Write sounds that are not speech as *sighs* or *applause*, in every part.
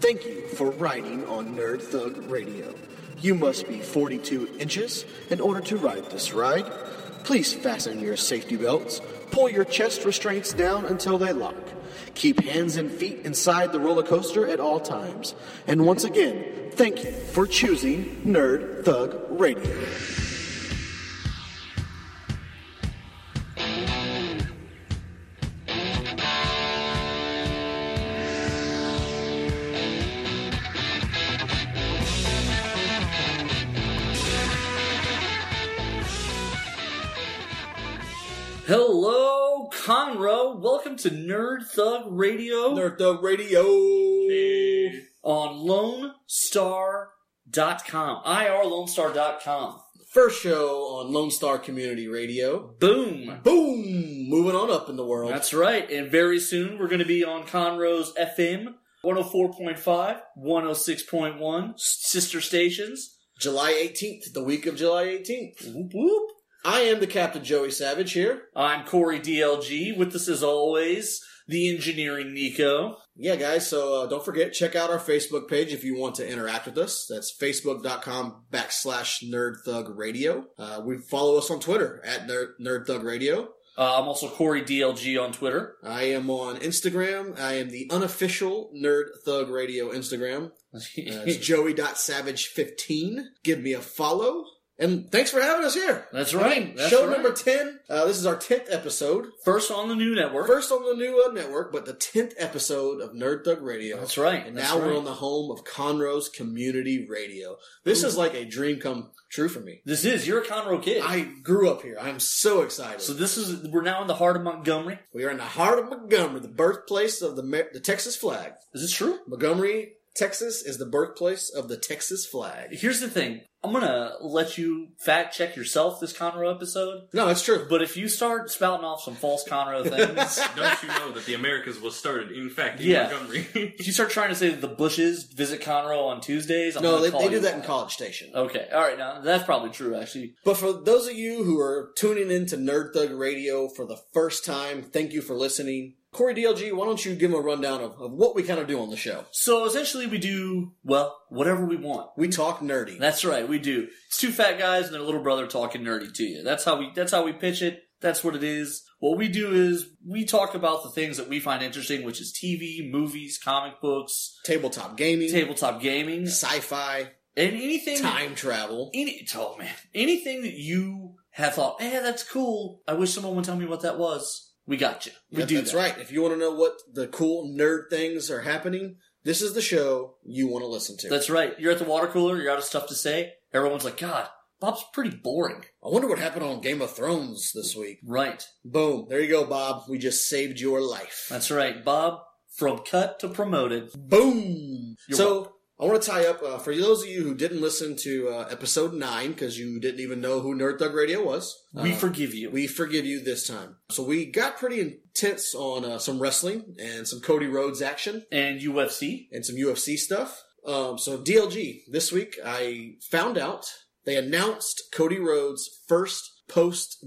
Thank you for riding on Nerd Thug Radio. You must be 42 inches in order to ride this ride. Please fasten your safety belts, pull your chest restraints down until they lock. Keep hands and feet inside the roller coaster at all times. And once again, thank you for choosing Nerd Thug Radio. Hello, Conroe. Welcome to Nerd Thug Radio Nerd Thug Radio. on LoneStar.com. IRLoneStar.com. First show on Lone Star Community Radio. Boom. Boom! Moving on up in the world. That's right. And very soon we're going to be on Conroe's FM 104.5, 106.1, sister stations. July 18th, the week of July 18th. Whoop, whoop. I am the Captain Joey Savage here. I'm Corey DLG. With us as always, the engineering Nico. Yeah, guys, so uh, don't forget, check out our Facebook page if you want to interact with us. That's facebook.com backslash Nerd Thug Radio. Uh, we follow us on Twitter at Nerd, Nerd Thug Radio. Uh, I'm also Corey DLG on Twitter. *laughs* I am on Instagram. I am the unofficial Nerd Thug Radio Instagram. Uh, *laughs* it's joey.savage15. Give me a follow. And thanks for having us here. That's right. I mean, That's show right. number 10. Uh, this is our 10th episode. First on the new network. First on the new uh, network, but the 10th episode of Nerd Thug Radio. That's right. And That's now right. we're on the home of Conroe's Community Radio. This is like a dream come true for me. This is you're a Conroe kid. I grew up here. I'm so excited. so this is we're now in the heart of Montgomery. we are in the heart of Montgomery, the birthplace of the, Mer- the Texas flag. Is this true? Montgomery, Texas is the birthplace of the Texas flag. Here's the thing. I'm gonna let you fact check yourself this Conroe episode. No, it's true. But if you start spouting off some false *laughs* Conroe things, Don't you know that the Americas was started, in fact, in Yeah. Montgomery? *laughs* if you start trying to say that the Bushes visit Conroe on Tuesdays, I'm No, gonna they, call they do you Oh. that on in College Station. Okay, all right, now that's probably true. Actually, But for those of you who are tuning in to Nerd Thug Radio for the first time, thank you for listening. Corey DLG, why don't you give them a rundown of, of what we kind of do on the show? so essentially we do well whatever we want. We talk nerdy. That's right, we do. It's two fat guys and their little brother talking nerdy to you. That's how we that's how we pitch it. That's what it is. What we do is we talk about the things that we find interesting, which is TV, movies, comic books, Tabletop gaming, tabletop gaming, sci-fi, and anything time travel. any oh man, anything that you have thought, eh, that's cool. I wish someone would tell me what that was. We got you. We That- do That's that. right. If you want to know what the cool nerd things are happening, this is the show you want to listen to. That's right. You're at the water cooler. You're out of stuff to say. Everyone's like, God, Bob's pretty boring. I wonder what happened on Game of Thrones this week. Right. Boom. There you go, Bob. We just saved your life. That's right, Bob. From cut to promoted. Boom. You're so I want to tie up uh, for those of you who didn't listen to uh, episode nine because you didn't even know who Nerd Thug Radio was. We uh, forgive you. we forgive you this time. So we got pretty intense on uh, some wrestling and some Cody Rhodes action and UFC. and some UFC stuff. Um, so DLG this week, I found out they announced Cody Rhodes' first post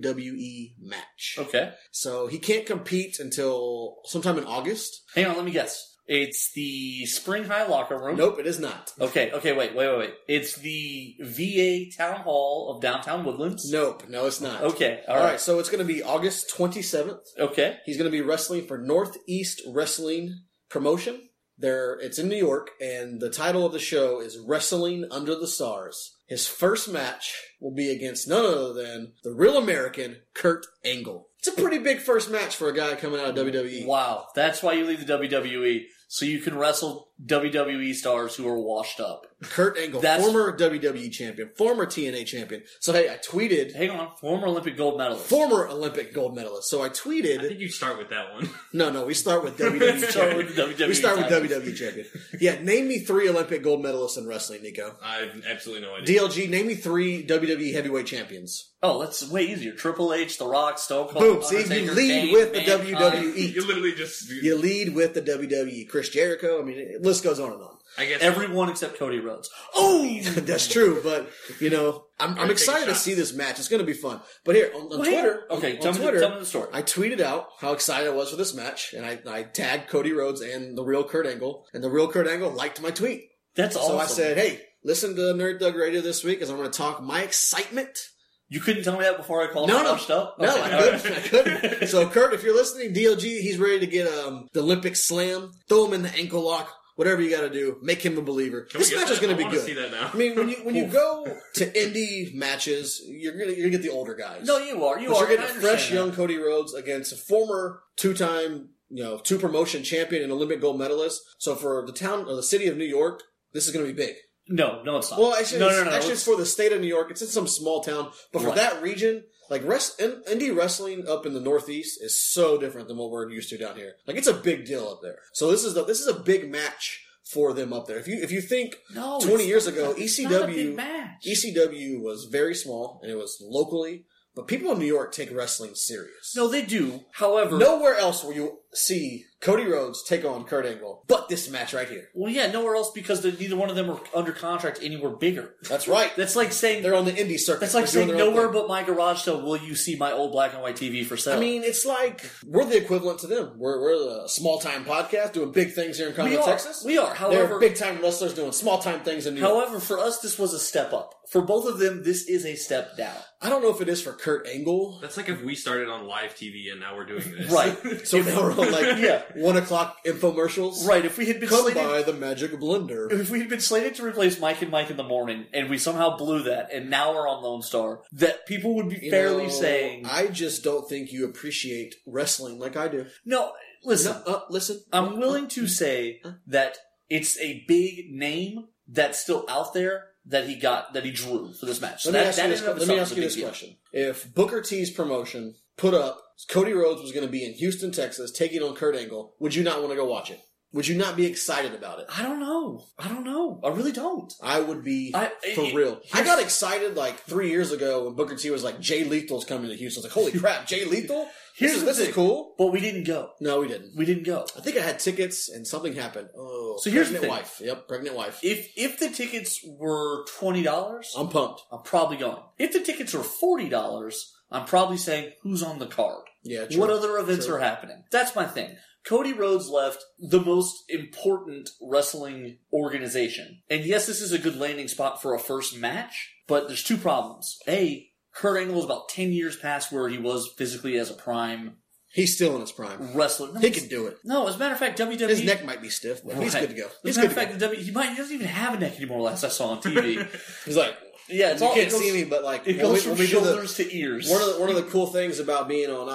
WWE match. Okay. So he can't compete until sometime in August. Hang on, let me guess. It's the Spring High Locker Room. Nope, it is not. Okay, okay, wait, wait, wait, wait. It's the VA Town Hall of Downtown Woodlands. Nope, no, it's not. Okay, All right, so it's going to be August 27th. Okay. He's going to be wrestling for Northeast Wrestling Promotion. There, it's in New York, and the title of the show is Wrestling Under the Stars. His first match will be against none other than the real American Kurt Angle. It's a pretty big first match for a guy coming out of E. WWE. Wow. That's why you leave the WWE. So you can wrestle WWE stars who are washed up. Kurt Angle, That's- former WWE champion, former TNA champion. So hey, I tweeted Hang on, former Olympic gold medalist. *laughs* former Olympic gold medalist. So I I tweeted. think you start with that one. No, no, we start with WWE. Start champion. with the WWE we start with E title. WWE champion. Yeah, name me three Olympic gold medalists in wrestling, Nico. I have absolutely no idea. DLG, name me three WWE heavyweight champions. Oh, that's way easier. Triple H, The Rock, Stone Cold. Boom. See, you Undertaker, lead Kane, with the E. Mankind. WWE. you literally just You lead with the WWE. Chris Chris Jericho. I mean, it list goes on *laughs* and on. I guess Everyone except Cody Rhodes. Oh, that's true. But you know, I'm, I'm Gotta take excited a to shot. see this match. It's going to be fun. But here on, on Twitter, Okay, on, tell, on me Twitter, the, tell me the story. I tweeted out how excited I was for this match, and I, I tagged Cody Rhodes and the real Kurt Angle, and the real Kurt Angle liked my tweet. That's awesome. So I said, "Hey, listen to Nerd Thug Radio this week, as I'm going to talk my excitement." you couldn't tell me that before I called No, it no. up. stuff? No, Okay, I all right. couldn't. I couldn't. So, Kurt, if you're listening, DLG, he's ready to get um, the Olympic slam. Throw him in the ankle lock. Whatever you got to do, make him a believer. Can we this get match that? is going I to be wanna good. see that now. I mean, when you when you go to indie matches, you're gonna you're gonna get the older guys. *laughs* No, you are. You But are. you're I getting a understand fresh that. young Cody Rhodes against a former two time, you know, two promotion champion and Olympic gold medalist. So for the town or the city of New York, this is going to be big. No, no, it's not. Well, actually, no, it's, no, no. actually, it's it's- for the state of New York. It's in some small town, but for Right. that region, like rest, in, indie wrestling up in the Northeast is so different than what we're used to down here. Like it's a big deal up there. So this is the, this is a big match for them up there. If you if you think no, 20 it's years not. ago, It's ECW not a big match. ECW was very small and it was locally, but people in New York take wrestling serious. No, they do. However, Nowhere else will you see Cody Rhodes take on Kurt Angle, but this match right here. Well, yeah, nowhere else because they- neither one of them are under contract anywhere bigger. That's right. That's like saying They're on the indie circuit. that's like They're saying doing their own nowhere thing. but my garage sale will you see my old black and white TV for sale. I mean, it's like we're the equivalent to them. We're we're a small time podcast doing big things here in we Conroe, are. Texas. We are. They're However, big time wrestlers doing small time things in New York. however, for us, this was a step up. For both of them, this is a step down. I don't know if it is for Kurt Angle. that's like if we started on live TV and now we're doing this. *laughs* Right. So now we're on like *laughs* Yeah. one o'clock infomercials. Right. If we had been Come slated, by the magic blender. if we had been slated to replace Mike and Mike in the morning, and we somehow blew that, and now we're on Lone Star, that people would be You fairly know, saying, I just don't think you appreciate wrestling like I do. "No, listen, No, uh, listen. I'm willing to say that it's a big name that's still out there that he got that he drew for this match. So Let me that- ask that you in this, and of let me itself ask is a you big this deal. question. If Booker T's promotion put up Cody Rhodes was going to be in Houston, Texas, taking on Kurt Angle, would you not want to go watch it? Would you not be excited about it? I don't know. I don't know. I really don't. I would be I, for I- real. I got excited like three years ago when Booker T was like, Jay Lethal's coming to Houston. I was like, *laughs* holy crap, Jay Lethal? Here's this is, the this is thing. cool. But we didn't go. No, we didn't. We didn't go. I think I had tickets and something happened. Oh, So here's the pregnant thing. wife. Yep, pregnant wife. If if the tickets were twenty dollars, I'm pumped. I'm probably going. If the tickets are forty dollars, I'm probably saying who's on the card. Yeah, What true. other events True. are happening? That's my thing. Cody Rhodes left the most important wrestling organization. And yes, this is a good landing spot for a first match, but there's two problems. A, Kurt Angle is about 10 years past where he was physically as a prime He's still in his prime. wrestler. No, He can do it. no as a matter of fact, WWE. His neck might be stiff, but he's Right. good to go. He's As a matter good of to go. fact, the w, he, might, he doesn't even have a neck anymore, last I saw on *laughs* TV. He's like, yeah, it's you all, can't it goes, see me, but like, when It we- goes when from we do the- shoulders to ears. one of the one of the cool things about being on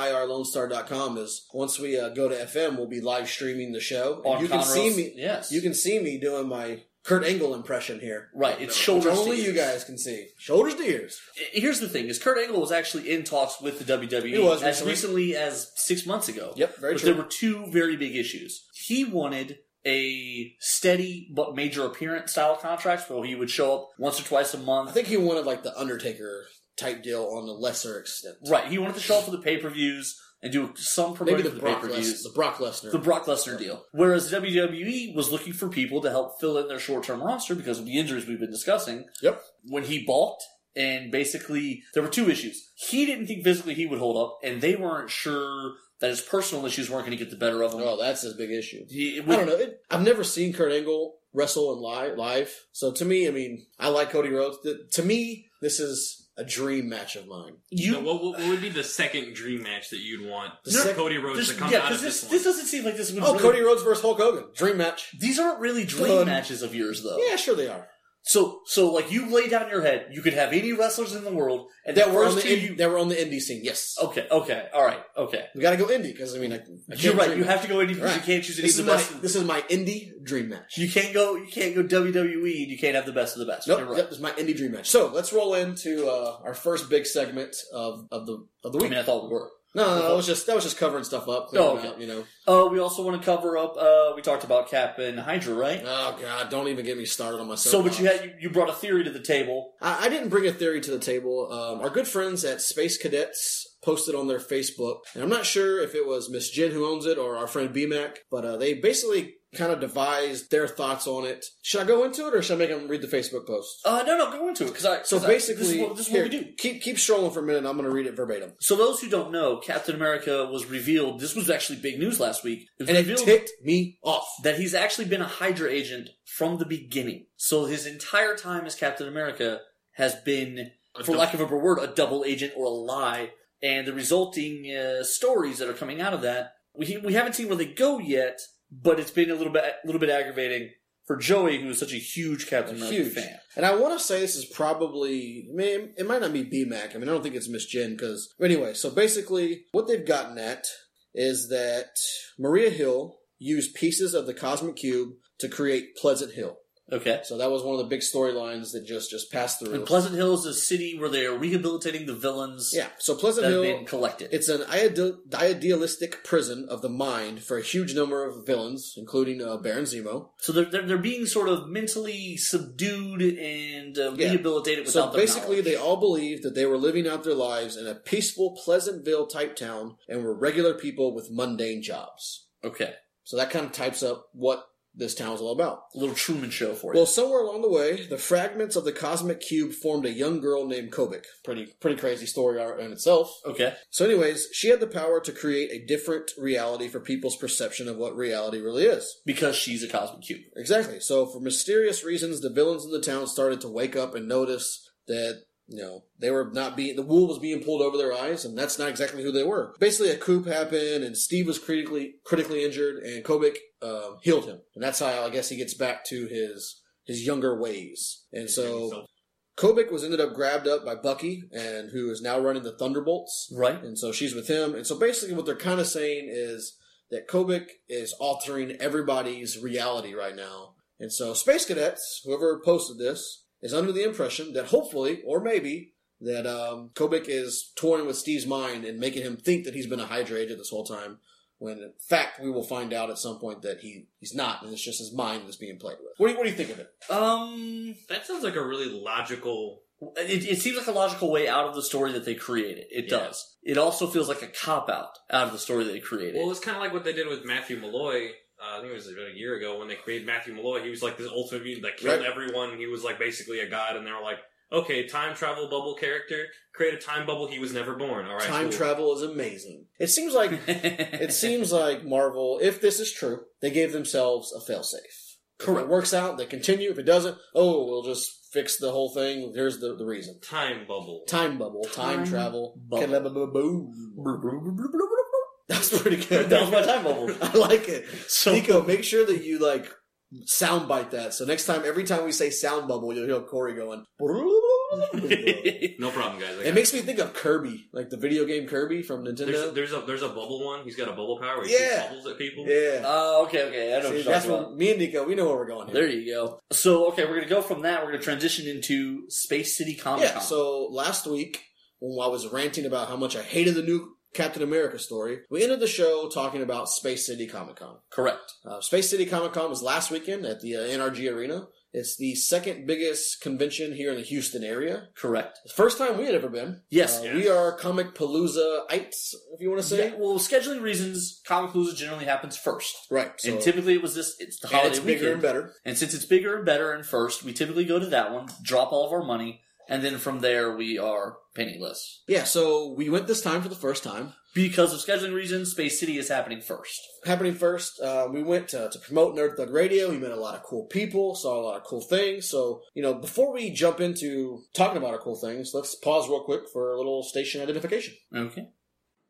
IRLoneStar.com is once we uh, go to FM, we'll be live streaming the show. And on you can see Conroe's- me. Yes. You can see me doing my Kurt Angle impression here. right, Which it's shoulders to only you ears. guys can see. Shoulders to ears. Here's the thing: is Kurt Angle was actually in talks with the WWE He was as recently. recently as six months ago. Yep, very but true. there were two very big issues. He wanted a steady but major appearance style contract where he would show up once or twice a month. I think he wanted like the Undertaker type deal on a lesser extent. right, he wanted to show up for the pay per views and do some Maybe promotion the for the pay Brock, per Les- views. the Brock Lesnar. The Brock Lesnar deal. Whereas WWE was looking for people to help fill in their short term roster because of the injuries we've been discussing. Yep. When he balked, and basically, there were two issues. He didn't think physically he would hold up, and they weren't sure that his personal issues weren't going to get the better of him. oh, that's his big issue. He- I don't know. It, I've never seen Kurt Angle wrestle in live, live. So to me, I mean, I like Cody Rhodes. Th- to me, this is a dream match of mine. You, Now, what, what would be the second dream match that you'd want? The for sec- Cody Rhodes there's- to come yeah, out because of this, this, one. this doesn't seem like this would. Oh, really- Cody Rhodes versus Hulk Hogan, dream match. These aren't really dream Done. matches of yours, though. Yeah, sure they are. So, so like you lay down your head, you could have any wrestlers in the world, and That the Oh. were on first the two in, you- that were on the indie scene. Yes, okay, okay, all right, okay. we got to go indie because I mean, I, I can't You're right. dream You match. have to go indie because Right. you can't choose any This of is the my best. this is my indie dream match. You can't go. You can't go WWE. and You can't have the best of the best. Nope, You're right. yep, this is my indie dream match. So let's roll into uh, our first big segment of, of the of the I week. mean, I thought we were. no, no, no, that was just that was just covering stuff up, clearing Oh, okay. out, you know. Uh, we also want to cover up. Uh, we talked about Cap and Hydra, right? Oh god, don't even get me started on my so, but you soapbox. had you, you brought a theory to the table. I, I didn't bring a theory to the table. Um, our good friends at Space Cadets posted on their Facebook, and I'm not sure if it was Miss Jen who owns it or our friend BMAC, but uh, they basically kind of devised their thoughts on it. Should I go into it or should I make them read the Facebook post? Uh, no, no, go into it because I. So 'cause I- basically, this is what, this is here, what we do. Keep keep strolling for a minute. and I'm going to read it verbatim. So those who don't know, Captain America was revealed. This was actually big news last week. It was And it revealed ticked me off. that he's actually been a Hydra agent from the beginning. So his entire time as Captain America has been, A for dou- lack of a better word, a double agent or a lie. And the resulting uh, stories that are coming out of that, we we haven't seen where they go yet, but it's been a little bit a little bit aggravating for Joey, who is such a huge Captain America Huge. fan. And I want to say this is probably, I mean, it might not be BMAC. I mean, I don't think it's Miss Jen because, anyway, so basically what they've gotten at is that Maria Hill used pieces of the Cosmic Cube to create Pleasant Hill. Okay. So that was one of the big storylines that just, just passed through. And Pleasant Hill is a city where they are rehabilitating the villains yeah, so that Pleasant have Hill, been collected. it's an ide- idealistic prison of the mind for a huge number of villains, including uh, Baron Zemo. So they're, they're, they're being sort of mentally subdued and uh, Yeah. rehabilitated So without their basically, they all believed that they were living out their lives in a peaceful Pleasantville type town and were regular people with mundane jobs. knowledge. Okay. So that kind of types up what this town is all about. A little Truman Show for you. Well, somewhere along the way, the fragments of the cosmic cube formed a young girl named Kobik. Pretty, pretty crazy story in itself. okay. So, anyways, she had the power to create a different reality for people's perception of what reality really is. Because she's a cosmic cube. Exactly. So for mysterious reasons, the villains in the town started to wake up and notice that you know they were not being the wool was being pulled over their eyes, and that's not exactly who they were. Basically, a coup happened, and Steve was critically critically injured, and Kobik um, healed him, and that's how I guess he gets back to his his younger ways. And so Kobik was ended up grabbed up by Bucky, and who is now running the Thunderbolts. Right? And so she's with him. And so basically, what they're kind of saying is that Kobik is altering everybody's reality right now. And so, Space Cadets, whoever posted this, is under the impression that hopefully, or maybe, that um, Kobik is toying with Steve's mind and making him think that he's been a Hydra agent this whole time. When in fact, we will find out at some point that he, he's not, and it's just his mind that's being played with. What do you, what do you think of it? Um, That sounds like a really logical. it, it seems like a logical way out of the story that they created. It Yeah. does. It also feels like a cop out out of the story they created. Well, it's kind of like what they did with Matthew Malloy. Uh, I think it was about a year ago when they created Matthew Malloy. He was like this ultimate mutant that killed Right. everyone. He was like basically a god, and they were like, "Okay, time travel bubble character. Create a time bubble. He was never born. All right, Time cool. travel is amazing. It seems like it *laughs* it seems like Marvel, if this is true, they gave themselves a failsafe. If it correct. works out, they continue. If it doesn't, oh, we'll just fix the whole thing. Here's the, the reason. Time bubble. Time bubble, time, Time travel. bubble. Boom. *laughs* that That's pretty good. was my time bubble. *laughs* I like it. So *laughs* Nico, make sure that you like soundbite that. So next time, every time we say sound bubble, you'll hear Corey going. it No problem, guys. I got makes me think of Kirby, like the video game Kirby from There's, Nintendo. there's a there's a bubble one. He's got a bubble power. Where he Yeah. shoots bubbles at people. yeah. Oh, okay, okay. I know what See, you're that's talking about. what me and Nico, we know where we're going here. There you go. So, okay, we're going to go from that. We're going to transition into Space City Comic Con. Yeah, so last week, when I was ranting about how much I hated the new Captain America story, we ended the show talking about Space City Comic Con. Correct. Uh, Space City Comic Con was last weekend at the uh, NRG Arena. It's the second biggest convention here in the Houston area. Correct. It's the first time we had ever been. Yes. Uh, Yes. We are Comic Palooza Ites, if you want to say. Yeah, well, scheduling reasons, Comic Palooza generally happens first. Right. So, and typically it was this, it's the and holiday it's bigger weekend. and better. And since it's bigger and better and first, we typically go to that one, drop all of our money, and then from there we are penniless. Yeah, so we went this time for the first time. Because of scheduling reasons, Space City is happening first. happening first. Uh, we went to, to promote Nerd Thug Radio. We met a lot of cool people, saw a lot of cool things. So, you know, before we jump into talking about our cool things, let's pause real quick for a little station identification. Okay.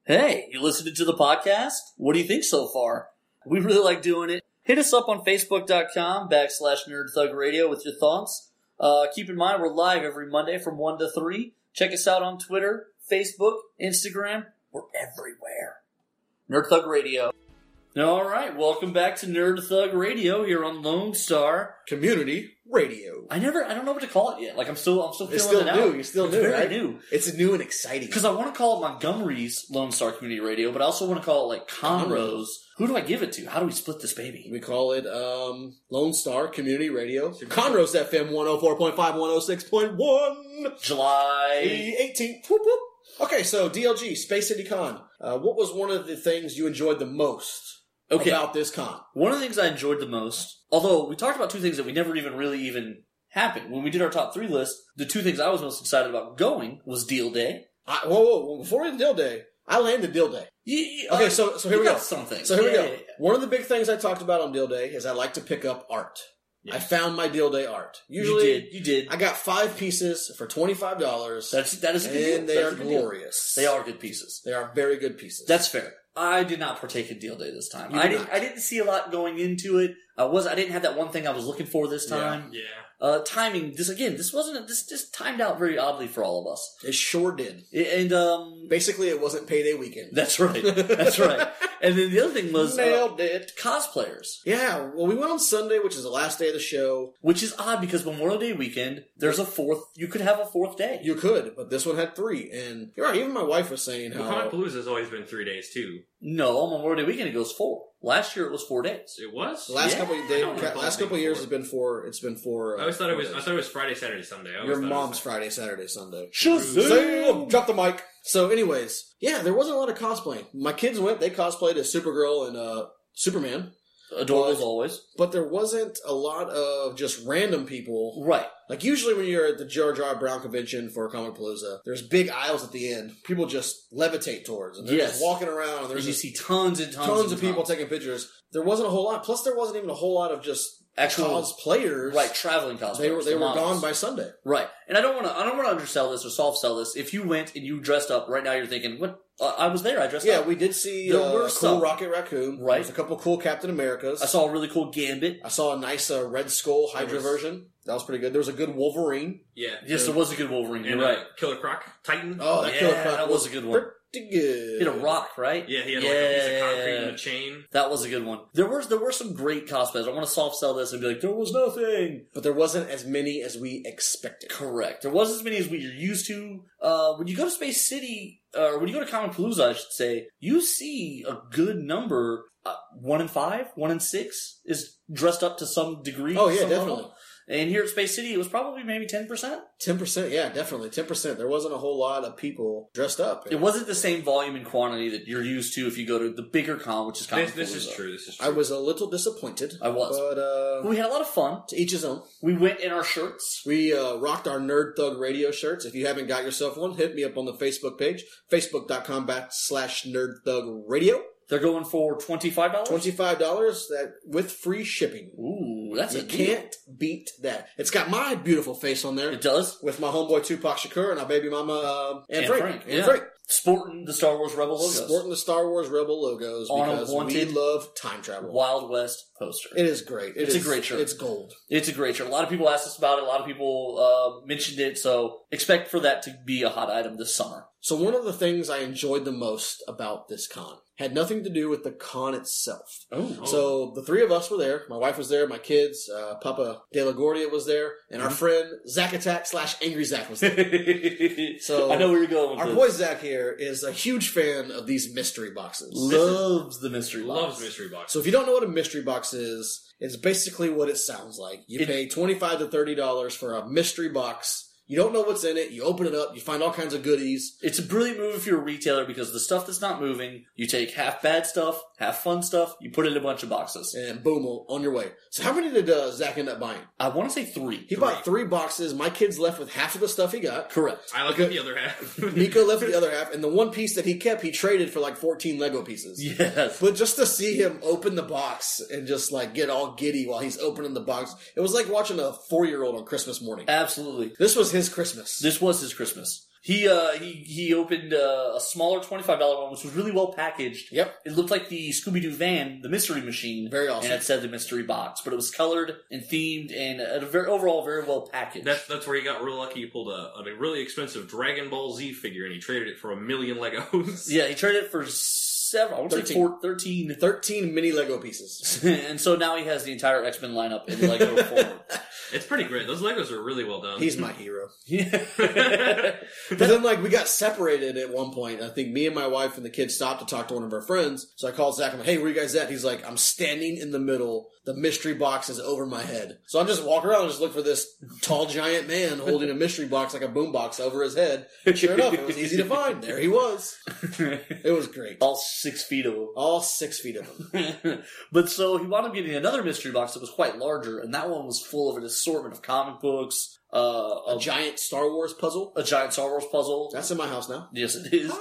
Hey, you listening to the podcast? What do you think so far? We really like doing it. Hit us up on Facebook.com backslash Nerd Thug Radio with your thoughts. Uh, keep in mind, we're live every Monday from 1 to 3. Check us out on Twitter, Facebook, Instagram. We're everywhere. Nerd Thug Radio. All right, welcome back to Nerd Thug Radio here on Lone Star. Community radio. I never, I don't know what to call it yet. Like I'm still, I'm still feeling It's still it new. out. You're still It's new, very right? new. It's new and exciting. Because I want to call it Montgomery's Lone Star Community Radio, but I also want to call it like Conroe's. Who do I give it to? How do we split this baby? We call it um, Lone Star Community Radio. Conroe's FM 104.5, 106.1. July. The 18th. Whoop, whoop. Okay, so DLG, Space City Con. Uh, what was one of the things you enjoyed the most Okay. about this con. One of the things I enjoyed the most, although we talked about two things that we never even really even happened. When we did our top three list, the two things I was most excited about going was Deal Day. I, whoa, whoa, whoa, before we did Dill Day, I landed Dill Day. Ye- Okay, uh, so so here you we go. got Something. So here we Yeah, go. yeah, yeah. One of the big things I talked about on Deal Day is I like to pick up art. I Yes. found my Deal Day art. you Usually, did. You did. I got five pieces for twenty five dollars, That's that is a good deal. and they That's are a good deal. glorious. They are good pieces. They are very good pieces. That's fair. I did not partake in Deal Day this time. You I did didn't. not. I didn't see a lot going into it. I was. I didn't have that one thing I was looking for this Yeah. time. Yeah. Uh, timing. This again. This wasn't. This just timed out very oddly for all of us. it. Sure did. And um, *laughs* Basically, it wasn't payday weekend. that's right. That's right. And then the other thing was uh, Nailed it. cosplayers, Yeah. Well, we went on Sunday, which is the last day of the show. which is odd because Memorial Day weekend there's a fourth. You could have a fourth day. You could, but this one had three, and you're right. Even my wife was saying Well, Comic how Palooza has always been three days too. no, on Memorial Day weekend it goes four. Last year it was four days. It was. the last Yeah, couple of I days, don't recall last it couple of being years four. has been four. It's been four. I always thought it was. four I days. thought it was Friday, Saturday, Sunday. I always Your thought it mom's was- Friday, Saturday, Sunday. Shazam! Drop the mic. So, anyways, yeah, there wasn't a lot of cosplaying. My kids went; they cosplayed as Supergirl and uh, Superman, Adorable as Well, always. but there wasn't a lot of just random people. Right. Like usually, when you're at the Jar Jar Brown convention for Comic Palooza, there's big aisles at the end. People just levitate towards, and they're Yes. just walking around. And And there's you just see tons and tons, tons, and of people taking pictures. There wasn't a whole lot. Plus, there wasn't even a whole lot of just actual cosplayers. right traveling cosplayers. They were they the were models. gone by Sunday. right. And I don't want to I don't want to undersell this or soft sell this. If you went and you dressed up right now, you're thinking, "What? Uh, I was there. I dressed Yeah, up. we did see There uh, were a cool some. Rocket Raccoon. Right. There was a couple cool Captain Americas. I saw a really cool Gambit. I saw a nice uh, Red Skull Hydra There was- version. That was pretty good. There was a good Wolverine. Yeah. Yes, there was a good Wolverine. You're And right. uh, Killer Croc Titan. Oh, that yeah, Killer Croc that was a good one. Pretty good. Hit a rock, right? Yeah, he had like a piece of concrete and a chain. That was a good one. There was there were some great cosplays. I don't want to soft sell this and be like, there was nothing. But there wasn't as many as we expected. Correct. There wasn't as many as we are used to. Uh, when you go to Space City, uh, or when you go to Comic Palooza, I should say, you see a good number. Uh, one in five, one in six is dressed up to some degree. Oh, yeah, some level. definitely. And here at Space City, it was probably maybe ten percent. 10%. Yeah, definitely. 10%. There wasn't a whole lot of people dressed up. It wasn't the same volume and quantity that you're used to if you go to the bigger con, which is Comic This, this is Palooza. true. This is true. I was a little disappointed. I was. But But uh, we had a lot of fun. to each his own. We went in our shirts. We uh, rocked our Nerd Thug Radio shirts. If you haven't got yourself one, hit me up on the Facebook page, facebook.com backslash Nerd Thug Radio. They're going for twenty five dollars. $25 that with free shipping. Ooh, that's you a deal. can't beat that. It's got my beautiful face on there It does. with my homeboy Tupac Shakur and our baby mama uh, and, And Frank. Frank, And yeah. Frank. Sporting the Star Wars Rebel logos. Sporting the Star Wars Rebel logos On a because wanted- we love time travel. Wild West poster. It is great. It It's a is- great shirt. It's gold. It's a great shirt. A lot of people asked us about it. A lot of people uh, mentioned it. So expect for that to be a hot item this summer. So one of the things I enjoyed the most about this con had nothing to do with the con itself. Oh, *laughs* So the three of us were there. My wife was there. My kids, uh, Papa De La Guardia was there, and Mm-hmm. our friend Zack Attack slash Angry Zack was there. so So, I know where you're going with our this. boy Zack here is a huge fan of these mystery boxes. loves the mystery. loves box. mystery box. So if you don't know what a mystery box is, it's basically what it sounds like. You It- pay twenty five to thirty dollars for a mystery box. You don't know what's in it. You open it up. You find all kinds of goodies. It's a brilliant move if you're a retailer because the stuff that's not moving, you take half bad stuff, half fun stuff, you put it in a bunch of boxes. And boom, on your way. So how many did uh, Zach end up buying? I want to say three. He bought three boxes. My kids left with half of the stuff he got. Correct. I like Okay. the other half. *laughs* Nico left the other half, and the one piece that he kept, he traded for like 14 Lego pieces. Yes. But just to see him open the box and just like get all giddy while he's opening the box, it was like watching a four year old on Christmas morning. Absolutely. This was his Christmas. This was his Christmas. He uh he he opened uh, a smaller twenty five dollar one, which was really well packaged. Yep. It looked like the Scooby Doo van, the Mystery Machine, Very awesome. and it said the Mystery Box, but it was colored and themed and at a very overall very well packaged. *laughs* That's that's where he got real lucky. He pulled a, a really expensive Dragon Ball Z figure and he traded it for a million Legos. yeah, he traded it for several. I want to say Thirteen. four, thirteen. *laughs* 13 mini Lego pieces. and so now he has the entire X Men lineup in Lego form. *laughs* It's pretty great. Those Legos are really well done. *laughs* He's my hero. Yeah. But then, like, we got separated at one point. I think me and my wife and the kids stopped to talk to one of our friends. So I called Zach. I'm like, hey, where you guys at? He's like, I'm standing in the middle. The mystery box is over my head. So I'm just walking around and just look for this tall, giant man holding a mystery box, like a boombox, over his head. *laughs* Sure enough, it was easy to find. There he was. It was great. *laughs* All six feet of them. All six feet of *laughs* him. but so he wound up getting another mystery box that was quite larger, and that one was full of an assortment of comic books, uh, A a, giant Star Wars puzzle. a giant Star Wars puzzle. That's in my house now. Yes, it is.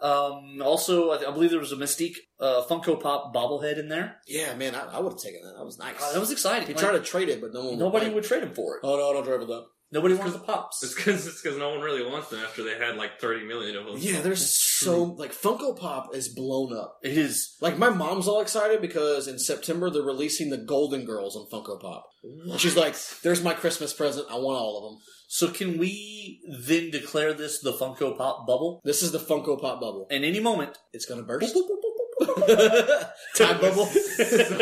Um, also, I, th- I believe there was a Mystique uh, Funko Pop bobblehead in there. Yeah, man, I, I would have taken that. That was nice. Uh, that was exciting. he Like, tried to trade it, but no one. nobody would. would trade him for it. Oh no, don't drive it up. Nobody wanted the pops. It's because it's because no one really wants them after they had like thirty million of them. Yeah, there's so like Funko Pop is blown up. It is. Like my mom's all excited because in September they're releasing the Golden Girls on Funko Pop. And She's like, "There's my Christmas present. I want all of them. So can we then declare this the Funko Pop bubble? This is the Funko Pop bubble. And any moment, It's gonna burst." *laughs* time bubble. *laughs*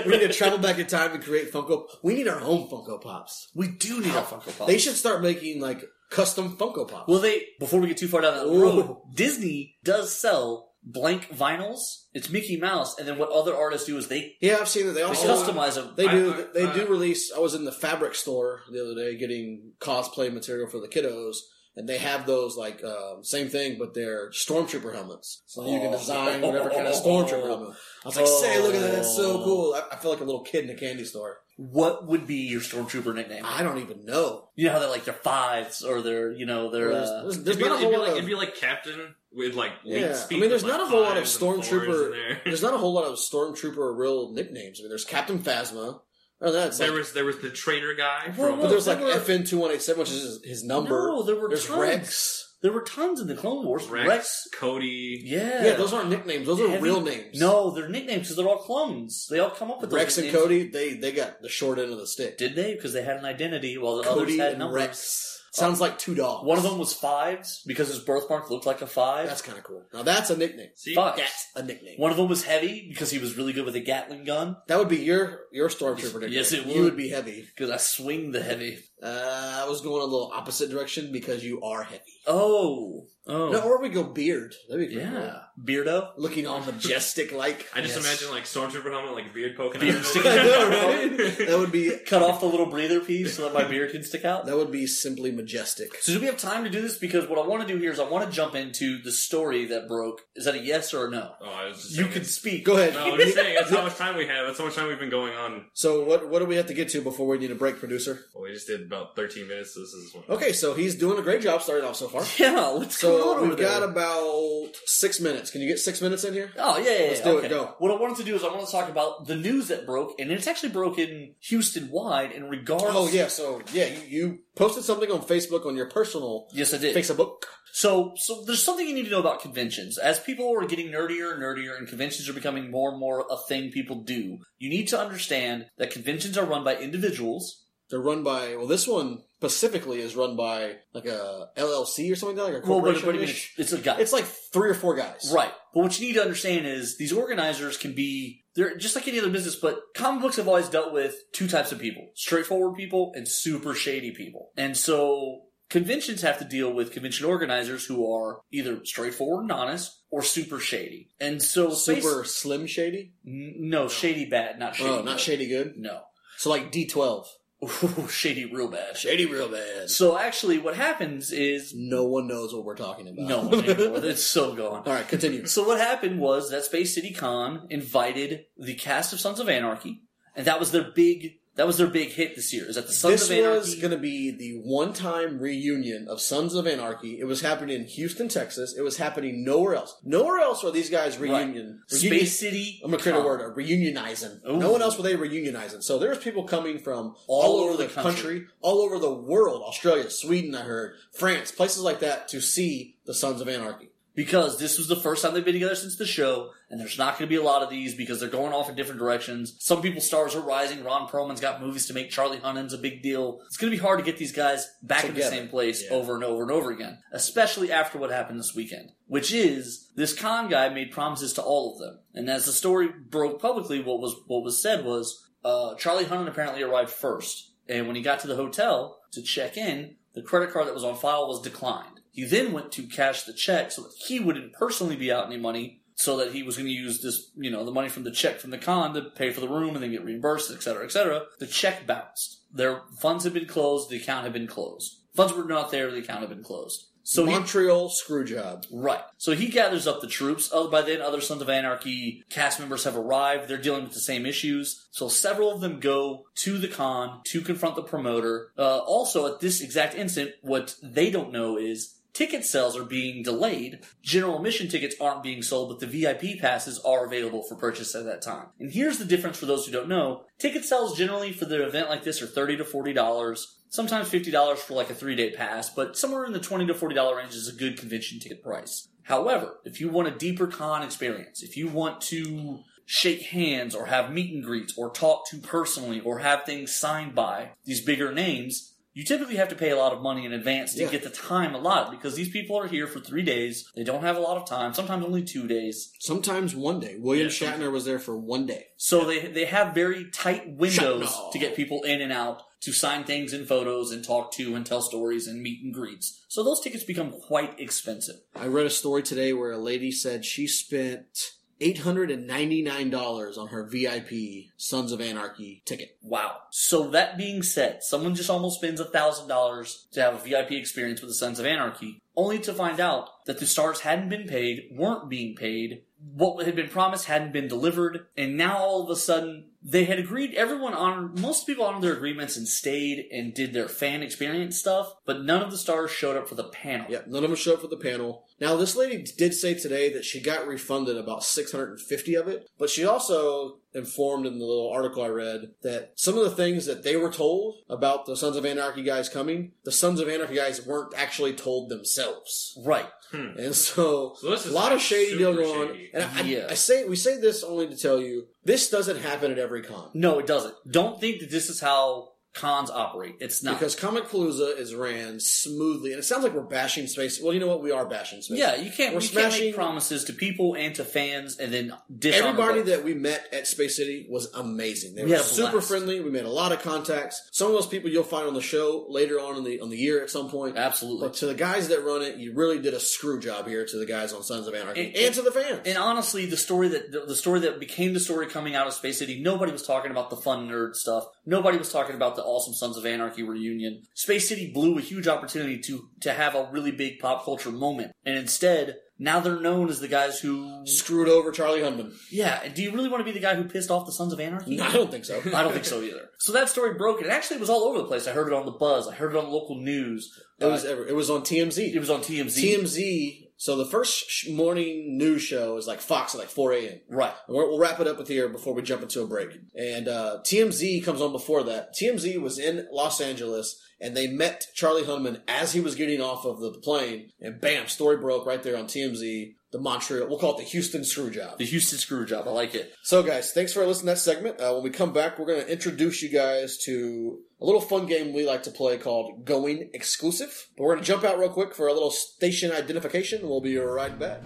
we need to travel back in time and create Funko. We need our own Funko Pops. we do need a Funko Pop. They should start making like custom Funko Pops. Well, they before we get too far down that Ooh. road, Disney does sell blank vinyls. It's Mickey Mouse, and then what other artists do is they, yeah, I've seen that. They they also customize them. Oh. They I- do. I- they I- do release. I was in the fabric store the other day getting cosplay material for the kiddos, and they have those like um, same thing, but they're stormtrooper helmets. So you can design whatever kind of Oh. stormtrooper helmet. I was like, "Say, look at that! That's so cool!" I, I feel like a little kid in a candy store. What would be your stormtrooper nickname? I don't even know. You know how they're like their fives or their you know their There's, uh, there's- there's It'd be, not a it'd, whole be lot like, of. it'd be like Captain with like wings Yeah. I speed mean, there's with, not like, a whole lot of fives and fours in stormtrooper- *laughs* there. There's not a whole lot of stormtrooper real nicknames. I mean, there's Captain Phasma. Or that's There like, was there was the traitor guy Well, from but there's there like were- FN two one eight seven, which is his, his number. No, there were there's tons. Rex. There were tons in the Clone Wars. Rex, Rex, *laughs* Cody. yeah, Yeah, those aren't nicknames. Those are Heavy- real names. no, they're nicknames because they're all clones. They all come up with those Rex and nicknames. Cody, they they got the short end of the stick. Did they? Because they had an identity while the others Cody had and numbers. Rex sounds like two dogs. One of them was fives because his birthmark looked like a five. That's kind of cool. Now that's a nickname. See, Fuck. That's a nickname. One of them was heavy because he was really good with a Gatling gun That would be your your stormtrooper nickname. Yes, it You would. would be heavy. because I swing the heavy. Uh, I was going a little opposite direction because you are heavy. Oh, oh, No, or we go beard. That'd be pretty yeah, beardo. cool. Looking all majestic like. I just Yes. imagine like stormtrooper helmet, like beard poking Beard out. *laughs* of sticking it. I know, right? *laughs* That would be Cut off the little breather piece so that my beard can stick out. that would be simply majestic. So do we have time to do this? Because what I want to do here is I want to jump into the story that broke. Is that a yes or a no? Oh, I was just You saying can it. speak. Go ahead. No, I'm just saying that's how much time we have. That's how much time we've been going on. So what what do we have to get to before we need a break, producer? Well, we just did about 13 minutes. So this is one. Okay, so he's doing a great job starting off so far. *laughs* Yeah, what's going So on we've over there? got about six minutes. Can you get six minutes in here? Oh yeah, yeah, yeah. Let's do it, okay. go. What I wanted to do is I wanted to talk about the news that broke, and it's actually broken Houston wide in regards. Oh yeah. So yeah, you, you posted something on Facebook on your personal yes, I did. Facebook. So, so there's something you need to know about conventions. As people are getting nerdier and nerdier, and conventions are becoming more and more a thing people do, you need to understand that conventions are run by individuals. They're run by well, this one specifically is run by like a LLC or something like that, like a Well, but, corporation. but I mean, it's, it's a guy, It's like three or four guys. right? But what you need to understand is these organizers can be they're just like any other business. But comic books have always dealt with two types of people: straightforward people and super shady people. And so conventions have to deal with convention organizers who are either straightforward and honest or super shady. And so Super slim shady. N- No, shady bad, not shady. oh, not good. shady good. No, *laughs* So like D twelve. Ooh, shady real bad. Shady real bad. So actually, what happens is No one knows what we're talking about. no one anymore. It's so gone. *laughs* All right, continue. So what happened was that Space City Con invited the cast of Sons of Anarchy, and that was their big that was their big hit this year. Is that the Sons this of Anarchy? was going to be the one-time reunion of Sons of Anarchy. It was happening in Houston, Texas. It was happening nowhere else. Nowhere else are these guys reunion. reunion- Space City. I'm gonna create a Con. word: a reunionizing. Ooh. No one else were they reunionizing. So there's people coming from all, All over, over the the country. country, all over the world, Australia, Sweden, I heard, France, places like that, to see the Sons of Anarchy. because this was the first time they've been together since the show, and there's not going to be a lot of these because they're going off in different directions. Some people's stars are rising. Ron Perlman's got movies to make. Charlie Hunnam's a big deal. It's going to be hard to get these guys back in the Together. same place Yeah. over and over and over again, especially after what happened this weekend, which is this con guy made promises to all of them. And as the story broke publicly, what was what was said was uh, Charlie Hunnam apparently arrived first. And when he got to the hotel to check in, the credit card that was on file was declined. He then went to cash the check so that he wouldn't personally be out any money, so that he was going to use this, you know, the money from the check from the con to pay for the room and then get reimbursed, et cetera, et cetera. The check bounced. Their funds had been closed. The account had been closed. Funds were not there. The account had been closed. So he Montreal screw job. Right. So he gathers up the troops. Oh, by then, other Sons of Anarchy cast members have arrived. They're dealing with the same issues. So several of them go to the con to confront the promoter. Uh, also, at this exact instant, what they don't know is ticket sales are being delayed. General admission tickets aren't being sold, but the VIP passes are available for purchase at that time. And here's the difference for those who don't know. Ticket sales generally for the event like this are 30 to $40 sometimes fifty dollars for like a three day pass, but somewhere in the twenty to forty dollar range is a good convention ticket price. However, if you want a deeper con experience, if you want to shake hands or have meet and greets or talk to personally or have things signed by these bigger names, you typically have to pay a lot of money in advance to Yeah. get the time allotted because these people are here for three days. They don't have a lot of time, sometimes only two days. Sometimes one day. William Yeah, Shatner was there for one day. So they they have very tight windows Shut- no. to get people in and out to sign things and photos and talk to and tell stories and meet and greets. So those tickets become quite expensive. I read a story today where a lady said she spent $899 on her VIP Sons of Anarchy ticket. Wow. So that being said, someone just almost spends a thousand dollars to have a VIP experience with the Sons of Anarchy, only to find out that the stars hadn't been paid, weren't being paid, what had been promised hadn't been delivered, and now all of a sudden they had agreed everyone honored most people honored their agreements and stayed and did their fan experience stuff, but none of the stars showed up for the panel. Yep, none of them showed up for the panel. Now, this lady did say today that she got refunded about 650 of it, but she also informed in the little article I read that some of the things that they were told about the Sons of Anarchy guys coming, the Sons of Anarchy guys weren't actually told themselves. Right. And so So this a is lot of shady deal super going on. shady. And I, I- Yeah. I say we say this only to tell you this doesn't happen at every con No, it doesn't. Don't think that this is how cons operate. It's not. because Comic Palooza is ran smoothly, and it sounds like we're bashing space. Well, you know what? We are bashing space. yeah, you can't. We're you can't smashing- make promises to people and to fans, and then dishonor Everybody them. that we met at Space City was amazing. They We were had a super blast. friendly. We made a lot of contacts. Some of those people you'll find on the show later on in the on the year at some point. absolutely. But to the guys that run it, you really did a screw job here to the guys on Sons of Anarchy and, And- and- to the fans. And honestly, the story that the, the story that became the story coming out of Space City, nobody was talking about the fun nerd stuff. Nobody was talking about the awesome Sons of Anarchy reunion. Space City blew a huge opportunity to to have a really big pop culture moment, and instead, now they're known as the guys who. Screwed over Charlie Hunnam. Yeah, and do you really want to be the guy who pissed off the Sons of Anarchy? No, *laughs* I don't think so. I don't think so either. So that story broke, and actually it was all over the place. I heard it on the buzz. I heard it on local news. It was ever, it was on TMZ. It was on TMZ. TMZ. So the first sh- morning news show is like Fox at like 4 a.m. right. And We're, we'll wrap it up with here before we jump into a break. And uh, TMZ comes on before that. TMZ was in Los Angeles and they met Charlie Hunnam as he was getting off of the plane. And bam, story broke right there on TMZ. The Montreal, we'll call it the Houston screw job. The Houston screw job. I like it. So, guys, thanks for listening to that segment. Uh, when we come back, we're going to introduce you guys to a little fun game we like to play called Going Exclusive. But we're going to jump out real quick for a little station identification. and We'll be right back.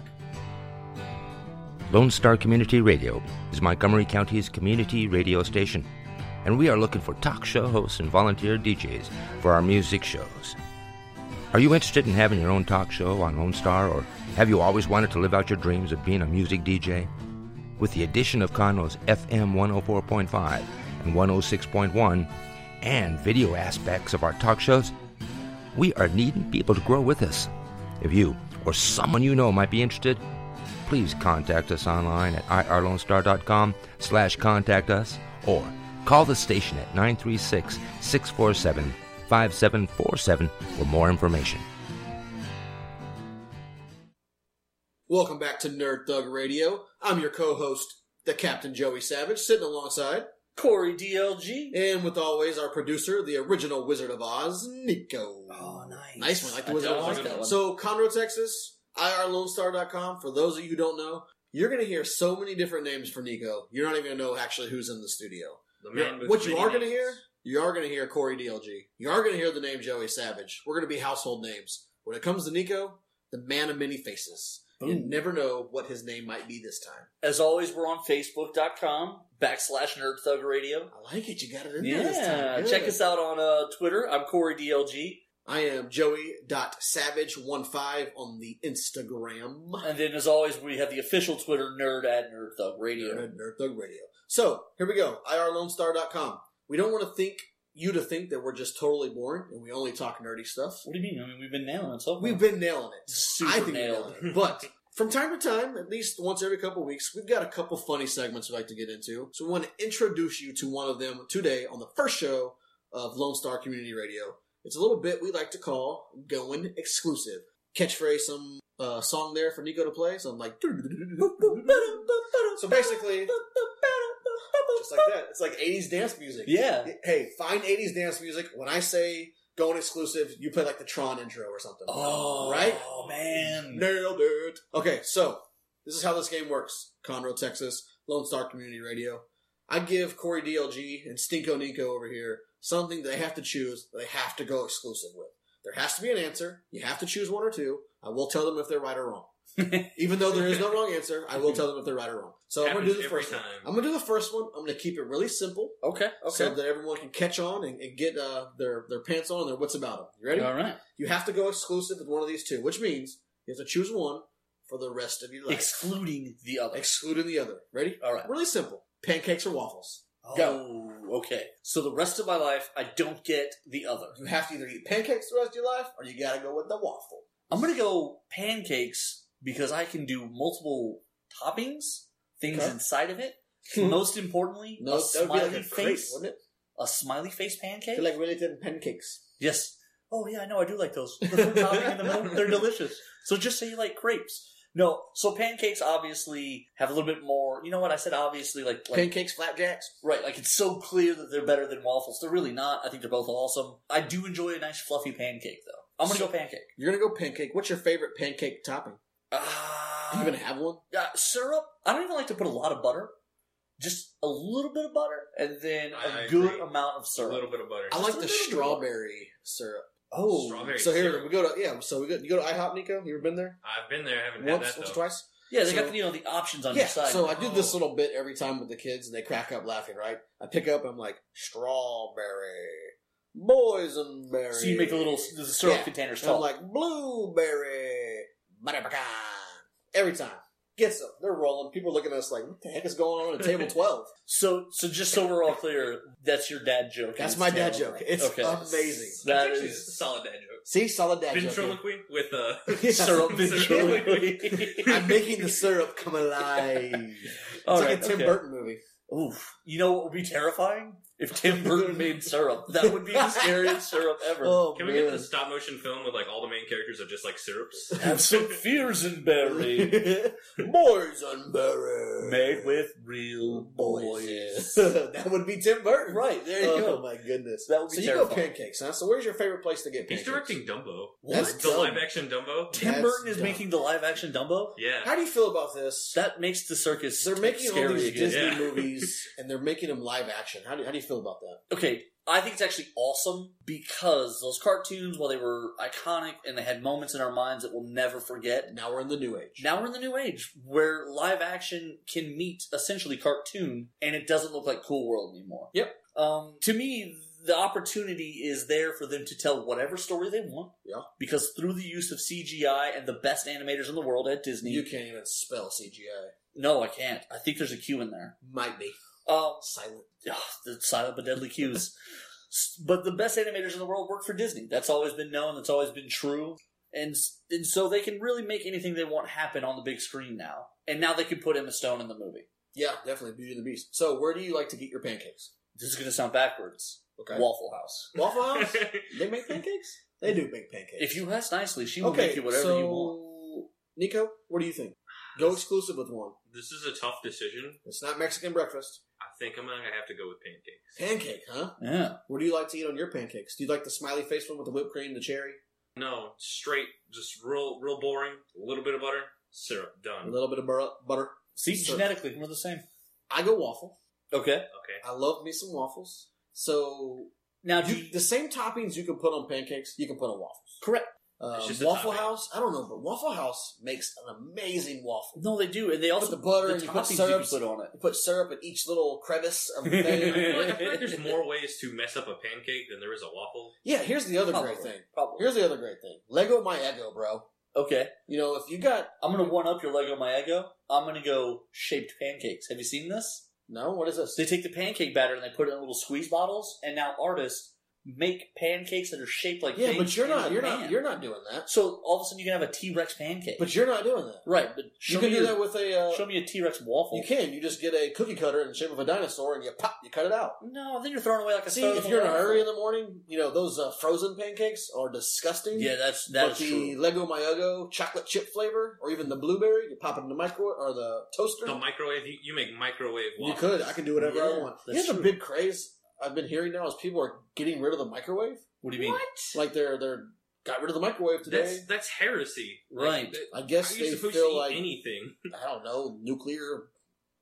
Lone Star Community Radio is Montgomery County's community radio station, and we are looking for talk show hosts and volunteer DJs for our music shows. Are you interested in having your own talk show on Lone Star, or have you always wanted to live out your dreams of being a music DJ? With the addition of Conroe's FM 104.5 and 106.1, and video aspects of our talk shows, we are needing people to grow with us. If you or someone you know might be interested, please contact us online at irlonestar.com slash contact us or call the station at 936-647-5747 for more information. Welcome back to Nerd Thug Radio. I'm your co host, the Captain Joey Savage, sitting alongside, Corey DLG. and with always our producer, the original Wizard of Oz, Nico. Oh, nice. Nice one, like the I Wizard do of Oz. like that one. So, Conroe, Texas, irlonestar.com. For those of you who don't know, you're going to hear so many different names for Nico. You're not even going to know actually who's in the studio. The man with what you many are going to names. hear, you are going to hear Corey DLG. You are going to hear the name Joey Savage. We're going to be household names. When it comes to Nico, the man of many faces. You Boom. never know what his name might be this time. As always, we're on Facebook.com backslash Nerd Thug Radio. I like it. You got it in there this time. Yeah, Good. check us out on uh, Twitter. I'm Corey DLG. I am Joey.savage15 on the Instagram. And then, as always, we have the official Twitter nerd at Nerd Thug Radio. Nerd, Nerd Thug Radio. So here we go. IRLoneStar.com. We don't want to think you to think that we're just totally boring and we only talk nerdy stuff. What do you mean? I mean, we've been nailing it so far. We've been nailing it. Super I think we nailed nailed it. But from time to time, at least once every couple weeks, we've got a couple funny segments we'd like to get into. So we want to introduce you to one of them today on the first show of Lone Star Community Radio. It's a little bit we like to call going exclusive. Catchphrase some uh, song there for Nico to play. So I'm like, *laughs* so basically, just like that. It's like 80s dance music. Yeah. Hey, find 80s dance music. When I say going exclusive, you play like the Tron intro or something. Oh, Right? Oh, man. Nailed it. Okay, so this is how this game works. Conroe, Texas, Lone Star Community Radio. I give Corey DLG and Stinko Nico over here something they have to choose. They have to go exclusive with. There has to be an answer. You have to choose one or two. I will tell them if they're right *laughs* or wrong. Even though there is no wrong answer, I will tell them if they're right or wrong. So I'm gonna do Happens the every first one. time. I'm gonna do the first one. I'm gonna keep it really simple, Okay. Okay. so that everyone can catch on and, and get uh, their their pants on and their wits about them. You ready? All right. You have to go exclusive with one of these two, which means you have to choose one for the rest of your life, Excluding the other. excluding the other. Ready? All right. Really simple: pancakes or waffles. Go. okay. So the rest of my life, I don't get the other. You have to either eat pancakes the rest of your life, or you gotta go with the waffle. I'm gonna go pancakes because I can do multiple toppings, things Okay. Hmm. inside of it. Most importantly, no, a that would be smiley like a face, crepe, wouldn't it? a smiley face pancake. They're like really thin pancakes. yes. Oh yeah, I know. I do like those. The fruit topping in the *laughs* middle, they're delicious. So just say you like crepes. No, so pancakes obviously have a little bit more. You know what I said? Obviously, like like pancakes, flapjacks. Right, like it's so clear that they're better than waffles. They're really not. I think they're both awesome. I do enjoy a nice fluffy pancake though. I'm gonna So- go pancake. You're gonna go pancake. What's your favorite pancake topping? Do you Ah, even have one? uh, syrup. I don't even like to put a lot of butter. Just a little bit of butter, and then I- a I good agree. amount of A syrup. little bit of butter. I Just like a the little bit. strawberry syrup. Oh, Strawberry so here syrup. we go to yeah. So we go. You go to IHOP, Nico. You ever been there? I've been there. I haven't Once, had that once, though. twice. yeah, they So- got the, you know the options on yeah, your side. so I do this Oh. little bit every time with the kids, and they crack up laughing. Right? I pick up, I'm like strawberry, boysenberry. So you make the little the syrup Yeah. containers And I'm tall. like blueberry, butter pecan. Every time gets them. They're rolling. People are looking at us like, "What the heck is going on at *laughs* table 12? so, so just so we're all clear, that's your dad joke. That's It's my dad terrible. joke. It's Okay. amazing. That That's actually is- a solid dad joke. See, solid dad joke. Ventriloquy with uh, *laughs* Yeah. *laughs* syrup. *laughs* I'm making the syrup come alive. It's All like right, a Tim okay. Burton movie. Oof. You know what would be terrifying? If *laughs* Tim Burton made syrup. That would be the scariest syrup ever. Oh Can we man. get *laughs* the stop motion film with like all the main characters are just like syrups? Have some Fearsenberry Boysenberry. made with real boys. boys. *laughs* that would be Tim Burton. Right, there you oh, go. my goodness. That would be so terrifying. you go pancakes, huh? So where's your favorite place to get He's pancakes? directing Dumbo. That's The dumb. live action Dumbo. Tim That's Burton is dumb. making the live action Dumbo? Yeah. How do you feel about this? That makes the circus they're making all scary these again. Disney Yeah. *laughs* movies and they're making them live action. How do, how do you feel about that? okay, I think it's actually awesome because those cartoons, while they were iconic and they had moments in our minds that we'll never forget, Now we're in the new age. Now we're in the new age where live action can meet essentially cartoon and it doesn't look like Cool World anymore. Yep. Um, to me, the opportunity is there for them to tell whatever story they want. Yeah. Because through the use of CGI and the best animators in the world at Disney. you can't even spell CGI. no, I can't. I think there's a Q in there. Might be Um, silent. ugh, the silent but deadly cues. S- but the best animators in the world work for Disney. That's always been known. That's always been true. And s- and so they can really make anything they want happen on the big screen now. And now they can put Emma Stone in the movie. Yeah, definitely Beauty and the Beast. So where do you like to get your pancakes? This is going to sound backwards. Okay, Waffle House. Waffle *laughs* House. *laughs* they make pancakes. They do make pancakes. If you ask nicely, she will make you whatever so, you want. Nico, what do you think? Go exclusive with one. this is a tough decision. It's not Mexican breakfast. I think I'm gonna have to go with pancakes. Pancake, huh? Yeah. What do you like to eat on your pancakes? Do you like the smiley face one with the whipped cream, the cherry, No, straight, just real, real boring. A little bit of butter, syrup, a done. little bit of bur- butter? See, So- genetically, we're the same. I go waffle. Okay. Okay. I love me some waffles. So Now, do you, you, the same toppings you can put on pancakes, you can put on waffles. correct. Uh, It's just a Waffle topping. House, I don't know, but Waffle House makes an amazing waffle. No, they do, and they also the butter and you put toppings you can syrups. put on it. You put syrup in each little crevice of the *laughs* thing. I feel like, I feel *laughs* like there's more ways to mess up a pancake than there is a waffle. yeah, here's the other Probably, great thing. Probably. Here's the other great thing. Lego my ego, bro. okay, You know, if you got I'm gonna one up your Lego My Ego. I'm gonna go shaped pancakes. Have you seen this? no, what is this? They take the pancake batter and they put it in little squeeze bottles, and now artists make pancakes that are shaped like yeah, things but you're in not. the You're pan. not. You're not doing that. So all of a sudden you can have a T Rex pancake. But you're not doing that. right, but show You can me do your- that with a. Uh, show me a T Rex waffle. you can. You just get a cookie cutter in the shape of a dinosaur, and you pop. You cut it out. No, then you're throwing away like a. See, third of if the you're in a waffle. hurry in the morning, you know those uh, frozen pancakes are disgusting. yeah, that's But that's the true. Lego Myogo chocolate chip flavor, or even the blueberry, you pop it in the microwave or the toaster. The microwave, you, you make microwave you waffles. could. I can do whatever I Yeah, want. You know that's the true. big craze I've been hearing now is people are getting rid of the microwave. What do you mean? Like they're they're got rid of the microwave today. That's that's heresy, Right. that- I how guess are you they supposed feel to eat like *laughs* anything? I don't know nuclear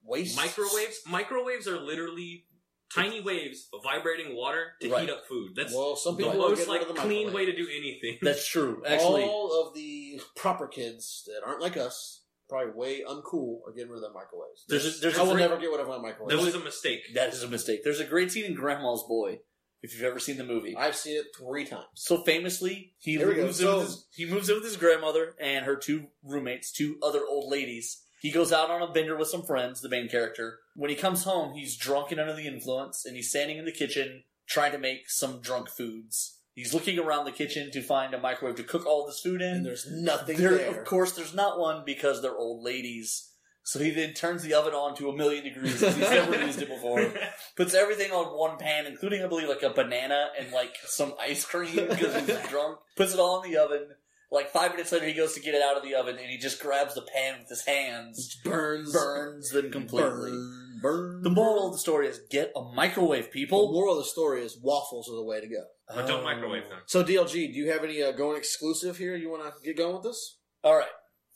waste Microwaves. Microwaves are literally tiny waves of vibrating water to Right. heat up food. That's well, some the people are most getting like rid of the clean way microwave. to do anything. *laughs* That's true. Actually, All of the proper kids that aren't like us, probably way uncool, are getting rid of their microwaves. There's a- there's a I will great- never get rid of my That microwave. was a mistake. *laughs* that is a mistake. There's a great scene in Grandma's Boy. If you've ever seen the movie, I've seen it three times. So famously, he Here we go. moves in with So- his, he moves in with his grandmother and her two roommates, two other old ladies. He goes out on a bender with some friends, the main character. When he comes home, he's drunk and under the influence, and he's standing in the kitchen trying to make some drunk foods. He's looking around the kitchen to find a microwave to cook all this food in. And there's nothing There- there. Of course, there's not one because they're old ladies. So he then turns the oven on to a million degrees as he's never used it *laughs* before. Puts everything on one pan, including, I believe, like a banana and like some ice cream because he's drunk. Puts it all in the oven. Like five minutes later, he goes to get it out of the oven and he just grabs the pan with his hands, burns, burns them completely. burn, burn. The moral of the story is get a microwave, the people. moral of the story is waffles are the way to go. But don't microwave them. So DLG, do you have any uh, going exclusive here? You want to get going with this? All right.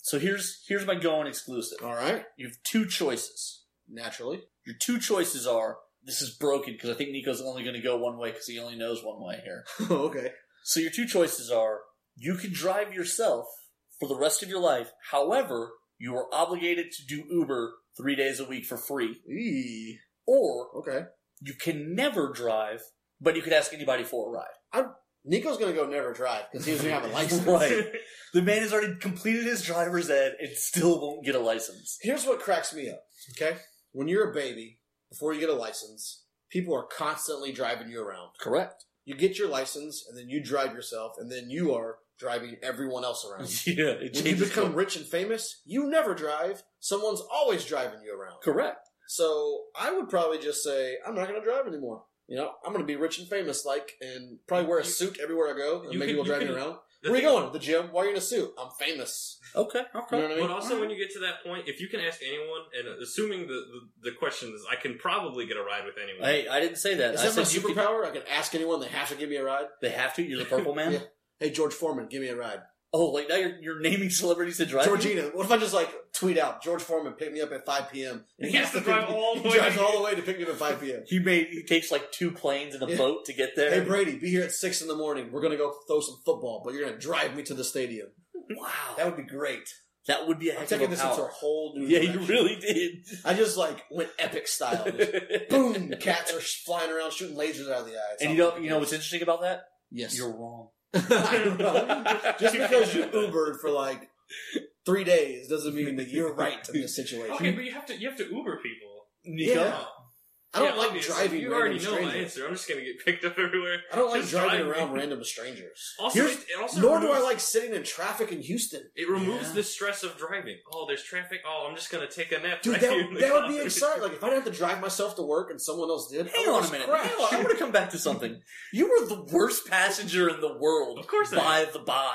So here's here's my going exclusive. All right, You have two choices. naturally. Your two choices are this is broken because I think Nico's only going to go one way because he only knows one way here. *laughs* okay. So your two choices are you can drive yourself for the rest of your life. However, you are obligated to do Uber three days a week for free, Eee. or Okay. you can never drive, but you could ask anybody for a ride. Nico's gonna go never drive because he doesn't *laughs* *laughs* have a license. Right. The man has already completed his driver's ed and still won't get a license. Here's what cracks me up. Okay, when you're a baby, before you get a license, people are constantly driving you around. Correct. You get your license, and then you drive yourself, and then you are driving everyone else *laughs* around. *laughs* yeah, it When you changes- become rich and famous, you never drive. Someone's always driving you around. correct. So I would probably just say, I'm not going to drive anymore. You know, I'm going to be rich and famous, like, and probably wear a You- suit everywhere I go, and you make could- people you drive me could- around. The Where are you thing- going? The gym? Why are you in a suit? I'm famous. Okay. You Okay. know what I mean? But also, when you get to that point, if you can ask anyone, and assuming the, the, the question is, I can probably get a ride with anyone. Hey, I didn't say that. Is I that my said you could- superpower? I can ask anyone. They have to give me a ride. They have to. *laughs* You're the purple man. Yeah. Hey, George Foreman, give me a ride. Oh, like now you're, you're naming celebrities to drive. you? Georgina, what if I just like tweet out George Foreman pick me up at 5 p.m. *laughs* He has to drive all the He way. drives all the way to pick me up at 5 p.m. He made he takes like two planes and a Yeah. boat to get there. Hey Brady, be here at six in the morning. We're gonna go throw some football, but you're gonna drive me to the stadium. wow, That would be great. that would be a I'm heck taking of a this into a power. whole new. Yeah, you direction. really did. I just like went epic style. *laughs* Just Boom! Cats are sh- flying around, shooting lasers out of the eyes. and you know you know what's interesting about that? Yes. You're wrong. *laughs* I know. just because you Ubered for like three days doesn't mean that you're right in this situation. okay, but you have to you have to Uber people. Nico, Yeah. I don't Yeah, like obviously. driving. You random already know my strangers. answer. I'm just gonna get picked up everywhere. I don't like Just driving drive me. around random strangers. Also, Here's- it, it also nor do I removes- like sitting in traffic in *laughs* Houston. It removes Yeah. the stress of driving. Oh, there's traffic. Oh, I'm just gonna take a nap. Dude, right that, here in the that would *laughs* be car. exciting. Like if I didn't have to drive myself to work and someone else did. I hang would on a just minute. crash. Hang on, I want to come back to something. You were the worst passenger in the world. Of course I by the by.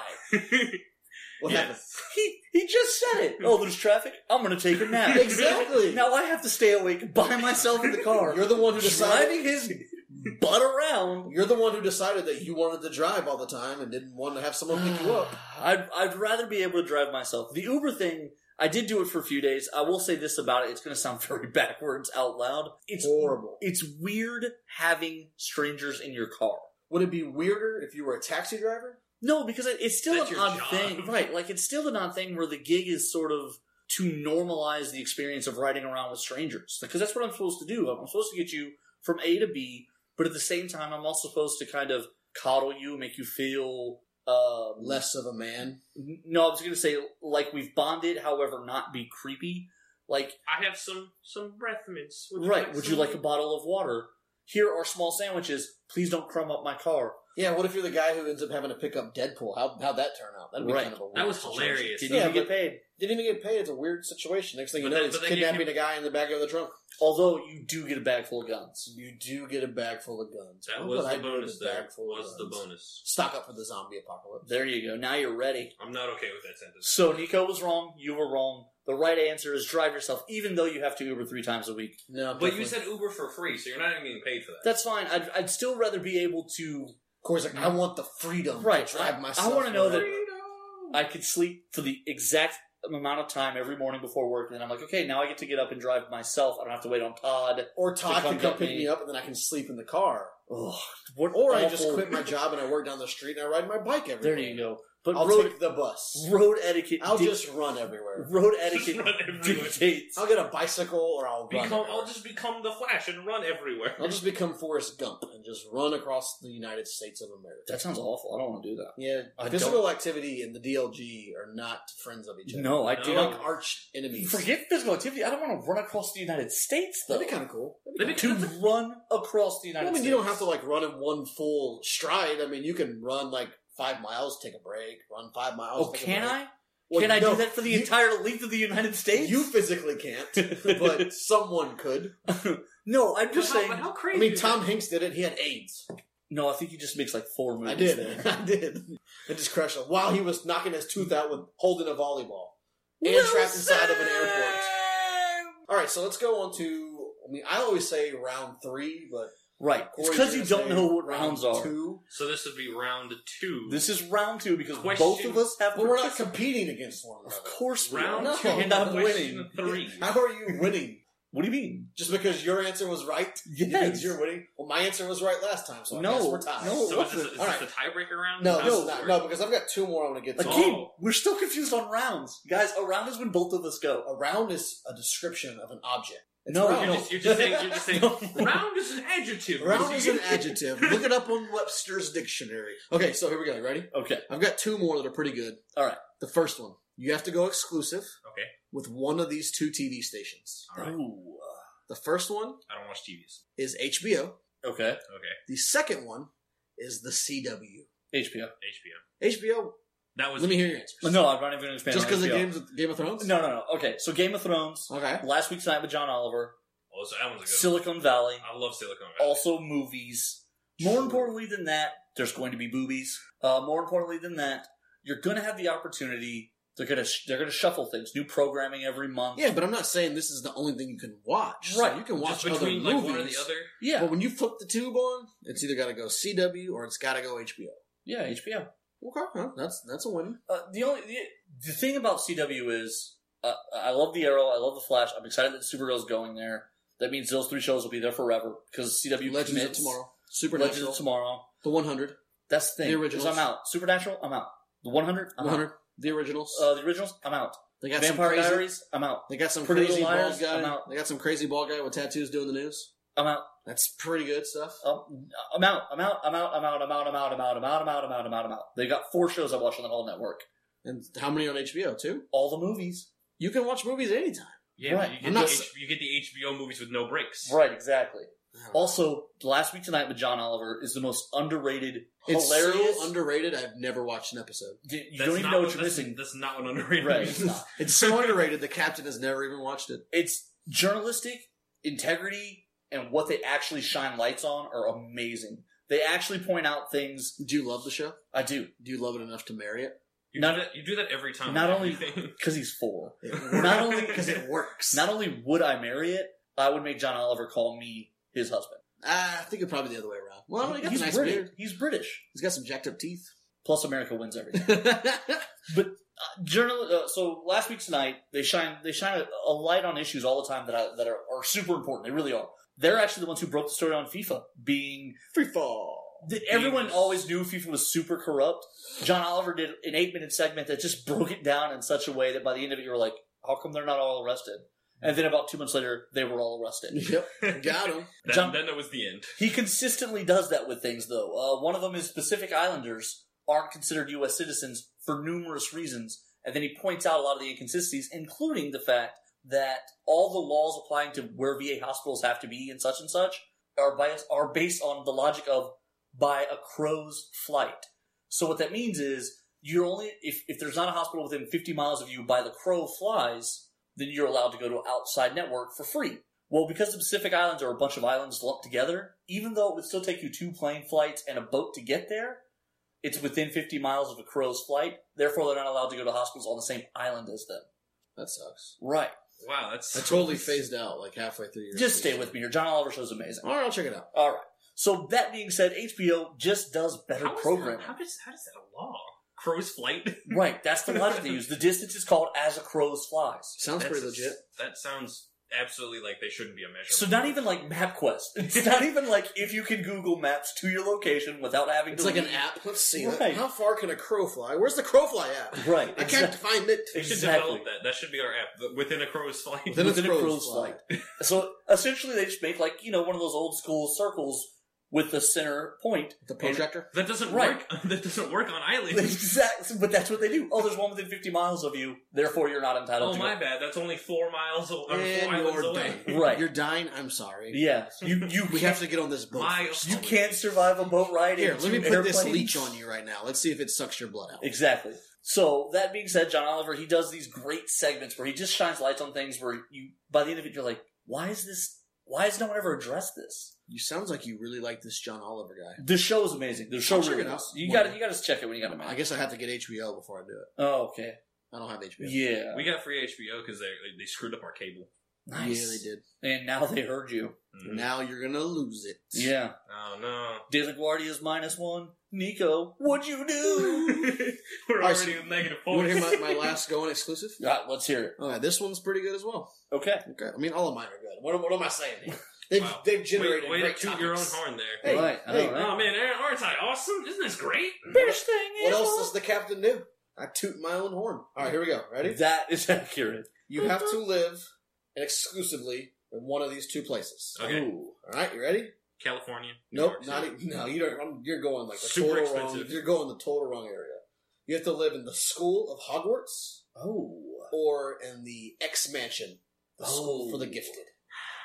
What yes. He he just said it. Oh, there's traffic. I'm gonna take a nap. happened? Exactly. Now I have to stay awake by myself in the car. you're the one who decided. driving his butt around You're the one who decided that you wanted to drive all the time and didn't want to have someone pick you *sighs* up. I'd, I'd rather be able to drive myself. The Uber thing, I did do it for a few days. I will say this about it. It's going to sound *laughs* very backwards out loud. It's, horrible. it's weird having strangers in your car. Would it be weirder if you were a taxi driver? No, because it, it's still That's an your odd job. thing, right? Like it's still an odd thing where the gig is sort of to normalize the experience of riding around with strangers, because that's what I'm supposed to do. I'm supposed to get you from A to B, but at the same time, I'm also supposed to kind of coddle you, make you feel um, Less of a man. n- No, I was going to say like we've bonded, however, not be creepy. Like I have some some breath mints. right, would you some? like a bottle of water? Here are small sandwiches. Please don't crumb up my car. Yeah, what if you're the guy who ends up having to pick up Deadpool? How, how'd that turn out? That'd be Right. kind of a weird That was situation. hilarious. Didn't Yeah, even get but- paid. Didn't even get paid. It's a weird situation. Next thing you But know, they- he's but they give you- kidnapping a guy in the back of the trunk. Although you do get a bag full of guns. You do get a bag full of guns. That Why was would I get the bonus. a That bag full of was the guns? bonus. Stock up for the zombie apocalypse. There you go. Now you're ready. I'm not okay with that sentence. So Nico was wrong. You were wrong. The right answer is drive yourself, even though you have to Uber three times a week. No, But you definitely. said Uber for free, so you're not even getting paid for that. That's fine. I'd, I'd still rather be able to. Of course, like, I want the freedom Right. to drive I- myself. I wanna know that- around. I could sleep for the exact amount of time every morning before work, and then I'm like, okay, now I get to get up and drive myself. I don't have to wait on Todd. Or Todd come can come get pick me. me up and then I can sleep in the car. Ugh, what Or I just awful- quit my job and I work down the street and I ride my bike everywhere. There you go. But I'll road take the bus. road etiquette. I'll dic- just run everywhere. road Just etiquette run everywhere. dictates. I'll get a bicycle or I'll run. Become, everywhere. I'll just become the Flash and run everywhere. I'll just become Forrest Gump and just run across the United States of America. That sounds awful. I don't want to do that. yeah, I physical activity and the DLG are not friends of each other. No, I do they're No. not. like arch enemies. Forget physical activity. I don't want to run across the United States, though. That'd be kind of cool. That'd be That'd be to run across the I United mean, States. you don't have to like run in one full stride. I mean, you can run like five miles, take a break, run five miles. Oh, take a can break. I? Well, can I no, do that for the you- entire length of the United States? *laughs* You physically can't, but someone could. no, I'm just But how- saying. but how I crazy mean, is Tom Hanks did it. He had AIDS. No, I think he just makes like four movies. I did. *laughs* *laughs* man. I did. I just crushed him while he was knocking his tooth out with holding a volleyball and trapped inside of an airport. All right, so let's go on to. I mean, I always say round three, but Right. It's Corey's because you gonna don't say know what rounds round are. Two. So this would be round two. This is round two because Question- both of us have. But we're not competing against one Of another. course, we round are. No. two. and I'm question winning. Three. How are you winning? What do you mean? Just because your answer was right *laughs* Yes. means you're winning. Well, my answer was right last time, so I No, guess we're tied. no. So is this, is All this right. the tiebreaker round? no, How no, does this not- work? no, because I've got two more I want to get to. Oh. Again, we're still confused on rounds, guys. A round is when both of us go. A round is a description of an object. No, round. You're just, you're just saying. You're just saying. *laughs* No. Round is an adjective. Round is *laughs* an adjective. Look it up on Webster's dictionary. Okay, so here we go. Ready? Okay. I've got two more that are pretty good. All right. The first one, you have to go exclusive Okay. with one of these two TV stations. All right. Ooh. The first one I don't watch TVs. is HBO. Okay. Okay. The second one is the CW. HBO. HBO. HBO. That was. Let me hear your answers. No, I'm not even going to expand. Just on because of HBO. Game of Game of Thrones. No, no, no. Okay, so Game of Thrones. Okay. Last week's night with John Oliver. Oh, so that one's a good. one. Silicon Valley. I love Silicon Valley. Also movies. More True. importantly than that, there's going to be boobies. Uh, more importantly than that, you're going to have the opportunity. They're going to sh- they're going to shuffle things. New programming every month. Yeah, but I'm not saying this is the only thing you can watch. So Right. you can watch Just between other like movies. one or the other. Yeah. But when you flip the tube on, it's either got to go CW or it's got to go HBO. yeah. HBO. Okay, huh, that's that's a win. Uh, the only the, the thing about CW is uh, I love the Arrow, I love the Flash. I'm excited that Supergirl's going there. That means those three shows will be there forever because CW Legends of commits. Tomorrow, Legends Supernatural, of Tomorrow. The 100, That's the thing. The 'cause originals. I'm out. Supernatural. I'm out. The 100. I'm 100, out. The Originals. Uh, the originals. I'm out. they got Vampire some crazy, Diaries. I'm out. They got some Pretty Little crazy Liars, bald I'm guy. out. They got some crazy bald guy with tattoos doing the news. I'm out. That's pretty good stuff. Um, I'm out. I'm out. I'm out. I'm out. I'm out. I'm out. I'm out. I'm out. I'm out. I'm out. I'm out. I'm out. They got four shows I watch on the whole network. And how many on HBO too? All the movies. You can watch movies anytime. Yeah, Right. but you I'm get, not the s- H- you get the HBO movies with no breaks. Right. Exactly. Also, Uh, Also, last week tonight with John Oliver is the most underrated, it's hilarious. so underrated. I've never watched an episode. you you That's don't even not know what- what you're that's- missing. That's not what underrated Right. means. It's not. *laughs* It's so underrated. The captain has never even watched it. It's journalistic integrity and what they actually shine lights on are amazing. They actually point out things Do you love the show? I do Do you love it enough to marry it? You, Not- do that, you do that every time. not with *laughs* only- everything. because he's four. It *laughs* Not only because it works. not only would I marry it, I would make John Oliver call me his husband. Ah, I think it's probably the other way around. Well, he got he's Oh, a nice British. beard. He's British. He's got some jacked up teeth. Plus, America wins everything. yeah, Journal. Uh, so last week's night, they shine they shine a, a light on issues all the time that I, that *laughs* are, are super important. They really are. They're actually the ones who broke the story on FIFA being free fall. That everyone always knew FIFA was super corrupt. John Oliver did an eight minute segment that just broke it down in such a way that by the end of it, you were like, how come they're not all arrested? And then about two months later, they were all arrested. *laughs* Yep, got him. Then, Jump- then that was the end. He consistently does that with things, though. Uh, one of them is Pacific Islanders aren't considered U.S. citizens for numerous reasons, and then he points out a lot of the inconsistencies, including the fact that all the laws applying to where VA hospitals have to be and such and such are bias are based on the logic of by a crow's flight. So what that means is you're only if, if there's not a hospital within 50 miles of you by the crow flies, then you're allowed to go to an outside network for free. Well, because the Pacific Islands are a bunch of islands lumped together, even though it would still take you two plane flights and a boat to get there, it's within 50 miles of a crow's flight. Therefore, they're not allowed to go to hospitals on the same island as them. That sucks. Right. Wow, that's I totally phased out like halfway through. Your Just stay with me here. John Oliver show's amazing. All right, I'll check it out. All right. So that being said, HBO just does better is that- programming. how does how does that a law? Crow's flight. Right, that's the logic they use. The distance is called as a crow's flies. Sounds That's pretty a- legit. That sounds absolutely like they shouldn't be a measure. So not even like MapQuest. It's not even like if you can Google Maps to your location without having It's to like an leave. app. Let's see. Right. How far can a crow fly? Where's the crow fly app? Right. I can't exact- find it. They should Exactly. develop that. That should be our app. the- Within a crow's flight. Then it's within a crow's crow's flight. flight. so essentially they just make like, you know, one of those old school circles with the center *laughs* point. The projector. *laughs* That doesn't Right. work. That doesn't work on islands. Exactly, but that's what they do. Oh, there's one within 50 miles of you, therefore you're not entitled oh to my it. bad. That's only four miles away. Four And islands you're away. dying. Right. You're dying. I'm sorry. *laughs* Yeah, you you We can't, have to get on this boat. My- first. you can't survive a boat ride. Here, in let me two put this airplanes. leech on you right now. Let's see if it sucks your blood out. Exactly. So that being said, John Oliver he does these great segments where he just shines lights on things where you by the end of it you're like, why is this? Why has no one ever addressed this? You sounds like you really like this John Oliver guy. The show is amazing. The show I'll check really it out. is. You got to you got to check it when you got a I minute. guess I have to get HBO before I do it. Oh, okay. I don't have HBO. Yeah. We got free HBO because they they screwed up our cable. Nice. Yeah, they did. And now they heard you. Mhm. Now you're gonna lose it. Yeah. Oh *laughs* no. De La Guardia's minus one. Nico, what'd you do? We're Alright, already so with negative You want points. to hear my, *laughs* my last going exclusive? All right, let's hear it. All right, this one's pretty good as well. Okay. Okay, I mean all of mine are good. What, am- what am I saying? here? They've Wow. they've generated Wait, way to great toot your own topics. horn there. Hey, right. I know, hey, right? Oh man, Aaron, aren't I awesome? Isn't this great? Best thing What else does the captain do? I toot my own horn. All right, here we go. Ready? That is accurate. You have to live exclusively in one of these two places. Okay. Ooh. All right, you ready? California. New Nope, York not City. even, *laughs* no. You don't. I'm- You're going like the Super total wrong. expensive. You're going the total wrong area. You have to live in the school of Hogwarts Oh. or in the X Mansion, the school Oh. for the gifted.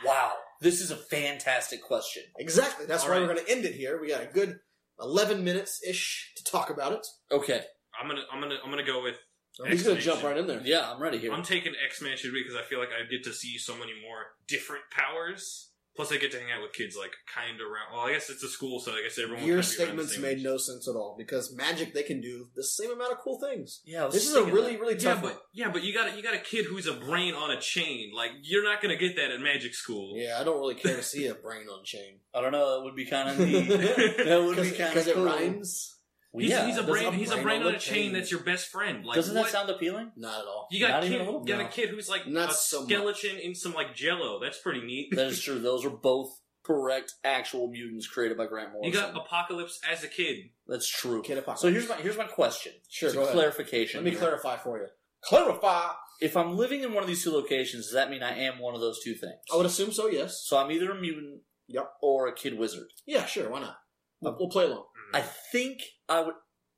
Wow. This is a fantastic question. Exactly. That's All why right. we're going to end it here. We got a good eleven minutes ish to talk about it. Okay. I'm gonna I'm gonna I'm gonna go with He's going to X-Mansion. jump right in there. Yeah, I'm ready here. I'm taking X Mansion because I feel like I get to see so many more different powers. Plus, I get to hang out with kids like kind of around. Well, I guess it's a school, so I guess everyone. Your kinda be around the statements same made age. no sense at all because magic they can do the same amount of cool things. yeah, I was This just is a thinking really really Yeah, tough one. but yeah, but you got you got a kid who's a brain on a chain. Like you're not gonna get that at magic school. Yeah, I don't really care to see a brain on *laughs* chain that. I don't know. That would be *laughs* kind of neat. that would be kind of because it cool. rhymes. He's, yeah, he's a does brain. a He's a brain brain on on the a chain. chain. That's your best friend. Like Doesn't what? that sound appealing? Not at all. you got Not a even kid. a little? You got No. a kid who's like Not a so much. skeleton in some like jello. That's pretty neat. That is true. Those are both correct actual mutants created by Grant Morrison. you got apocalypse as a kid. That's true. Kid Apocalypse. So here's my here's my question. Sure, It's a go ahead. clarification. Let me here. clarify for you. Clarify. If I'm living in one of these two locations, does that mean I am one of those two things? I would assume so. Yes. so I'm either a mutant Yep. or a kid wizard. Yeah. Sure. Why not? Hmm. We'll, we'll play along. I think I would.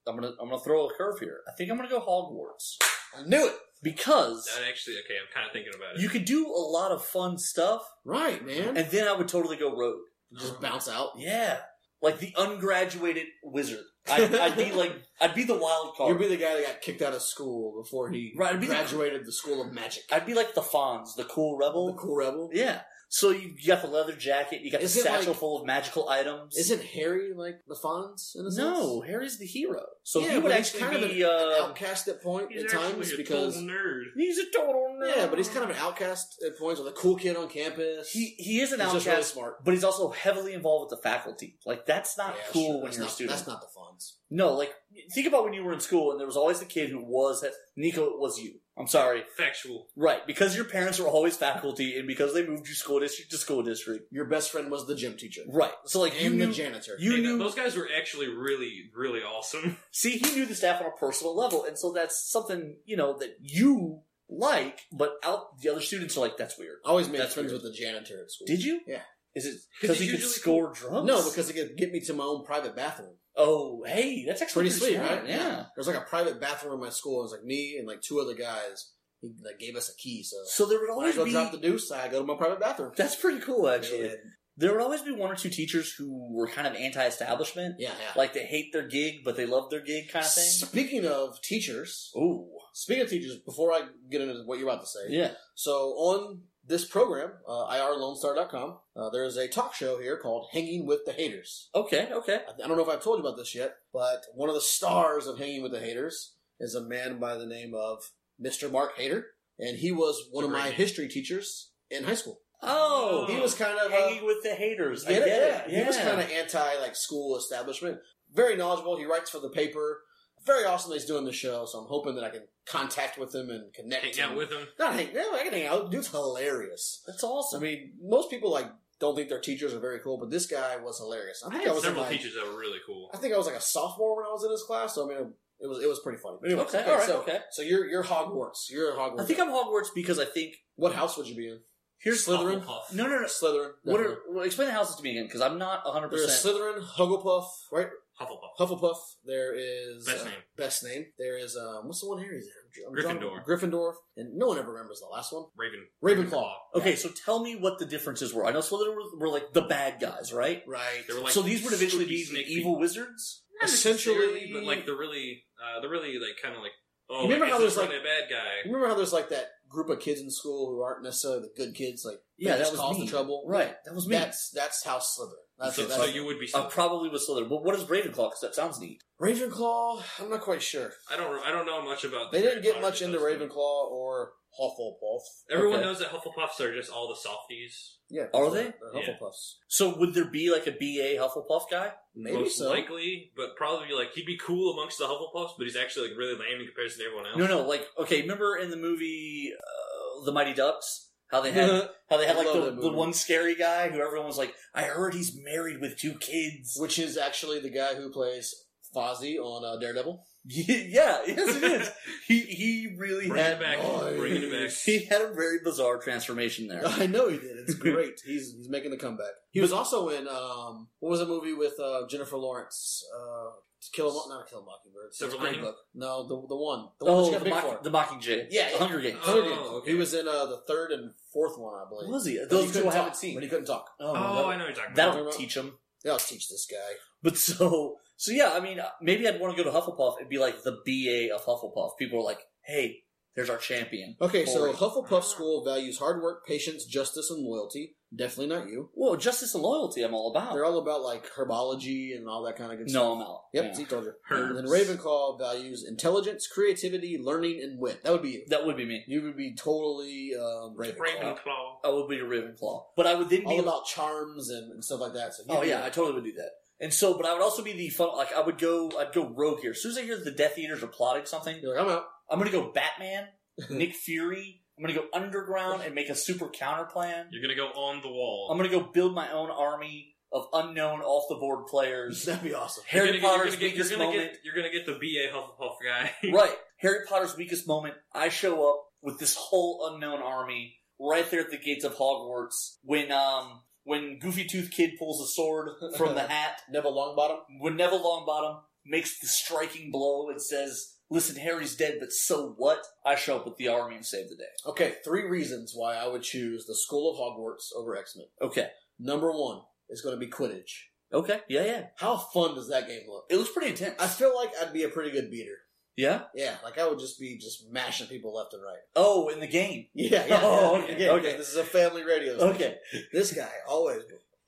I'm gonna I'm gonna throw a curve here. I think I'm gonna go Hogwarts I knew it. because That actually okay. I'm kind of thinking about it. you could do a lot of fun stuff, Right, man. and then I would totally go rogue. just bounce out. Yeah, like the ungraduated wizard. I'd, I'd be like I'd be the wild You'll card. be the guy that got kicked out of school before he Right, it'd be the- graduated the, school of magic. I'd be like the Fonz, the cool The rebel. cool rebel. Yeah. So you got the leather jacket. You got the Is it satchel like- full of magical items. Isn't Harry like the Fonz in a sense? no, Harry's the hero. So yeah, he would but he's actually kind be. of an, an uh, outcast at point He's at actually times a because total nerd. he's a total nerd. yeah, but he's kind of an outcast at points, or the cool kid on campus. he he is an he's just really outcast smart. but he's also heavily involved with the faculty. Like that's not Yeah, sure, cool when that's you're not, a student. That's not the Fonz. No, like think about when you were in school and there was always the kid who was Nico. It was you. I'm sorry. Factual. Right, because your parents were always faculty, and because they moved you school district to school district. Your best friend was the gym teacher Right, so like you and the knew, janitor. you Hey, knew. those guys were actually really, really awesome. see, he knew the staff on a personal level, and so that's something you know that you like, but out the other students are like, that's weird. I always made That's friends weird. with the janitor at school. Did you? Yeah. Is it Because because he he's could usually score drums? No, because it could get me to my own private bathroom. oh, hey, that's actually Pretty, sweet, smart, right? Yeah. There's like a private bathroom in my school. It was like me and like two other guys. He like gave us a key. So, So there would when I always go be. drop the deuce, I go to my private bathroom. that's pretty cool, actually. And- There would always be one or two teachers who were kind of anti-establishment, yeah, yeah. like they hate their gig but they love their gig kind of thing. Speaking of teachers, Ooh, speaking of teachers, before I get into what you're about to say, yeah. so on this program, uh, irlonestar.com, uh, there is a talk show here called Hanging with the Haters. Okay, okay. I I don't know if I've told you about this yet, but one of the stars of Hanging with the Haters is a man by the name of Mr. Mark Hater, and he was one of my Great. history teachers in high school. Oh, He was kind of a, hanging with the haters. I Get get it? it. He was kind of anti like school establishment. Very knowledgeable. He writes for the paper. Very awesome that he's doing the show. So I'm hoping that I can contact with him and connect. Hang him. out with them. Not hang. No, I can hang out. Dude's hilarious. That's I awesome. mean, most people like don't think their teachers are very cool, but this guy was hilarious. I I think I, had was in, several like, teachers that were really cool. I think I was like a sophomore when I was in his class. So I mean, it was it was pretty funny. But anyway, Okay, all right, so, okay. So you're you're Hogwarts. You're at Hogwarts. I think I'm Hogwarts because I think What house would you be in? here's Slytherin? Hufflepuff. No, no, no. Slytherin. What definitely. are, well, explain the houses to me again because I'm not 100. There's percent Slytherin, Hugglepuff, right? Hufflepuff. Hufflepuff. There is Best uh, name. Best name. There is um, what's the one Harry's there? Gryffindor. Gryffindor, and no one ever remembers the last one. Raven. Ravenclaw. Okay, so tell me what the differences were. I know Slytherin were, were like the bad guys, right? Right. They were like so these would eventually be the spooky, sneaky- evil wizards. Not necessarily, Essentially- but like the really, uh, the really like kind of like oh, You remember like, how is this there's, really a bad guy? Remember how there's like that group of kids in school who aren't necessarily the good kids, like they Yeah, just that was cause me. the trouble. Right, that was me. That's that's House Slytherin. That's, so, that's so you would be. I probably was Slytherin. But what is Ravenclaw? Because that sounds neat. Ravenclaw. I'm not quite sure. I don't. I don't know much about. They the didn't get Ravenclaw much into stuff. Ravenclaw or Hufflepuff. Everyone Okay. knows that Hufflepuffs are just all the softies. Yeah, Are they're- they? they're Yeah. Hufflepuffs? So would there be like a BA Hufflepuff guy? Maybe most so. likely, but probably like he'd be cool amongst the Hufflepuffs, but he's actually like really lame in comparison to everyone else. No, no. Like, okay, remember in the movie uh, The Mighty Ducks, how *laughs* they had how they had I like love the, that the movie. one scary guy who everyone was like, I heard he's married with two kids. Which is actually the guy who plays Fozzie on uh, Daredevil. yeah, yes, it *laughs* is. he he really Bring had it back. Nice. Bring it back. *laughs* he had a very bizarre transformation there. *laughs* *laughs* I know he did. It's great. he's he's making the comeback. He was also in um what was a movie with uh, Jennifer Lawrence? Uh, to kill a Mo- not to kill a mockingbird. It's a Silver great Lining? book. No, the the one. The one that she oh, got the, big mock, for. the Mockingjay. Yeah, yeah. Hunger Games. Oh, Oh, okay. He was in uh, the third and fourth one, I believe. was he? When he Those two couldn't I haven't talk- seen. When he couldn't talk. Oh, Oh, that- I know what you're talking about. that'll teach him. Yeah, I'll teach this guy. But so, so yeah, I mean, maybe I'd want to go to Hufflepuff and be like the BA of Hufflepuff. People are like, hey, there's our champion. Okay, so Boring. Hufflepuff School values hard work, patience, justice, and loyalty. Definitely not you. Whoa, justice and loyalty, I'm all about. They're all about like herbology and all that kind of good stuff. Oh. no, I'm out. Yep, Yeah. see, told you. And Herbs. then Ravenclaw values intelligence, creativity, learning, and wit. That would be you. That would be me. You would be totally um, Ravenclaw. Ravenclaw. I would be a Ravenclaw. But I would then be All about charms and, and stuff like that. So Oh you'd be- yeah, I totally would do that. And so, but I would also be the fun. Like I would go, I'd go rogue here. As soon as I hear the Death Eaters are plotting something, you're like, I'm out. I'm gonna go *laughs* Batman, Nick Fury. I'm gonna go underground and make a super counter plan. You're gonna go on the wall. I'm gonna go build my own army of unknown off the board *laughs* players. That'd be awesome. You're Harry gonna get- Potter's you're gonna get- weakest you're gonna moment. Get, you're gonna get the BA Hufflepuff guy. *laughs* *laughs* Right. Harry Potter's weakest moment. I show up with this whole unknown army right there at the gates of Hogwarts when um when Goofy Tooth Kid pulls a sword *laughs* from the hat, Neville Longbottom. when Neville Longbottom makes the striking blow and says, "Listen, Harry's dead, but so what?" I show up with the army and save the day. Okay, three reasons why I would choose the School of Hogwarts over X Men. Okay. Number one is going to be Quidditch. Okay. Yeah, yeah. How fun does that game look? It looks pretty intense. I feel like I'd be a pretty good beater. yeah. Yeah, like I would just be just mashing people left and right. Oh, in the game. *laughs* Yeah, yeah. Oh, yeah, okay, yeah, okay. This is a family radio. station. Okay. This guy always.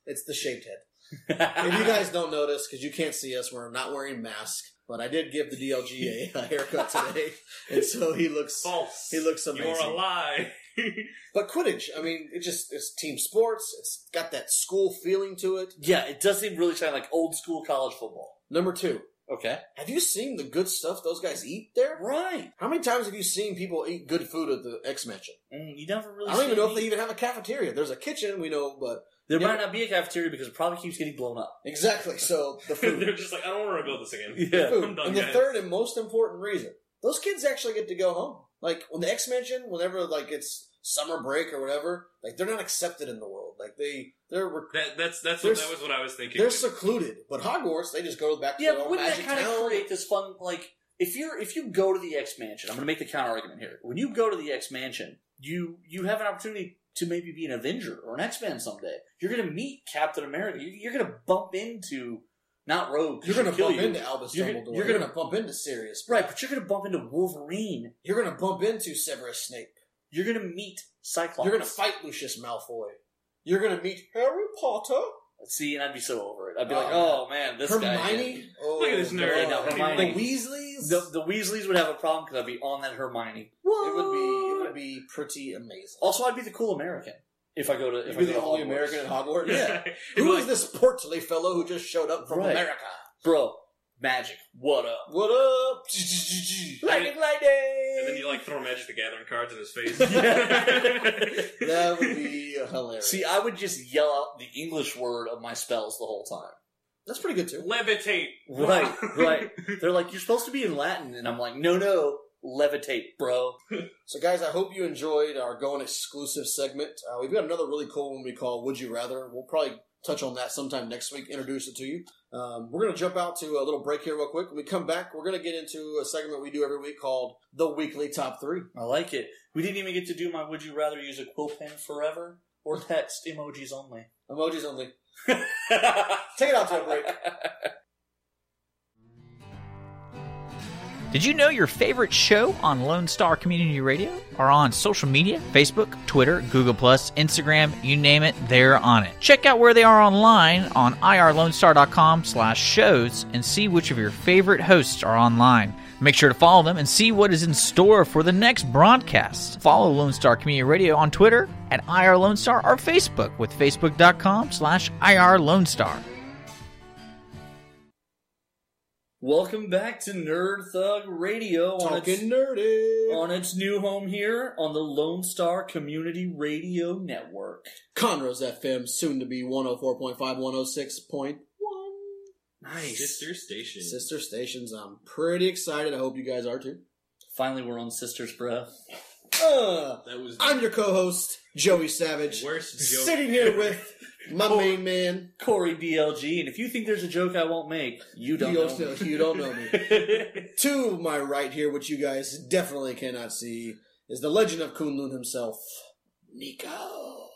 It's the shaved head. if If you *laughs* guys don't notice, because you can't see us, we're not wearing masks. But I did give the DLG a, a haircut today, *laughs* and so he looks False. he looks You're a amazing. *laughs* lie. But Quidditch, I mean, it just it's team sports. It's got that school feeling to it. yeah, it does seem really shiny, like old school college football. Number two, Okay. Have you seen the good stuff those guys eat there? Right. How many times have you seen people eat good food at the X Mansion? Mm, you never really. I don't even see know if any- they even have a cafeteria. There's a kitchen, we know, but There Yeah. might not be a cafeteria because it probably keeps getting blown up. exactly. So *laughs* the food, *laughs* They're just like, I don't want to rebuild this again. Yeah. food. *laughs* I'm done, and the guys. third and most important reason, those kids actually get to go home. Like when the X Mansion, whenever like it's summer break or whatever, like they're not accepted in the world. Like they they're rec- That that's that's what, There's- that was what I was thinking. they're *laughs* secluded. But Hogwarts, they just go back to Yeah, their but own wouldn't magic that kind of town. create this fun like if you're if you go to the X Mansion, I'm going to make the counter argument here. When you go to the X Mansion, you you have an opportunity to maybe be an Avenger or an X Man someday. You're going to meet Captain America. You- You're going to bump into not Rogue. 'cause You're gonna she'll kill bump you. into Albus You're gonna- Dumbledore. you're You're, gonna gonna- bump into Sirius. right, but you're going to bump into Wolverine. You're gonna bump into Severus Snape. You're going to meet Cyclops. You're gonna fight Lucius Malfoy. You're gonna meet Harry Potter. See, and I'd be so over it. I'd be Oh, like, man. oh man, this guy. Hermione. Oh, Look at this nerd. Yeah, no, God. Hermione. The Weasleys. The, the Weasleys would have a problem because I'd be on that Hermione. it would be. It would be pretty amazing. Also, I'd be the cool American if I go to. If Oh, You'd I be go the to only Hogwarts. American at Hogwarts. *laughs* *laughs* Yeah. It'd be Who like, is this portly fellow who just showed up from *laughs* Right. America? bro. Magic, what up? What up? *laughs* Lightning, and then lightning. you like throw Magic the Gathering cards in *laughs* his face. Yeah. that would be hilarious. See, I would just yell out the English word of my spells the *laughs* whole time. that's pretty good too. *laughs* Levitate. Right, *laughs* right. They're like, "You're supposed to be in Latin," and I'm like, "No, no, levitate, bro." So, guys, I hope you enjoyed our going exclusive segment. Uh, we've got another really cool one we call "Would You Rather." We'll probably touch on that sometime next week. Introduce it to you. Um, we're going to jump out to a little break here, real quick. When we come back, we're going to get into a segment we do every week called the Weekly Top Three. I like it. We didn't even get to do my "Would you rather use a quill pen forever or text emojis only." Emojis *laughs* only. Take it out to a break. Did you know your favorite show on Lone Star Community Radio are on social media? Facebook, Twitter, Google+, Instagram, you name it, they're on it. Check out where they are online on irlonestar.com slash shows and see which of your favorite hosts are online. Make sure to follow them and see what is in store for the next broadcast. Follow Lone Star Community Radio on Twitter at irlonestar or Facebook with facebook.com slash irlonestar. Welcome back to Nerd Thug Radio on its, Talking nerdy. on its new home here on the Lone Star Community Radio Network. Conroe's FM, soon to be 104.5, 106.1. Sister Station. Sister stations. I'm pretty excited. I hope you guys are too. Finally, we're on Sisters, bruh. Uh, That was the I'm your co host, Joey Savage. worst joke. Sitting here with my main man. Corey DLG, and if you think there's a joke I won't make, you don't you, know. don't know, me. you don't know me. *laughs* to my right here, which you guys definitely cannot see, is the legend of Kunlun himself, Nico.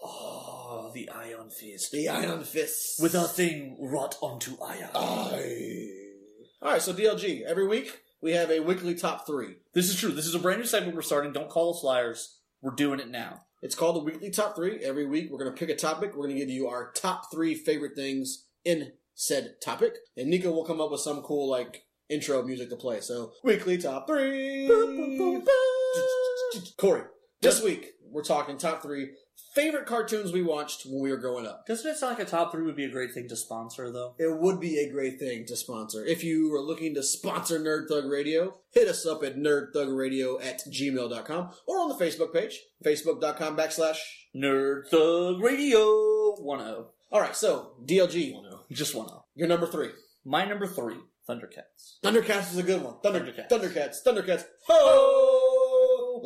Oh, the Ion Fist. The Iron Fist. With a thing wrought onto iron. All right, so DLG, every week we have a weekly top three. This is true. This is a brand new segment we're starting. Don't call us liars. We're doing it now. It's called the weekly top three. Every week, we're going to pick a topic. We're going to give you our top three favorite things in said topic, and Nico will come up with some cool like intro music to play. So, weekly top three. Corey, this week we're talking top three favorite cartoons we watched when we were growing up. Doesn't it sound like a top three would be a great thing to sponsor, though? It would be a great thing to sponsor. If you are looking to sponsor Nerd Thug Radio, hit us up at nerdthugradio at gmail.com or on the Facebook page, facebook.com backslash. Nerd Thug Radio 10. All right, so DLG, Just 10. you're number three. My number three, Thundercats. Thundercats is a good one. Thunder, Thundercats. Thundercats. Thundercats. Thundercats. Oh, Ho!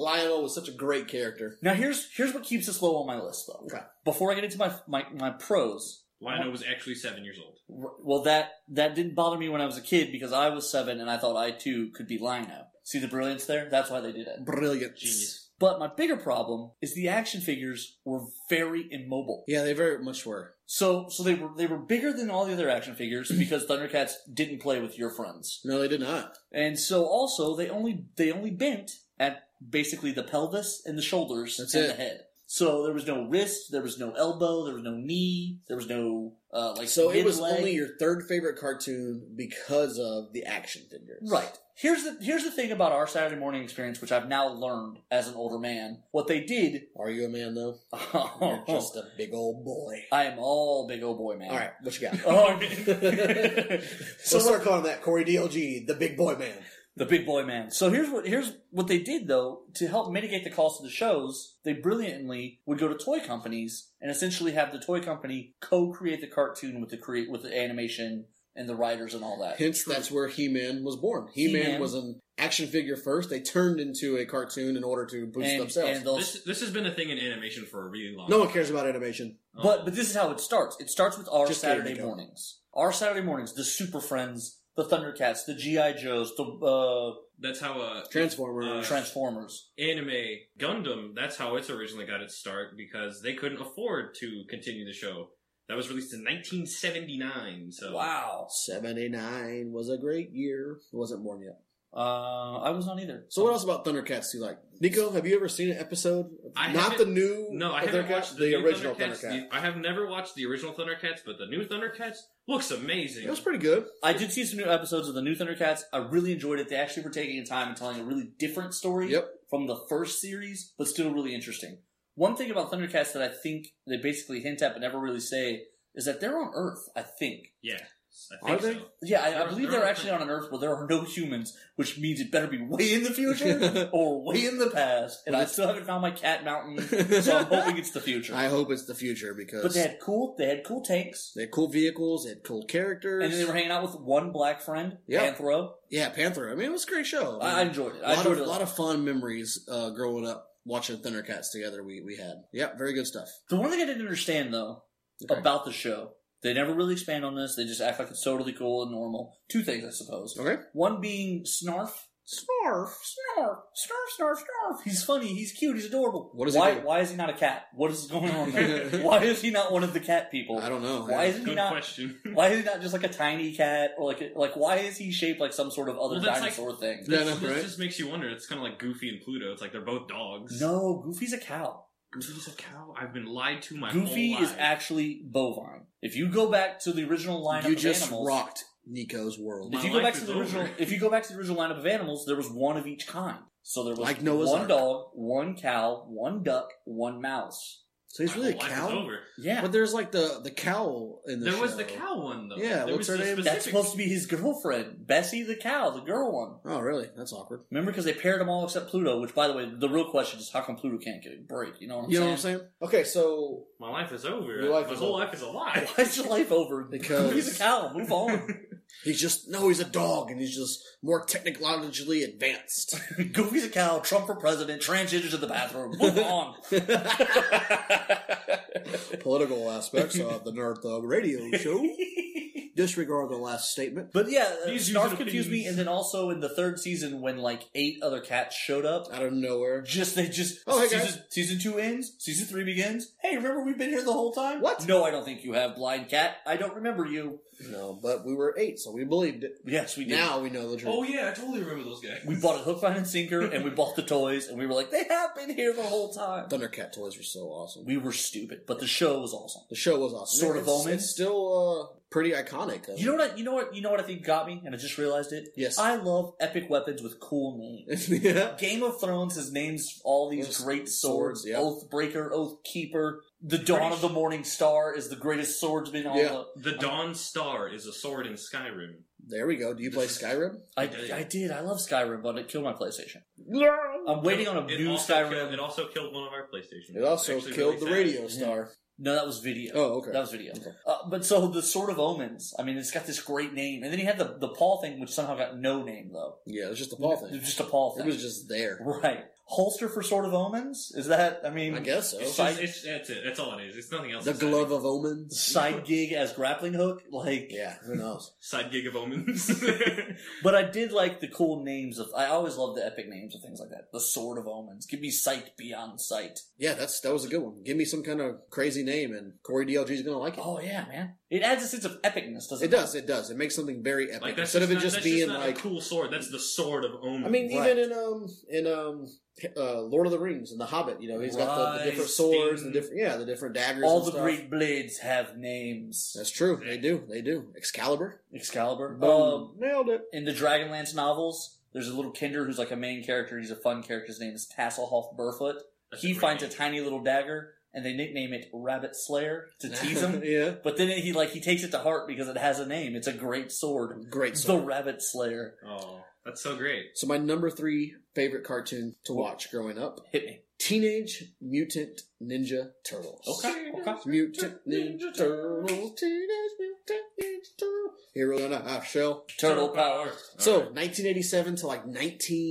Lionel was such a great character. Now here's here's what keeps this low on my list though. Okay. Before I get into my my, my pros, Lionel was actually seven years old. R- Well, that that didn't bother me when I was a kid because I was seven and I thought I too could be Lino. See the brilliance there? That's why they did it. Brilliant. Genius. But my bigger problem is the action figures were very immobile. Yeah, they very much were. So so they were they were bigger than all the other action figures because Thundercats didn't play with your friends. No, they did not. And so also they only they only bent at basically the pelvis and the shoulders That's and it. the head. So there was no wrist, there was no elbow, there was no knee, there was no uh, like so it was mid-leg. only your third favorite cartoon because of the action figures. Right. Here's the here's the thing about our Saturday morning experience, which I've now learned as an older man. What they did, *laughs* Are you a man though? Oh, You're just a big old boy. I am all big old boy man. All right, what you got? *laughs* Oh, *laughs* so start calling that Corey DLG the big boy man. the big boy man. So here's what here's what they did though to help mitigate the cost of the shows. They brilliantly would go to toy companies and essentially have the toy company co-create the cartoon with the create with the animation and the writers and all that. Hence, that's where He Man was born. He Man He-Man. was an action figure first. They turned into a cartoon in order to boost And, themselves. and they'll This this has been a thing in animation for a really long. no one cares about animation. Oh. But but this is how it starts. It starts with our Just there Saturday you go. mornings. Our Saturday mornings, the Super Friends, the Thundercats, the GI Joes, the uh, that's how uh, Transformer. Uh, Transformers. anime Gundam. That's how it's originally got its start because they couldn't afford to continue the show. That was released in 1979. So Wow. Seventy nine was a great year. It wasn't born yet. Uh, I was not either. So what else about Thundercats do you like? Nico, have you ever seen an episode? I Not the haven't- new. No, I Thundercats, haven't watched the, the new original Thundercats. Thundercat. The- I have never watched the original Thundercats, but the new Thundercats looks amazing. It was pretty good. I did see some new episodes of the new Thundercats. I really enjoyed it. They actually were taking the time and telling a really different story Yep. from the first series, but still really interesting. One thing about Thundercats that I think they basically hint at but never really say is that they're on Earth. I think. yeah, I think Are they? so. Yeah, I, I They're- believe they're they're on actually on an Earth where there are no humans, which means it better be way in *laughs* the future or way in the past. And I still haven't found my cat mountain, so I'm hoping it's the future. I hope it's the future because but they had cool, they had cool tanks, they had cool vehicles, they had cool characters. and then they were hanging out with one black friend, Yeah. Panthro. yeah, Panther. I mean, it was a great show. I I mean, enjoyed it. a I lot enjoyed of, it. a lot. lot of fun memories uh, growing up watching Thundercats together. We we had. Yep, very good stuff. The one thing I didn't understand though Okay. about the show, they never really expand on this. They just act like it's totally cool and normal. Two things, I suppose. Okay. One being Snarf. Snarf, snarf, snarf, snarf, snarf. He's funny. He's cute. He's adorable. What does he why? do? Why is he not a cat? What is going *laughs* on there? *laughs* why is he not one of the cat people? I don't know. Why isn't he Good not? question. Why is he not just like a tiny cat or like a, like why is he shaped like some sort of other Well, that's like- dinosaur *laughs* thing? Yeah, I know, this, this right? just makes you wonder. It's kind of like Goofy and Pluto. It's like they're both dogs. No, Goofy's a cow. Goofy's a cow. I've been lied to my Goofy whole life. is actually bovine. If you go back to the original lineup you of just animals, rocked Nico's world. My if you go life back to is the original, over. if you go back to the original lineup of animals, there was one of each kind. So there was Like Noah's one Ark. dog, one cow, one duck, one mouse. So he's My really a whole life is cow. over. Yeah, But there's like the the cow in the There show. was the cow one though. Yeah, There what's was her the name? that's specific- supposed to be his girlfriend, Bessie the cow, the girl one. Oh, really? That's awkward. Remember, because they paired them all except Pluto. Which, by the way, the real question is how come Pluto can't get a break? You know what I'm You know saying? what I'm saying? Okay, so My life is over. Your life my is whole over. life is *laughs* a lie. Why is your life over? Because- Goofy's a cow. Move on. *laughs* he's just no, he's a dog, and he's just more technologically *laughs* advanced. Goofy's a cow. Trump for president. Transgender to the bathroom. Move on. *laughs* Political aspects of the Nerd Thug Radio Show. *laughs* Disregard the last statement. But yeah, uh, These user Snarf confused me, opinions. and then also in the third season when like eight other cats showed up. Out of nowhere. Just they just Oh, hey, guys. season, season two ends, season three begins. Hey, remember we've been here the whole time? What? No, I don't think you have, blind cat. I don't remember you. No, but we were eight, so we believed it. Yes, we did. Now we know the truth. Oh yeah, I totally remember those guys. we bought a hook, line, and sinker, and we bought the toys, and we were like, they have been here the whole time. Thundercat toys were so awesome. We were stupid, but the show was awesome. The show was awesome. Sword of It's- Omen? It's still uh, pretty iconic. I You know what? I, you know what? You know what I think got me, and I just realized it. Yes. I love epic weapons with cool names. mean? *laughs* yeah. Game of Thrones has named all these Those great swords. swords, yeah. Oathbreaker, Oathkeeper. The Dawn of the Morning Star is the greatest swordsman on Yeah. the. The Dawn Star is a sword in Skyrim. There we go. Do you play Skyrim? I, did. I did. I love Skyrim, but it killed my PlayStation. I'm waiting on a It new also Skyrim. Killed, it also killed one of our PlayStation. It also Actually, killed really the sad. radio star. no, that was video. Oh, okay. That was video. Okay. Uh, but so the Sword of Omens. I mean, it's got this great name, and then he had the the paw thing, which somehow got no name though. Yeah, it was just the Paul It thing. was just a paw thing. It was just there. right. Holster for Sword of Omens? Is that? I mean, I guess It's so. just, it's, that's it. That's all it is. It's nothing else. The exciting. glove of omens. side gig as grappling hook. Like, Yeah, who knows? Side gig *laughs* of omens. But I did like the cool names of. I always love the epic names of things like that. The Sword of Omens. Give me Sight Beyond Sight. Yeah, that's that was a good one. Give me some kind of crazy name, and Corey DLG is going to like it. Oh yeah, man. It adds a sense of epicness, doesn't It it? does. It does. It makes something very epic Like that's instead of it not- just that's being not like. a cool sword. That's the sword of Omen. I mean, Right. even in um in um uh, Lord of the Rings and The Hobbit, you know, he's got the, the different Right, swords, and the Sting. different yeah, the different daggers. All and the stuff. great blades have names. That's true. They do. They do. Excalibur. Excalibur. Um, Boom. Nailed it. in the Dragonlance novels, there's a little kinder who's like a main character. He's a fun character. His name is Tasselhoff Burfoot. That's He great finds a name. tiny little dagger, and they nickname it Rabbit Slayer *laughs* to tease him. yeah. But then he like he takes it to heart because it has a name. It's a great sword. Great It's sword. the Rabbit Slayer. Oh, that's so great. So my number three favorite cartoon to watch growing up: Hit me. Teenage Mutant Ninja Turtles. Okay. Okay. Mutant Ninja Turtles. Teenage Mutant Ninja Turtles. Hero in a half shell. Turtle power. So 1987 to like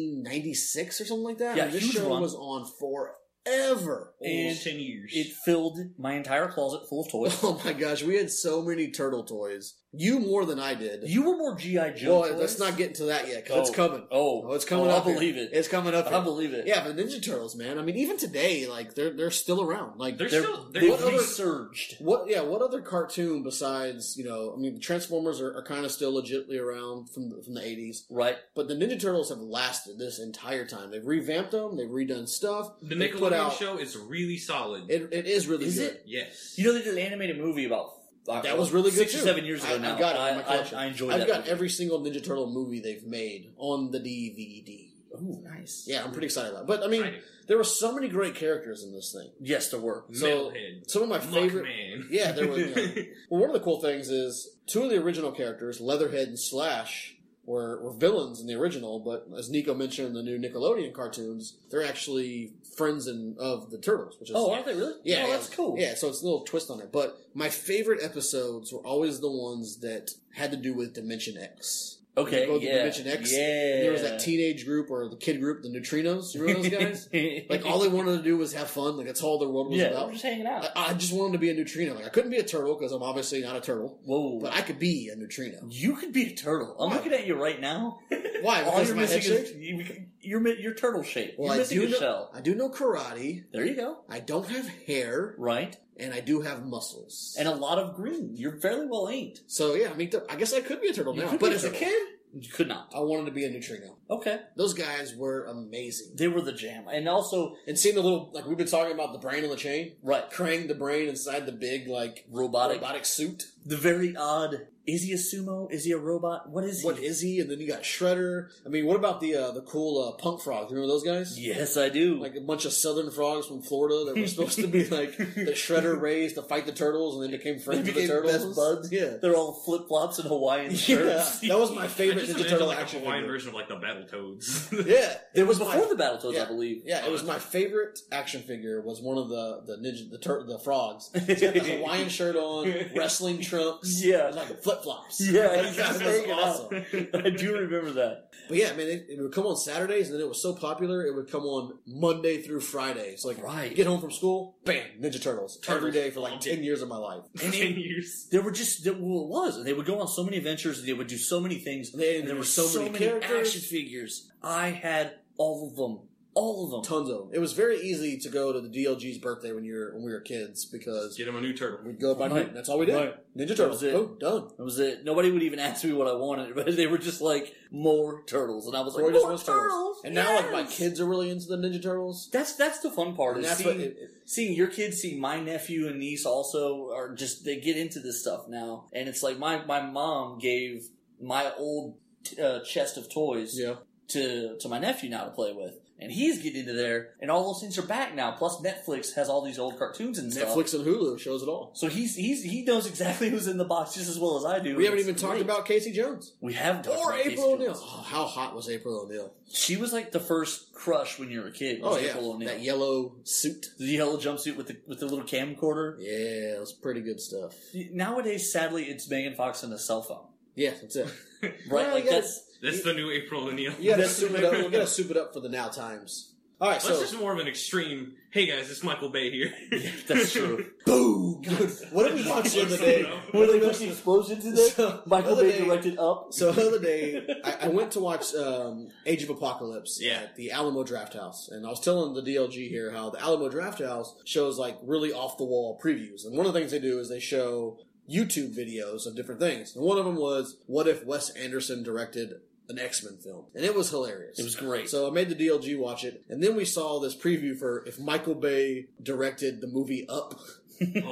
1996 or something like that. Yeah, and this huge show run. was on forever. And ten years. it filled my entire closet full of toys. *laughs* *laughs* Oh my gosh, we had so many turtle toys. You more than I did. You were more GI Joe. well, let's toys. not get into that yet because it's coming. Oh, Oh, it's coming oh, up. I here. believe it. It's coming up. I here. believe it. Yeah, but Ninja Turtles, man. I mean, even today, like they're they're still around. Like They're They're, still- they've what other- resurged. What? Yeah. What other cartoon besides you know? I mean, Transformers are, are kind of still legitly around from the, from the eighties, Right. but the Ninja Turtles have lasted this entire time. They've revamped them. They've redone stuff. the They put Nickelodeon out- show is really solid. It, it is really Is good. it? yes. You know they did an animated movie about uh, That was really good six too. or seven years ago. I, now I got it. in my I, collection. I, I enjoyed I've that. got movie. every single Ninja Turtle movie they've made on the DVD. Ooh, nice. Yeah, I'm pretty excited about. it. But I mean, Right. there were so many great characters in this thing. Yes, there were. So Metalhead. some of my favorite. Muckman. Yeah, there was. yeah. *laughs* well, one of the cool things is two of the original characters, Leatherhead and Slash, were, were villains in the original. But as Nico mentioned in the new Nickelodeon cartoons, they're actually friends in, of the Turtles, which is Oh, are they really? yeah, Oh, yeah. that's cool. Yeah, so it's a little twist on it. But my favorite episodes were always the ones that had to do with Dimension X. Okay. Go to yeah. Dimension X. Yeah. There was that teenage group or the kid group, the Neutrinos. You remember those guys? *laughs* like all they wanted to do was have fun. Like that's all their world was yeah, about. we're just hanging out. I, I just wanted to be a neutrino. Like I couldn't be a turtle because I'm obviously not a turtle, Whoa. but I could be a neutrino. you could be a turtle. I'm Why? looking at you right now. Why? *laughs* All Because you're of my head missing is shape? you, you're mi- you're turtle shape. Well, you're I missing do a know. shell. I do know karate. There you go. I don't have hair, Right, and I do have muscles. and a lot of green. You're fairly well inked. so yeah, I mean, th- I guess I could be a turtle You now. could But be a as a turtle. kid, You could not. I wanted to be a neutrino. Okay, Those guys were amazing. they were the jam, and also And seeing the little like we've been talking about the brain on the chain, right Krang the brain inside the big like robotic. robotic suit. The very odd. Is he a sumo? Is he a robot? What is he? What is he? And then you got Shredder. I mean, what about the uh, the cool uh, punk frogs? Remember those guys? Yes, I do. like a bunch of southern frogs from Florida that were supposed to be like the Shredder raised to fight the turtles, and then became friends They with the became turtles. best buds. Yeah, They're all flip flops and Hawaiian yeah. shirts. That was my I favorite just Ninja imagine Turtle like a action Hawaiian figure. version of like the Battle Toads. *laughs* Yeah, *laughs* it was my- before the Battletoads, yeah. I believe. Yeah, it was my favorite action figure. Was one of the the ninja the tur- the frogs. He's got the Hawaiian shirt on, wrestling trunks, *laughs* Yeah. and, like flip flops. Yeah, like, he's that just was hanging out. awesome. *laughs* I do remember that. But yeah, man, it, it would come on Saturdays, and then it was so popular, it would come on Monday through Friday. So like, Right. get home from school, bam, Ninja Turtles every Turtles. day for like ten years of my life. *laughs* Ten years. There were just there, well, it was. They would go on so many adventures. and They would do so many things. And there and were so many characters. action figures. I had all of them. All of them. Tons of them. It was very easy to go to the DLG's birthday when you're when we were kids because Get him a new turtle. we'd go by Right. name. That's all we did. Right. Ninja Turtles. was it. Oh, done. That was it. Nobody would even ask me what I wanted, *laughs* but they were just like more turtles, and I was like, Roy just more wants turtles. And now like my yes!" kids are really into the Ninja Turtles. That's that's the fun part. And Is that's seeing, what it- it- seeing your kids, seeing my nephew and niece also are just they get into this stuff now, and it's like my my mom gave my old uh, chest of toys Yeah. to to my nephew now to play with, and he's getting into there, and all those things are back now. Plus Netflix has all these old cartoons and stuff. Netflix and Hulu shows it all. So he's he's he knows exactly who's in the box just as well as I do. We haven't It's even talked great. about Casey Jones we have talked or about Casey April O'Neil. Jones. Oh, how hot was April O'Neil? She was like the first crush when you were a kid. Oh Was yeah, April O'Neil. that yellow suit. the yellow jumpsuit with the with the little camcorder. Yeah, that was pretty good stuff. Nowadays, sadly, it's Megan Fox and a cell phone. Yeah, that's *laughs* it. Right? Well, like you gotta- that's That's the new April O'Neil. You gotta soup it up. You gotta soup it up for the now times. All right, That's so just more of an extreme. Hey guys, it's Michael Bay here. *laughs* *laughs* That's *laughs* true. boom. Dude, what did we watch the other day? What What are did they we *laughs* watching? Explosions today? So, Michael the other Bay day- directed Up. So the other day, I, I went to watch um, Age of Apocalypse Yeah. at the Alamo Draft House, and I was telling the DLG here how the Alamo Draft House shows like really off the wall previews, and one of the things they do is they show YouTube videos of different things, and one of them was what if Wes Anderson directed an X Men film, and it was hilarious. It was great. So I made the DLG watch it, and then we saw this preview for if Michael Bay directed the movie *laughs* Up. Oh, *laughs* And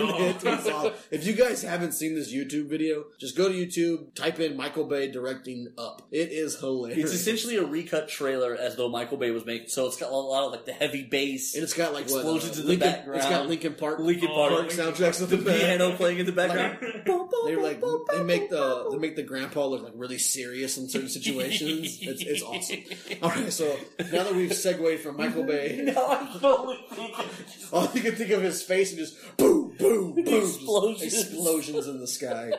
no. it was all- if you guys haven't seen this YouTube video, just go to YouTube, type in Michael Bay directing up. It is hilarious. It's essentially a recut trailer as though Michael Bay was making. So it's got a lot of like the heavy bass, and it's got like what, explosions in the Lincoln, background. It's got Lincoln Park, Linkin Oh, Park, Park soundtracks in the, back. piano playing in the background. They like they make the they make the grandpa look like really serious in certain situations. it's, it's awesome. *laughs* All right, so now that we've segued from Michael *laughs* Bay, now I can only think of- all you can think of is face and just boom, *laughs* boom, boom, just Explosions. explosions in the sky.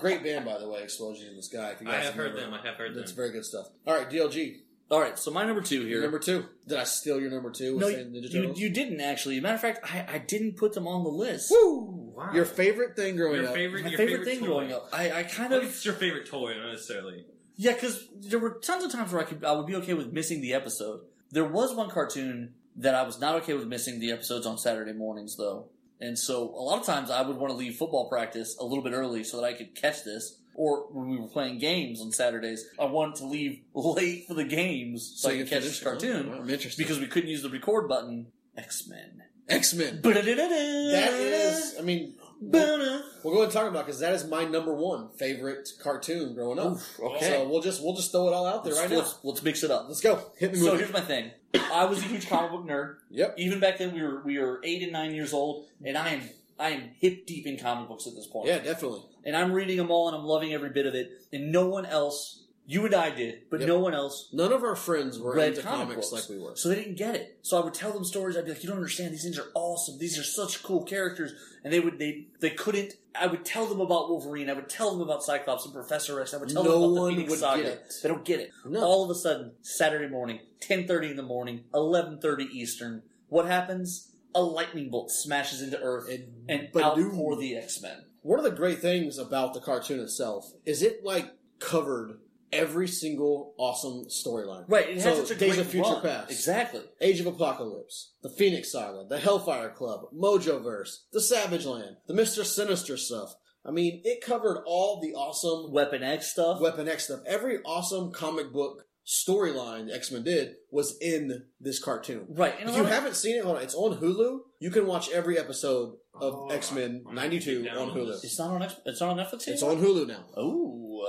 Great band, by the way, explosions in the sky. If you I guys have heard never- them. I have heard them. That's very good stuff. All right, DLG. All right, so my number two Your here. number two. Did I steal your number two? no, with you, saying Ninja you, Turtles? you didn't actually. Matter of fact, I, I didn't put them on the list. Woo! Wow. Your favorite thing growing Your up. favorite, My your favorite, thing toy. growing up, I, I kind Well, of *laughs* It's your favorite toy, not necessarily. Yeah, because there were tons of times where I could I would be okay with missing the episode. There was one cartoon that I was not okay with missing the episodes on Saturday mornings though, and so a lot of times I would want to leave football practice a little bit early so that I could catch this. Or when we were playing games on Saturdays, I wanted to leave *laughs* late for the games so, I could catch this finished- cartoon Oh, I'm interested. because we couldn't use the record button. X Men. X Men. That That is. I mean, we'll, we'll go ahead and talk about because that is my number one favorite cartoon growing up. okay. So we'll just we'll just throw it all out there Let's, right now. let's, let's mix it up. Let's go. Hit me So with here's it. my thing. I was a huge comic book nerd. Yep. even back then we were we were eight and nine years old, and I am I am hip deep in comic books at this point. Yeah, definitely. And I'm reading them all, and I'm loving every bit of it. And no one else, you and I did, but Yep. no one else None of our friends were read into comic comics like books, we were. so they didn't get it. So I would tell them stories. I'd be like, "You don't understand. These things are awesome. These are such cool characters." And they would they they couldn't. I would tell them about Wolverine. I would tell them about Cyclops and Professor X. I would tell No them about the one Phoenix would Saga. get it. They don't get it. No. All of a sudden, Saturday morning, 10.30 in the morning, 11.30 Eastern, what happens? A lightning bolt smashes into Earth And- and but out dude- for the X-Men. One of the great things about the cartoon itself is it like covered every single awesome storyline. Right, it so has such a Days great of Future run. Past. Exactly. Age of Apocalypse, The Phoenix Saga, The Hellfire Club, Mojoverse, The Savage Land, The Mr. Sinister stuff. I mean, it covered all the awesome Weapon X stuff. Weapon X stuff. Every awesome comic book storyline X Men did was in this cartoon. right. And a If you lot of- haven't seen it, hold on, it's on Hulu. You can watch every episode of Oh, X Men I'm gonna '92 get down on on Hulu. it's not on X- it's not on Netflix It's anymore? on Hulu now. Oh.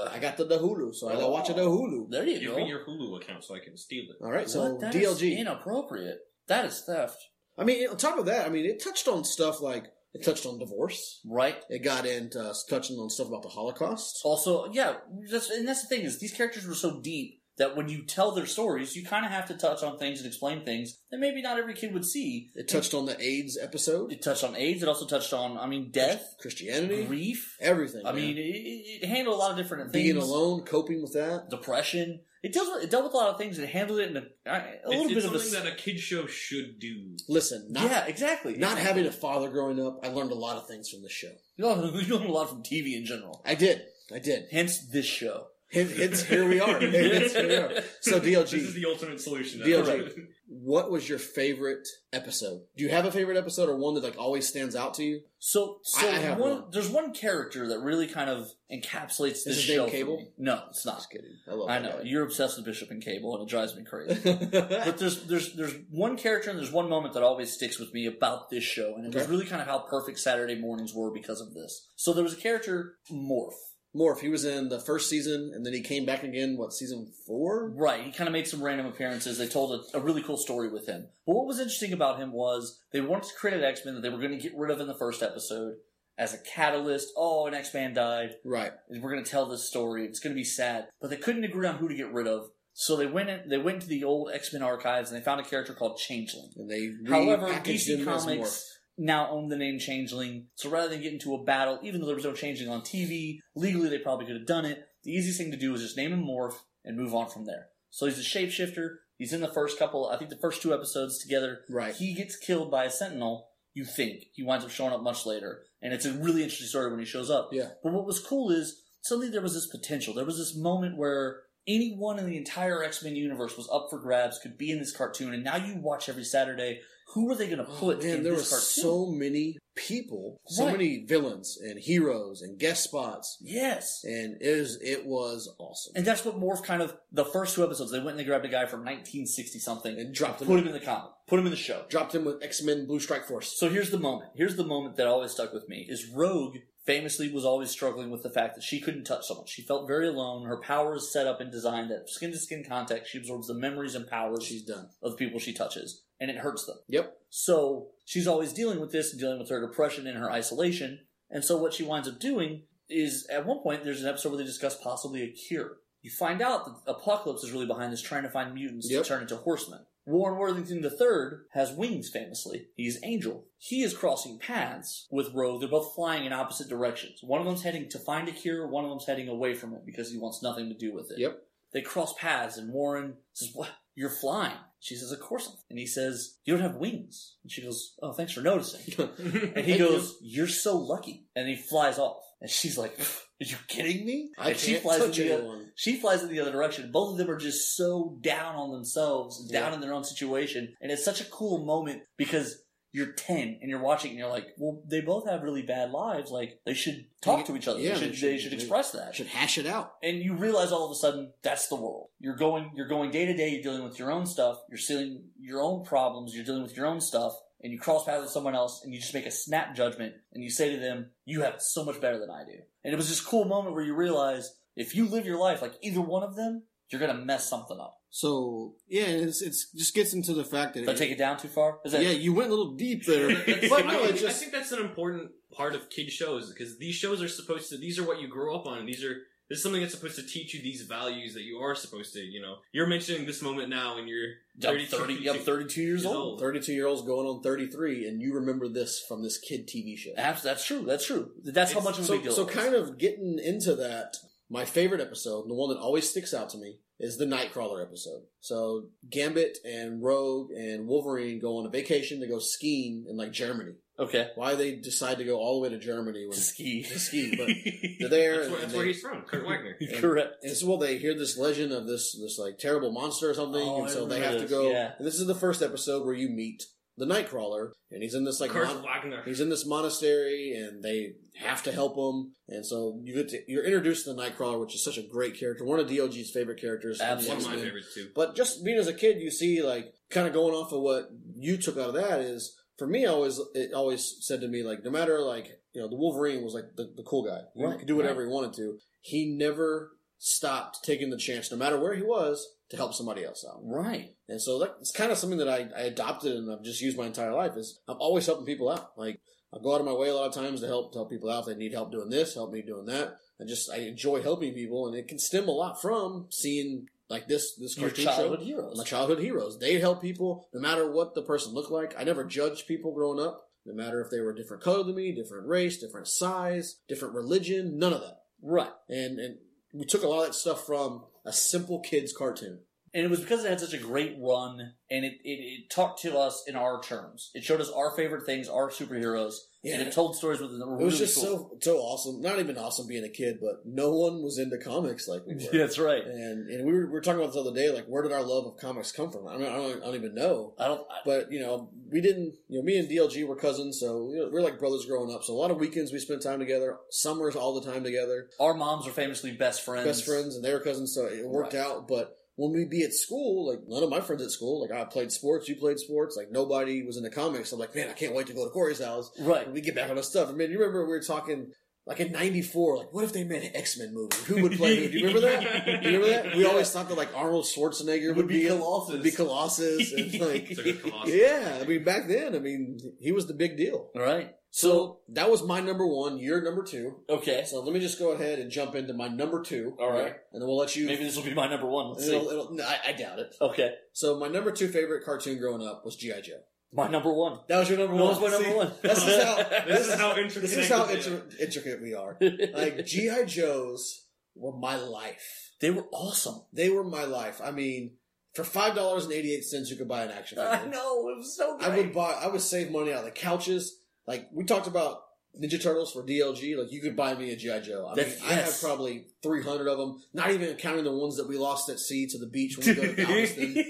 I got the, the Hulu, so I gotta watch it on Hulu. There you Give go. me your Hulu account so I can steal it. All right, so what? That is DLG. inappropriate. That is theft. I mean, on top of that, I mean, it touched on stuff like it touched on divorce. Right? It got into uh, touching on stuff about the Holocaust. Also, yeah, that's, and that's the thing is these characters were so deep that when you tell their stories, you kind of have to touch on things and explain things that maybe not every kid would see. It touched on the AIDS episode, It touched on AIDS. It also touched on, I mean, death, Christianity, grief. everything. I man. mean, it, it it handled a lot of different things. being alone, coping with that. depression. It dealt with, it dealt with a lot of things. It handled it in a, a little it's, bit it's of a. something that a kid show should do. Listen, not, yeah, exactly. not having a father growing up, I learned a lot of things from this show. you learn *laughs* you learn a lot from TV in general. I did. I did. Hence this show. Hence, hence here we *laughs* are. Hence here we are. So This DLG, is the ultimate solution. *laughs* DLG. what was your favorite episode? Do you have a favorite episode or one that like always stands out to you? So, so I- I have one, one. there's one character that really kind of encapsulates this his name show. for Cable? me. No, it's not. Just kidding. I love. I that know guy. you're obsessed with Bishop and Cable, and it drives me crazy. *laughs* but there's there's there's one character and there's one moment that always sticks with me about this show, and it was Okay. really kind of how perfect Saturday mornings were because of this. So there was a character Morph, Morph. He was in the first season, and then he came back again. What season four? right? He kind of made some random appearances. They told a, a really cool story with him. But what was interesting about him was they wanted to create an X Men that they were going to get rid of in the first episode as a catalyst. Oh, an X Man died. Right. and we're going to tell this story. It's going to be sad, but they couldn't agree on who to get rid of. So they went in, they went to the old X Men archives and they found a character called Changeling. and they However, repackaged DC him as Comics now own the name Changeling. So rather than get into a battle, even though there was no Changeling on TV, legally they probably could have done it. The easiest thing to do was just name him Morph and move on from there. So he's a shapeshifter. He's in the first couple, I think the first two episodes together. Right. He gets killed by a sentinel, you think. He winds up showing up much later. And it's a really interesting story when he shows up. Yeah. But what was cool is suddenly there was this potential. There was this moment where anyone in the entire X Men universe was up for grabs, could be in this cartoon. And now you watch every Saturday. Who are they going to put Oh, man, in there were this cartoon? so many people, so Right. many villains and heroes and guest spots, yes. and it was it was awesome. And that's what morphed kind of the first two episodes. They went and they grabbed a guy from 1960 something and And dropped him, put him in the comic, put him in the show. dropped him with X Men Blue Strike Force. So here's the moment. Here's the moment that always stuck with me is Rogue famously was always struggling with the fact that she couldn't touch someone. She felt very alone. Her power is set up and designed that skin to skin contact. She absorbs the memories and powers She's done. of the people she touches and it hurts them. Yep. So she's always dealing with this and dealing with her depression and her isolation. And so what she winds up doing is at one point there's an episode where they discuss possibly a cure. You find out that Apocalypse is really behind this trying to find mutants Yep. to turn into horsemen. Warren Worthington III has wings famously. He's Angel. He is crossing paths with Rogue. They're both flying in opposite directions. One of them's heading to find a cure, one of them's heading away from it because he wants nothing to do with it Yep. they cross paths and Warren says, What you're flying? She says, Of course. I'm. And he says, You don't have wings. And she goes, Oh, thanks for noticing. And he Thank you. goes, You're so lucky. And he flies off. And she's like, Are you kidding me? I and can't touch in the anyone. she flies in the other direction. Both of them are just so down on themselves, and down Yeah. in their own situation. And it's such a cool moment because you're 10 and you're watching and you're like, well, they both have really bad lives. Like, they should talk to each other. Yeah, they, should, they, should, express that Should hash it out. and you realize all of a sudden that's the world. You're going you're going day to day, you're dealing with your own stuff, you're seeing your own problems, you're dealing with your own stuff, and you cross paths with someone else and you just make a snap judgment and you say to them, You have it so much better than I do. And it was this cool moment where you realize if you live your life like either one of them, you're gonna mess something up. So yeah, it's it's just gets into the fact that Did I take it down too far? Is that yeah, you went a little deep there. *laughs* but no, I, it's I just think that's an important part of kid shows because these shows are supposed to. These are what you grow up on. And these are this is something that's supposed to teach you these values that you are supposed to. You know, you're mentioning this moment now, and you're I'm 30, I'm 32 years Years old. old. 32 year olds going on 33 and you remember this from this kid tv show That's, that's true. That's true. That's how It's- much of a so, big deal. so it was. kind of getting into that my favorite episode the one that always sticks out to me is the nightcrawler episode so gambit and rogue and wolverine go on a vacation to go skiing in like germany okay. why they decide to go all the way to germany when Ski. to ski *laughs* but they're there That's, and where, that's they- where he's from, *laughs* Kurt Wagner. Correct. and so, well, they hear this legend of this this like terrible monster or something, Oh, and I so they remember have to this, go. yeah. And this is the first episode where you meet the Nightcrawler, and he's in this like Kurt mon- Wagner. he's in this monastery, and they have to help him. And so you get to, you're introduced to the Nightcrawler, which is such a great character, one of DLG's favorite characters. in the one of my X-Men. favorites too. But just being as a kid, you see like kind of going off of what you took out of that is for me. I Always it always said to me like no matter like you know the Wolverine was like the, the cool guy. He Right, could do whatever he wanted to. He never stopped taking the chance, no matter where he was, to help somebody else out. Right. And so that's kind of something that I, I adopted and I've just used my entire life is I'm always helping people out. Like I go out of my way a lot of times to help to help people out if they need help doing this, help me doing that. I just I enjoy helping people and it can stem a lot from seeing like this this Your cartoon childhood show. heroes. My childhood heroes. They help people no matter what the person looked like. I never judged people growing up, no matter if they were a different color than me, different race, different size, different religion, none of that. Right. And and we took a lot of that stuff from a simple kids cartoon. And it was because it had such a great run, and it, it, it talked to us in our terms. It showed us our favorite things, our superheroes, Yeah. and it told stories with them. It was just so so awesome. Not even awesome being a kid, but no one was into comics like we were. Yeah, that's right. And and we were, we were talking about this the other day, like where did our love of comics come from? I mean, I don't, I don't even know. I don't. I, But you know, we didn't. You know, me and DLG were cousins, so you know, we are like brothers growing up. So a lot of weekends we spent time together, summers all the time together, our moms are famously best friends. best friends, and they were cousins, so it worked Right. out. But when we'd be at school, like none of my friends at school, like I played sports, you played sports, like nobody was into comics. I'm like, man, I can't wait to go to Corey's house. Right. And we get back on the stuff. I mean, you remember we were talking like in '94, like what if they made an X Men movie? Who would play who? Do you remember that? Do you remember that? We always thought that like Arnold Schwarzenegger would, Would be be Colossus. would be Colossus, *laughs* and like It's like a colossus. *laughs* yeah. I mean, back then, I mean, he was the big deal. Right. So that was my number one. Your number two. Okay. So let me just go ahead and jump into my number two. All right. and then we'll let you. Maybe this will be my number one. Let's it'll, see. it'll, no, I, I doubt it. Okay. So my number two favorite cartoon growing up was GI Joe. My number one. That was your number No, one. that's my number See, one. This is how. This is how This interconnected. is how they *laughs* are. inter- intricate we are. Like GI Joes were my life. They were awesome. They were my life. I mean, for five dollars and eighty eight cents, you could buy an action figure. I know it was so I great. would buy. I would save money out of the couches. Like we talked about Ninja Turtles for DLG. Like you could buy me a GI Joe. I mean, That's- I have yes. probably three hundred of them. Not even counting the ones that we lost at sea to the beach when we *laughs* go to Galveston.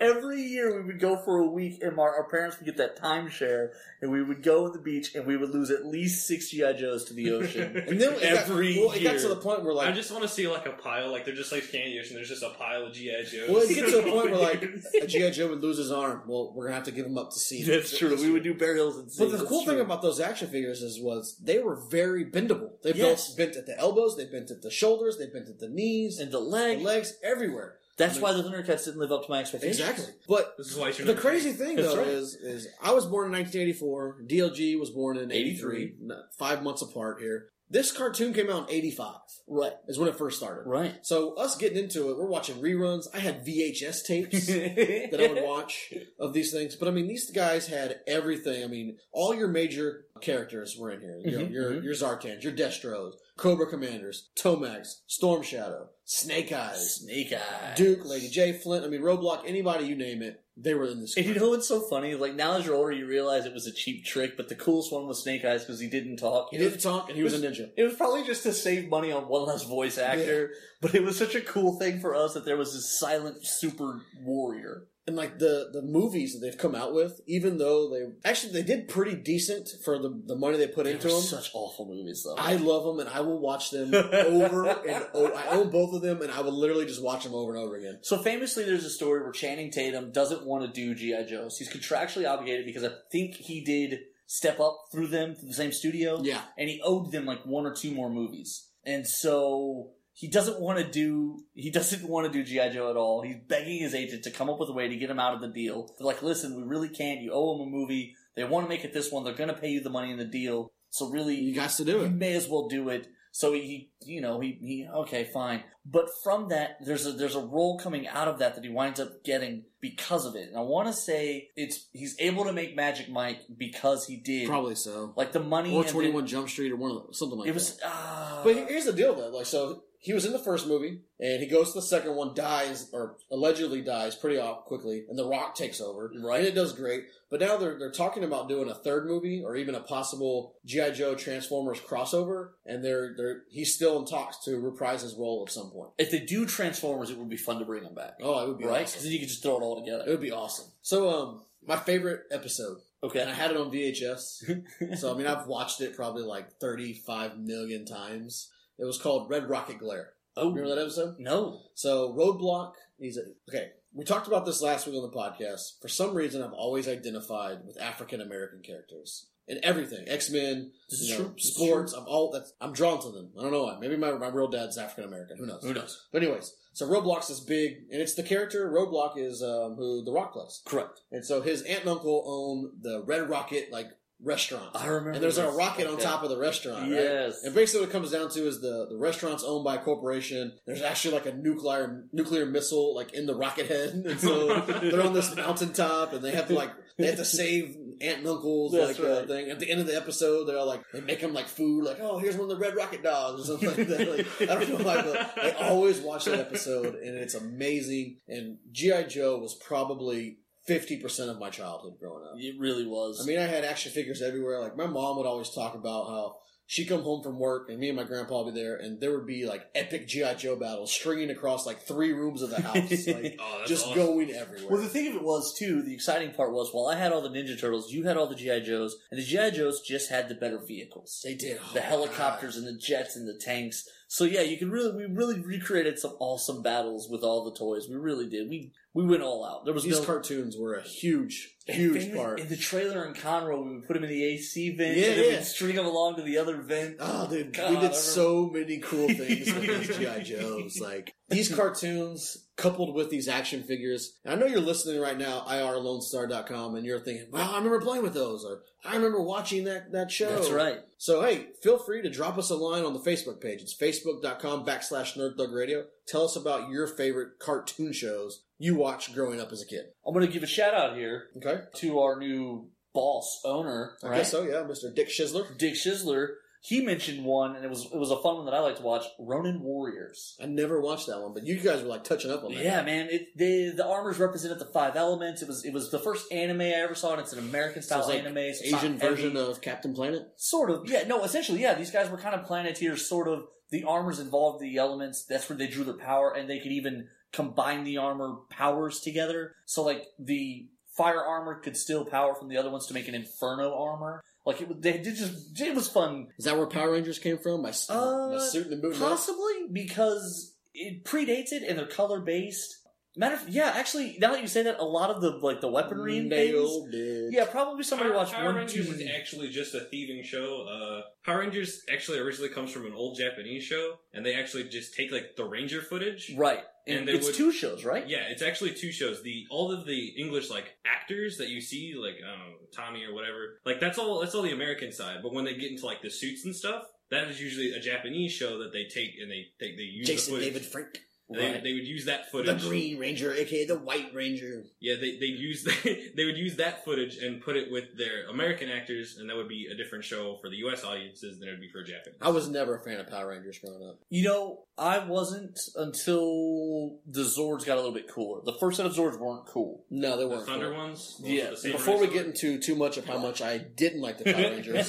Every year we would go for a week, and our, our parents would get that timeshare, and we would go to the beach, and we would lose at least six GI Joes to *laughs* the ocean. And then it Every got, well, it got year. to the point where like I just want to see like a pile, like they're just like candy ocean. There's just a pile of GI Joes. Well, it *laughs* gets to a point where like a GI Joe would lose his arm. Well, we're gonna have to give him up to sea. That's true. We would do burials and. But things, the that's cool thing true. about those action figures is was they were very bendable. They Yes. bent, bent at the elbows, they bent at the shoulders, they bent at the knees, and the the leg. legs, everywhere. That's why the Thundercats didn't live up to my expectations. Exactly. But this is why you're the crazy thing That's though right. is is I was born in 1984. DLG was born in 83, 83. no, five months apart here. This cartoon came out in 85. Right. Is when it first started. *laughs* Right. So us getting into it, we're watching reruns. I had VHS *laughs* tapes. that I would watch of these things. But I mean, these guys had everything. I mean, all your major characters were in here. You know, Mhm, your your Zartans, your Destros, Cobra Commanders, Tomax, Storm Shadow, Snake Eyes, Snake Eyes. Duke, Lady J, Flint. I mean, Roblox, anybody you name it, they were in this. And you group. know what's so funny? Like now as you're older, you realize it was a cheap trick. But the coolest one was Snake Eyes because he didn't talk. he didn't talk, and he was a ninja. It was probably just to save money on one less voice actor, but it was such a cool thing for us that there was this silent super warrior. And like the the movies that they've come out with, even though they actually they did pretty decent for the the money they put They into were them. such awful movies, though. I love them and I will watch *laughs* them over and over. I own both of them and I will literally just watch them over and over again. so famously, there's a story where Channing Tatum doesn't want to do GI Joes. He's contractually obligated because I think he did step up through them through the same studio, Yeah. and he owed them like one or two more movies. And so he doesn't want to do he doesn't want to do GI Joe at all. He's begging his agent to come up with a way to get him out of the deal. They're like, listen, we really can't. You owe him a movie. They want to make it this one. They're going to pay you the money in the deal. So really, You got to do you it. may as well do it. So he, you know, he, he okay, fine. But from that, there's a there's a role coming out of that that he winds up getting because of it. And I want to say it's he's able to make Magic Mike because he did Probably so. like the money Or and the- Twenty One Jump Street or one of those, something like It that. was uh, But here's the deal though. Like so, he was in the first movie and he goes to the second one, dies or allegedly dies pretty off quickly, and The Rock takes over. Right. and it does great. But now they're they're talking about doing a third movie or even a possible GI Joe Transformers crossover, and they're they're he's still in talks to reprise his role at some point. if they do Transformers, it would be fun to bring them back, Oh, it would be right? awesome. Because then you could just throw it all It together. would be awesome. So, um, my favorite episode, and I Okay, had it on *laughs* VHS. so, I mean, I've watched it probably like 35 million times. It was called Red Rocket Glare. Oh. Remember that episode? no, So, Roadblock, he's a, okay. We talked about this last week on the podcast. For some reason, I've always identified with African American characters in everything X Men, This is you true. know, This is sports. I'm all that's, I'm drawn to them. I don't know why. Maybe my, my real dad's African American. Who knows? who knows? But anyways, so Roblox is big, and it's the character Roblox is um, who The Rock plays. Correct. And so his aunt and uncle own the Red Rocket like restaurant. I remember. And there's a this. rocket on Okay. top of the restaurant. right? Yes. And basically, what it comes down to is the, the restaurant's owned by a corporation. There's actually like a nuclear nuclear missile like in the rocket head, *laughs* and *laughs* so they're on this mountaintop, and they have to like they have to save aunt and uncle's That's like uh, right. thing. At the end of the episode, they're all like they make them like food, like oh here's one of the red rocket dogs or something like that. Like, I don't know why, but I always watch that episode, and it's amazing. And GI Joe was probably fifty percent of my childhood growing up. It really was. I mean, I had action figures everywhere. Like my mom would always talk about how she'd come home from work and me and my grandpa would be there, and there would be like epic GI Joe battles stringing across like three rooms *laughs* of the house, like Oh, that's just awesome. going everywhere. Well, the thing of it was too. The exciting part was while I had all the Ninja Turtles, you had all the GI Joes, and the GI Joes just had the better vehicles, they did Oh, the helicopters and the jets and the tanks. So yeah, you can really we really recreated some awesome battles with all the toys. We really did. We we went all out. There God. was These no cartoons were a huge, huge Famous- part. in the trailer in Conroe. We would put them in the AC vent, Yeah, and then yeah. we'd string them along to the other vent. Oh, dude, God, we I did remember- so many cool things with these *laughs* GI Joes. Like these cartoons, coupled with these action figures. And I know you're listening right now, irlonestar.com, and you're thinking, "Wow, I remember playing with those," or "I remember watching that that show." That's right. So hey, feel free to drop us a line on the Facebook page. It's facebook.com backslash nerdthugradio. Tell us about your favorite cartoon shows you watched growing up as a kid. I'm gonna give a shout out here Okay, to our new boss owner. I right? guess so. Yeah, Mr. Dick Schisler. Dick Schisler, He mentioned one, and it was it was a fun one that I like to watch. Ronin Warriors. I never watched that one, but you guys were like touching up on that. Yeah, man. It, the the armors represented the five elements. It was it was the first anime I ever saw, and it's an American So style it's like anime. so it's not Asian heavy. version of Captain Planet. Sort of, yeah. No, essentially, yeah. These guys were kind of planeteers. Sort of, the armors involved the elements. That's where they drew their power, and they could even combine the armor powers together. So, like the fire armor could steal power from the other ones to make an inferno armor. Like it, was- they did just it was fun, Is that where Power Rangers came from? My, s- Uh, my suit and the boot. and all? possibly because it predates it and they're color based. Matter, of, yeah. Actually, now that you say that, a lot of the like the weaponry and things, Nailed it. yeah, probably somebody Power, watched Power one, Rangers two, is actually just a thieving show. Uh, Power Rangers actually originally comes from an old Japanese show, and they actually just take like the Ranger footage. right, and and, they it's would- two shows, right? Yeah, it's actually two shows. The all of the English like actors that you see, like I don't know, Tommy or whatever, like that's all that's all the American side. But when they get into like the suits and stuff, that is usually a Japanese show that they take and they they, they use Jason the footage. David Frank, they, Right. they would use that the footage. Green Ranger, aka the White Ranger. Yeah, they they use *laughs* they would use that footage and put it with their American actors, and that would be a different show for the U.S. audiences than it would be for Japanese. I was never a fan of Power Rangers growing up. You know, I wasn't until the Zords got a little bit cooler. The first set of Zords weren't *laughs* cool. No, they the weren't. Thunder cool. ones. Yeah, Those are the Before we samurai get swords. into too much of how much I didn't like the *laughs* Power Rangers,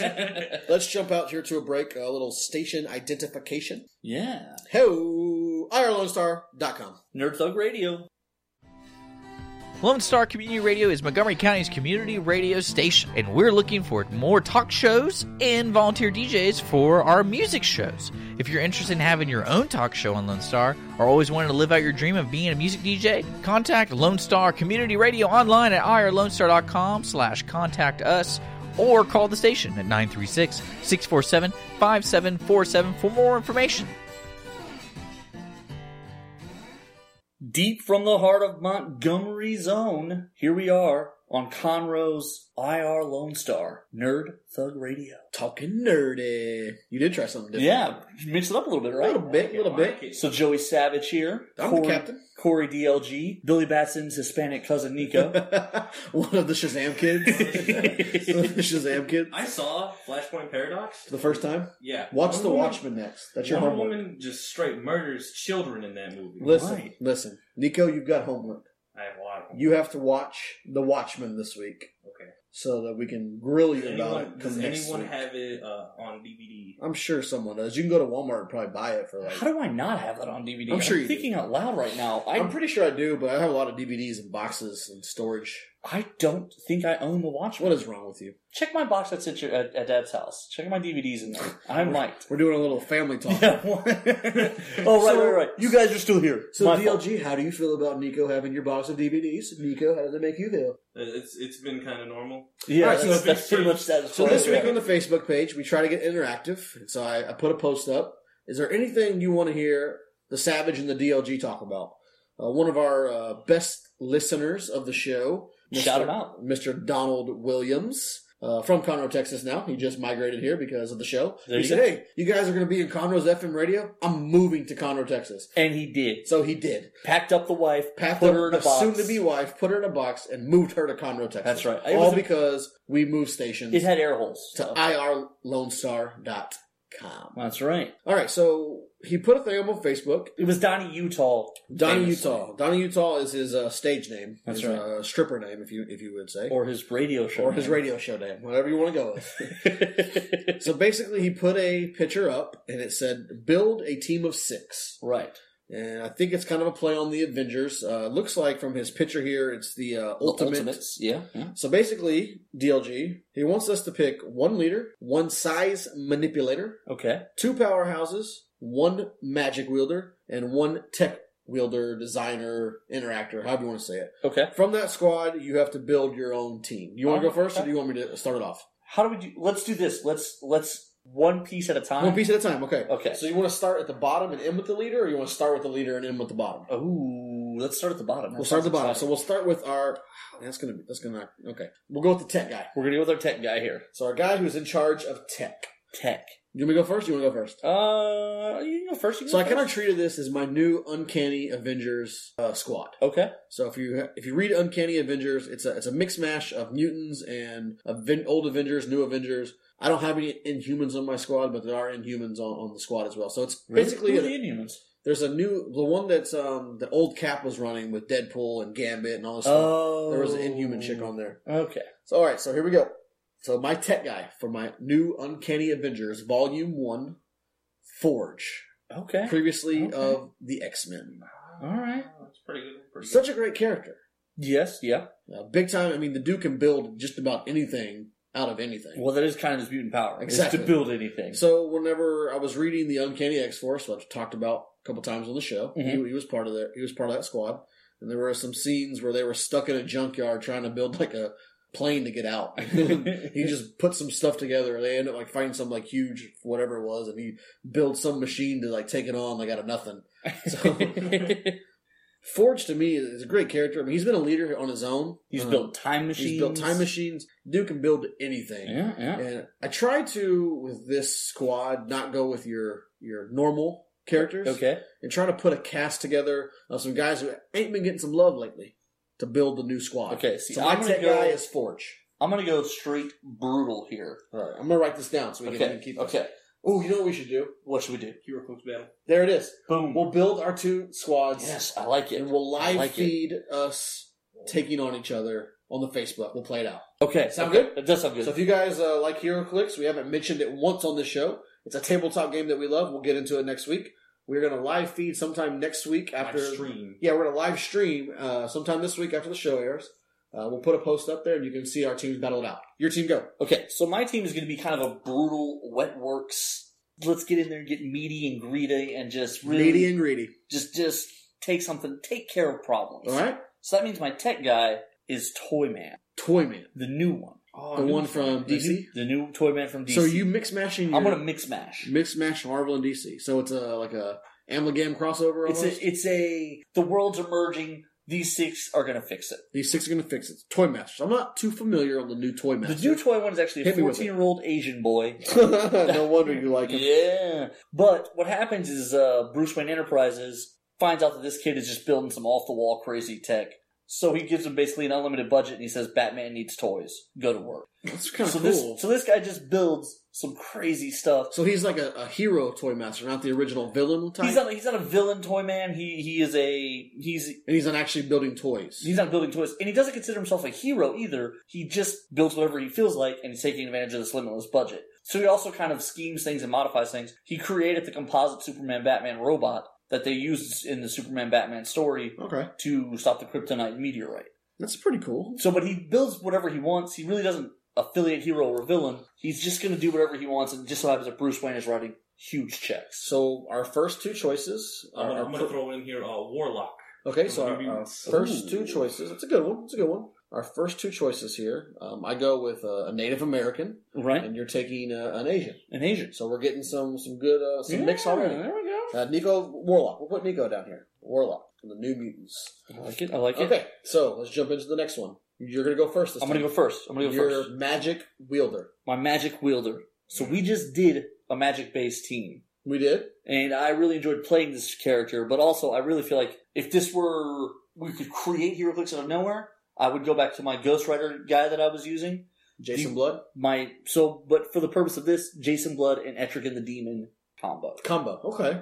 let's jump out here to a break. A little station identification. yeah. Hello, IRLoneStar.com. Nerd Thug Radio. Lone Star Community Radio is Montgomery County's community radio station, and we're looking for more talk shows and volunteer DJs for our music shows. If you're interested in having your own talk show on Lone Star or always wanted to live out your dream of being a music DJ, contact Lone Star Community Radio online at irlonestar.com slash contact us or call the station at 936-647-5747 for more information. Deep from the heart of Montgomery Zone, here we are on Conroe's IR Lone Star, Nerd Thug Radio. Talking nerdy. You did try something different. Yeah, mix it up a little bit, A right? little bit, a little bit. So Joey Savage here. I'm the captain. Corey DLG. Billy Batson's Hispanic cousin Nico. *laughs* One of the Shazam kids. *laughs* One of the Shazam kids. I saw Flashpoint Paradox. For the first time. Yeah, Watch The Woman- Watchmen next. That's your Wonder homework. Woman just straight murders children in that movie. Listen, Right. listen, Nico, you've got homework. I have a lot of them. You have to watch The Watchmen this week Okay. so that we can grill you Does about anyone, it. does come next anyone week. have it uh, on DVD? I'm sure someone does. You can go to Walmart and probably buy it for like. How do I not have that on DVD? I'm sure you do. thinking out loud right now. I I'm pretty sure I do, but I have a lot of DVDs and boxes and storage. I don't think I own the Watchmen. What is wrong with you? Check my box that's at, your, at, at Dad's house. Check my DVDs *laughs* in there. I might. We're doing a little family *laughs* talk. Yeah. oh, *laughs* right, right, right. You guys are still here. So, My fault. DLG, how do you feel about Nico having your box of DVDs? Nico, how does it make you feel? Uh, It's it's been kind of normal. Yeah, All right, that's, so- that's pretty much that. So this week on the Facebook page, we try to get interactive. And so I, I put a post up. Is there anything you want to hear the Savage and the DLG talk about? Uh, one of our uh, best listeners of the show, Shout him out. Mr. Donald Williams. Uh, from Conroe, Texas now. He just migrated here because of the show. There he you said, go. Hey, you guys are going to be in Conroe's FM radio? I'm moving to Conroe, Texas. And he did. So he did. Packed up the wife, Packed put up her in a the box. soon to be wife, put her in a box, and moved her to Conroe, Texas. That's right. It All was a- because we moved stations It had air holes. to irlonestar.com. That's right. All right, so he put a thing up on Facebook. It was Donnie Utah. Donnie Famous. Utah. Donnie Utah is his uh, stage name. That's his, right. Uh, stripper name, if you if you would say, Or his radio show. Or his name. radio show name, whatever you want to go with. *laughs* so basically, he put a picture up, and it said, "Build a team of six. *laughs* right. And I think it's kind of a play on the Avengers. Uh, looks like from his picture here, it's the, uh, The ultimate *laughs* Ultimates. Yeah. yeah. So basically, DLG, he wants us to pick one leader, one size manipulator, Okay. two powerhouses, one magic wielder, and one tech wielder, designer, interactor, however you want to say it. Okay. From that squad, you have to build your own team. You want to go Okay. first, or do you want me to start it off? How do we do? Let's do this. Let's let's one piece at a time. One piece at a time, okay. Okay. So you want to start at the bottom and end with the leader, or you want to start with the leader and end with the bottom? Oh, let's start at the bottom. We'll start at the bottom. So we'll start with our. That's gonna be. That's gonna. Okay. We'll go with the tech guy. we're gonna go with our tech guy here. So our guy who's in charge of tech. Tech. You want me to go first? You want to go first? Uh, you can go first. You can So go I kind of first. treated this as my new Uncanny Avengers uh, squad. okay. So if you if you read Uncanny Avengers, it's a it's a mix mash of mutants and Aven- old Avengers, new Avengers. I don't have any Inhumans on my squad, but there are Inhumans on, on the squad as well. So it's basically Who a- are the Inhumans. there's a new the one that's um the old Cap was running with Deadpool and Gambit and all this stuff. Oh, There was an Inhuman chick on there. Okay. So all right, so here we go. So my tech guy for my new Uncanny Avengers Volume One, Forge, Okay. previously Okay. of the X Men. All right. That's pretty good. Pretty Such a great character. Yes. Yeah. Uh, big time. I mean, the dude can build just about anything out of anything. Well, that is kind of his mutant power. is Exactly. to build anything. So whenever I was reading the Uncanny X Force, which I've talked about a couple times on the show, Mhm. he, he was part of that. He was part of that squad, and there were some scenes where they were stuck in a junkyard trying to build like a plane to get out. *laughs* he just put some stuff together. and They end up like finding some like huge whatever it was, and he builds some machine to like take it on like out of nothing. *laughs* So Forge to me is a great character. I mean, he's been a leader on his own. he's Um, built time machines. He's built time machines. Dude can build anything. Yeah. Yeah. And I try to with this squad not go with your your normal characters Okay. and try to put a cast together of some guys who ain't been getting some love lately to build the new squad. Okay, see, so my I'm gonna tech go- guy is Forge. I'm gonna go straight brutal here. All right, I'm gonna write this down so we Okay. can keep. Okay. Oh, you know what we should do? What should we do? Hero Clicks battle. There it is. Boom. We'll build our two squads. yes, I like it. and we'll I live like it. feed us taking on each other on the Facebook. We'll play it out. Okay. Sound okay. good? That does sound good. So if you guys uh, like Hero Clicks, we haven't mentioned it once on the show. It's a tabletop game that we love. We'll get into it next week. We're gonna live feed sometime next week after. Live stream. Yeah, we're gonna live stream uh, sometime this week after the show airs. Uh, we'll put a post up there, and you can see our teams battle it out. Your team go. Okay, so my team is going to be kind of a brutal wet works. Let's get in there, and get meaty and greedy, and just really Greedy and greedy. just just take something, take care of problems. All right. So that means my tech guy is Toyman, Toy Man, the new one, Oh, the one from The DC. new- the new Toyman from DC. So you mix mashing. I'm gonna mix mash. mix mash Marvel and DC. So it's a like a Amalgam crossover. It's Almost. a, it's a the world's emerging. These six are gonna fix it. These six are going to fix it. Toy Masters. I'm not too familiar on the new Toy The Masters. new toy one is actually a Hit me with it. 14 year old Asian boy. *laughs* no wonder you like him. Yeah. But what happens is uh, Bruce Wayne Enterprises finds out that this kid is just building some off the wall crazy tech. So he gives him basically an unlimited budget and he says, Batman needs toys. Go to work. That's kind of so, cool. this, so this guy just builds some crazy stuff. so he's like a, a hero Toy Master, not the original villain type. He's not, he's not a villain toy man. He, he is a, he's, and he's not actually building toys. he's not building toys. And he doesn't consider himself a hero either. He just builds whatever he feels like and he's taking advantage of this limitless budget. So he also kind of schemes things and modifies things. He created the composite Superman Batman robot that they used in the Superman Batman story okay, to stop the kryptonite meteorite. that's pretty cool. So, but he builds whatever he wants. He really doesn't affiliate hero or villain. He's just going to do whatever he wants and it just so happens that Bruce Wayne is writing huge checks. So our first two choices. I'm Are, gonna, I'm are- gonna throw in here uh, Warlock. okay, so Maybe- our, our first two choices. That's a good one. That's a good one. Our first two choices here. Um, I go with uh, a Native American, Right? and you're taking uh, an Asian. In Asia. So we're getting some some good uh, some mix already. There we go. Uh, Nico Warlock. We'll put Nico down here. Warlock from the New Mutants. I like it. I like it. Okay, so let's jump into the next one. You're gonna go first. This I'm going to go first. I'm going to go Your first. magic wielder. my magic wielder. So we just did a magic based team. We did. And I really enjoyed playing this character, but also I really feel like if this were we could create HeroClix out of nowhere, I would go back to my Ghost Rider guy that I was using. Jason The- Blood My so but for the purpose of this, Jason Blood and Etrigan the Demon combo. combo. Okay,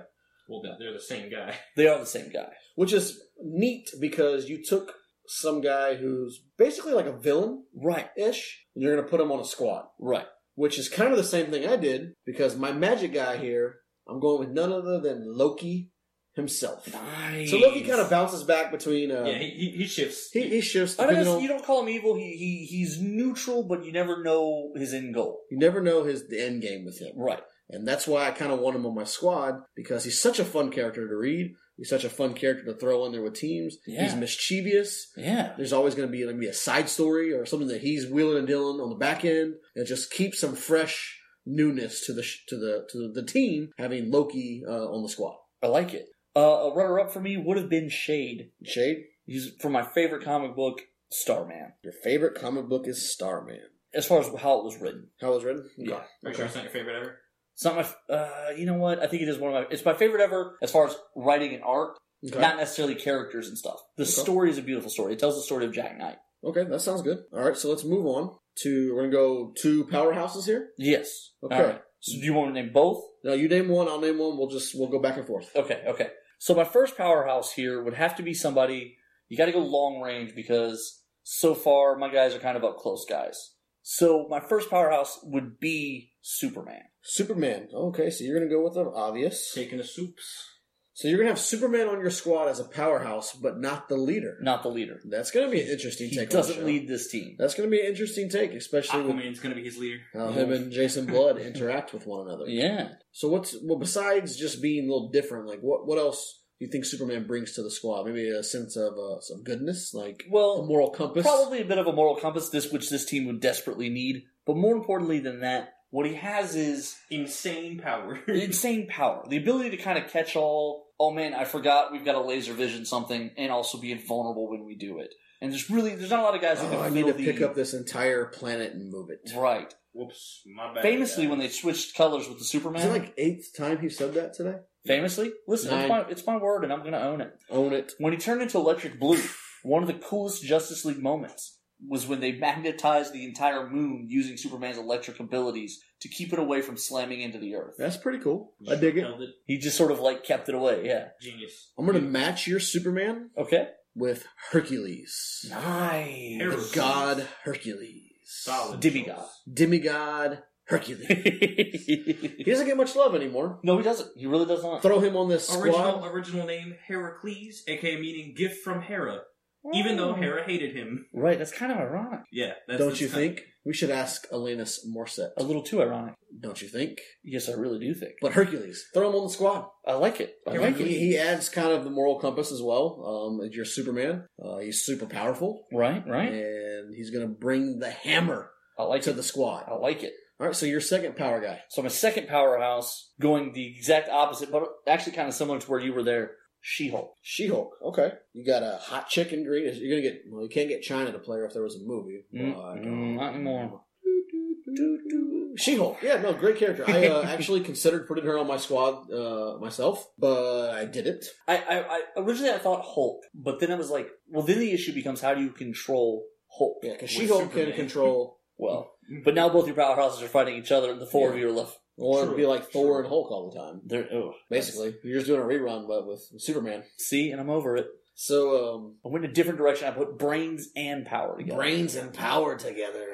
Well, they're- they're the same guy. *laughs* They are the same guy. which is neat because you took some guy who's basically like a villain Right, ish, and you're gonna put him on a squad, right. which is kind of the same thing I did because my magic guy here, I'm going with none other than Loki himself. Nice. So Loki kind of bounces back between. Uh, yeah, he, he, he shifts. he, he shifts. I don't depending know, on- you don't call him evil. He, he he's neutral, but you never know his end goal. you never know his the end game with him. Right. And that's why I kind of want him on my squad because he's such a fun character to read. He's such a fun character to throw in there with teams. Yeah. He's mischievous. Yeah. There's always going to be going to be a side story or something that he's wheeling and dealing on the back end, and it just keeps some fresh newness to the sh- to the to the team having Loki uh, on the squad. I like it. Uh, a runner up for me would have been Shade. Shade, He's from my favorite comic book, Starman. your favorite comic book is Starman. As far as how it was written, How it was written? Yeah. Are you sure it's not your favorite ever? It's not my. f- Uh, you know what? I think it is one of my. It's my favorite ever as far as writing an arc, Okay. not necessarily characters and stuff. The Okay. story is a beautiful story. It tells the story of Jack Knight. Okay, that sounds good. All right, so let's move on to we're gonna go two powerhouses here. Yes. Okay. All right. So do you want to name both? Now you name one, I'll name one. We'll just we'll go back and forth. Okay. Okay. So my first powerhouse here would have to be somebody. You got to go long range because so far my guys are kind of up close guys. So my first powerhouse would be Superman. Superman. Okay, so you're gonna go with the obvious. Taking the soups. So you're gonna have Superman on your squad as a powerhouse, but not the leader. not the leader. That's gonna be an interesting He take. on doesn't the show. lead this team. That's gonna be an interesting take, especially with Aquaman's gonna be his leader. how him and *laughs* Jason Blood interact with one another. Yeah. So what's well besides just being a little different, like what what else do you think Superman brings to the squad? Maybe a sense of uh, some goodness, like Well, a moral compass. probably a bit of a moral compass, this which this team would desperately need. But more importantly than that, what he has is Insane *laughs* power. insane power, the ability to kind of catch all. Oh man, I forgot we've got a laser vision something, and also be invulnerable when we do it. And there's really there's not a lot of guys who Oh, can I need feel to the pick up this entire planet and move it. right. Whoops, my bad. Famously, guys. when they switched colors with the Superman, Is it like eighth time he said that today? famously, listen, Nine. it's my, it's my word, and I'm gonna own it. Own it. When he turned into Electric Blue, one of the coolest Justice League moments was when they magnetized the entire moon using Superman's electric abilities to keep it away from slamming into the earth. That's pretty cool. I dig it. Held it. He just sort of like kept it away, yeah. Genius. I'm gonna match your Superman Okay. with Hercules, *laughs* Nice. the god Hercules, Solid. Demigod. choice. demigod Hercules. he no, doesn't get much love anymore. he doesn't. He really does not. Throw him on this squad. Original original name Heracles, aka meaning gift from Hera. Even though Hera hated him. Right, that's kind of ironic. Yeah, that's Don't that's you kind think? We should ask Alanis Morissette. A little too ironic. Don't you think? Yes, I really do think. But Hercules, throw him on the squad. I like it. I like he, it. he adds kind of the moral compass as well. Um, you're Superman. Uh, he's super powerful, Right, right. and he's gonna bring the hammer I like to it. the squad. I like it. All right, so your second power guy. So my second powerhouse, going the exact opposite, but actually kind of similar to where you were there, She-Hulk. She-Hulk. Okay, you got a hot chick in green. You're gonna get. Well, you can't get China to play her if there was a movie. Mm, but, mm, um, not anymore. She-Hulk. Yeah, no, great character. I uh, actually considered putting her on my squad uh, myself, but I didn't. I, I, I originally I thought Hulk, but then I was like, well, then the issue becomes how do you control Hulk? Yeah, because With She-Hulk can Mm-hmm. Superman. control. Well, but now both your powerhouses are fighting each other, and the four of you are left. Well, it'd be True, like Thor true. and Hulk all the time, There, oh, basically. You're just doing a rerun, but with Superman. see, and I'm over it. So, um, I went in a different direction. I put brains and power together. brains and power together,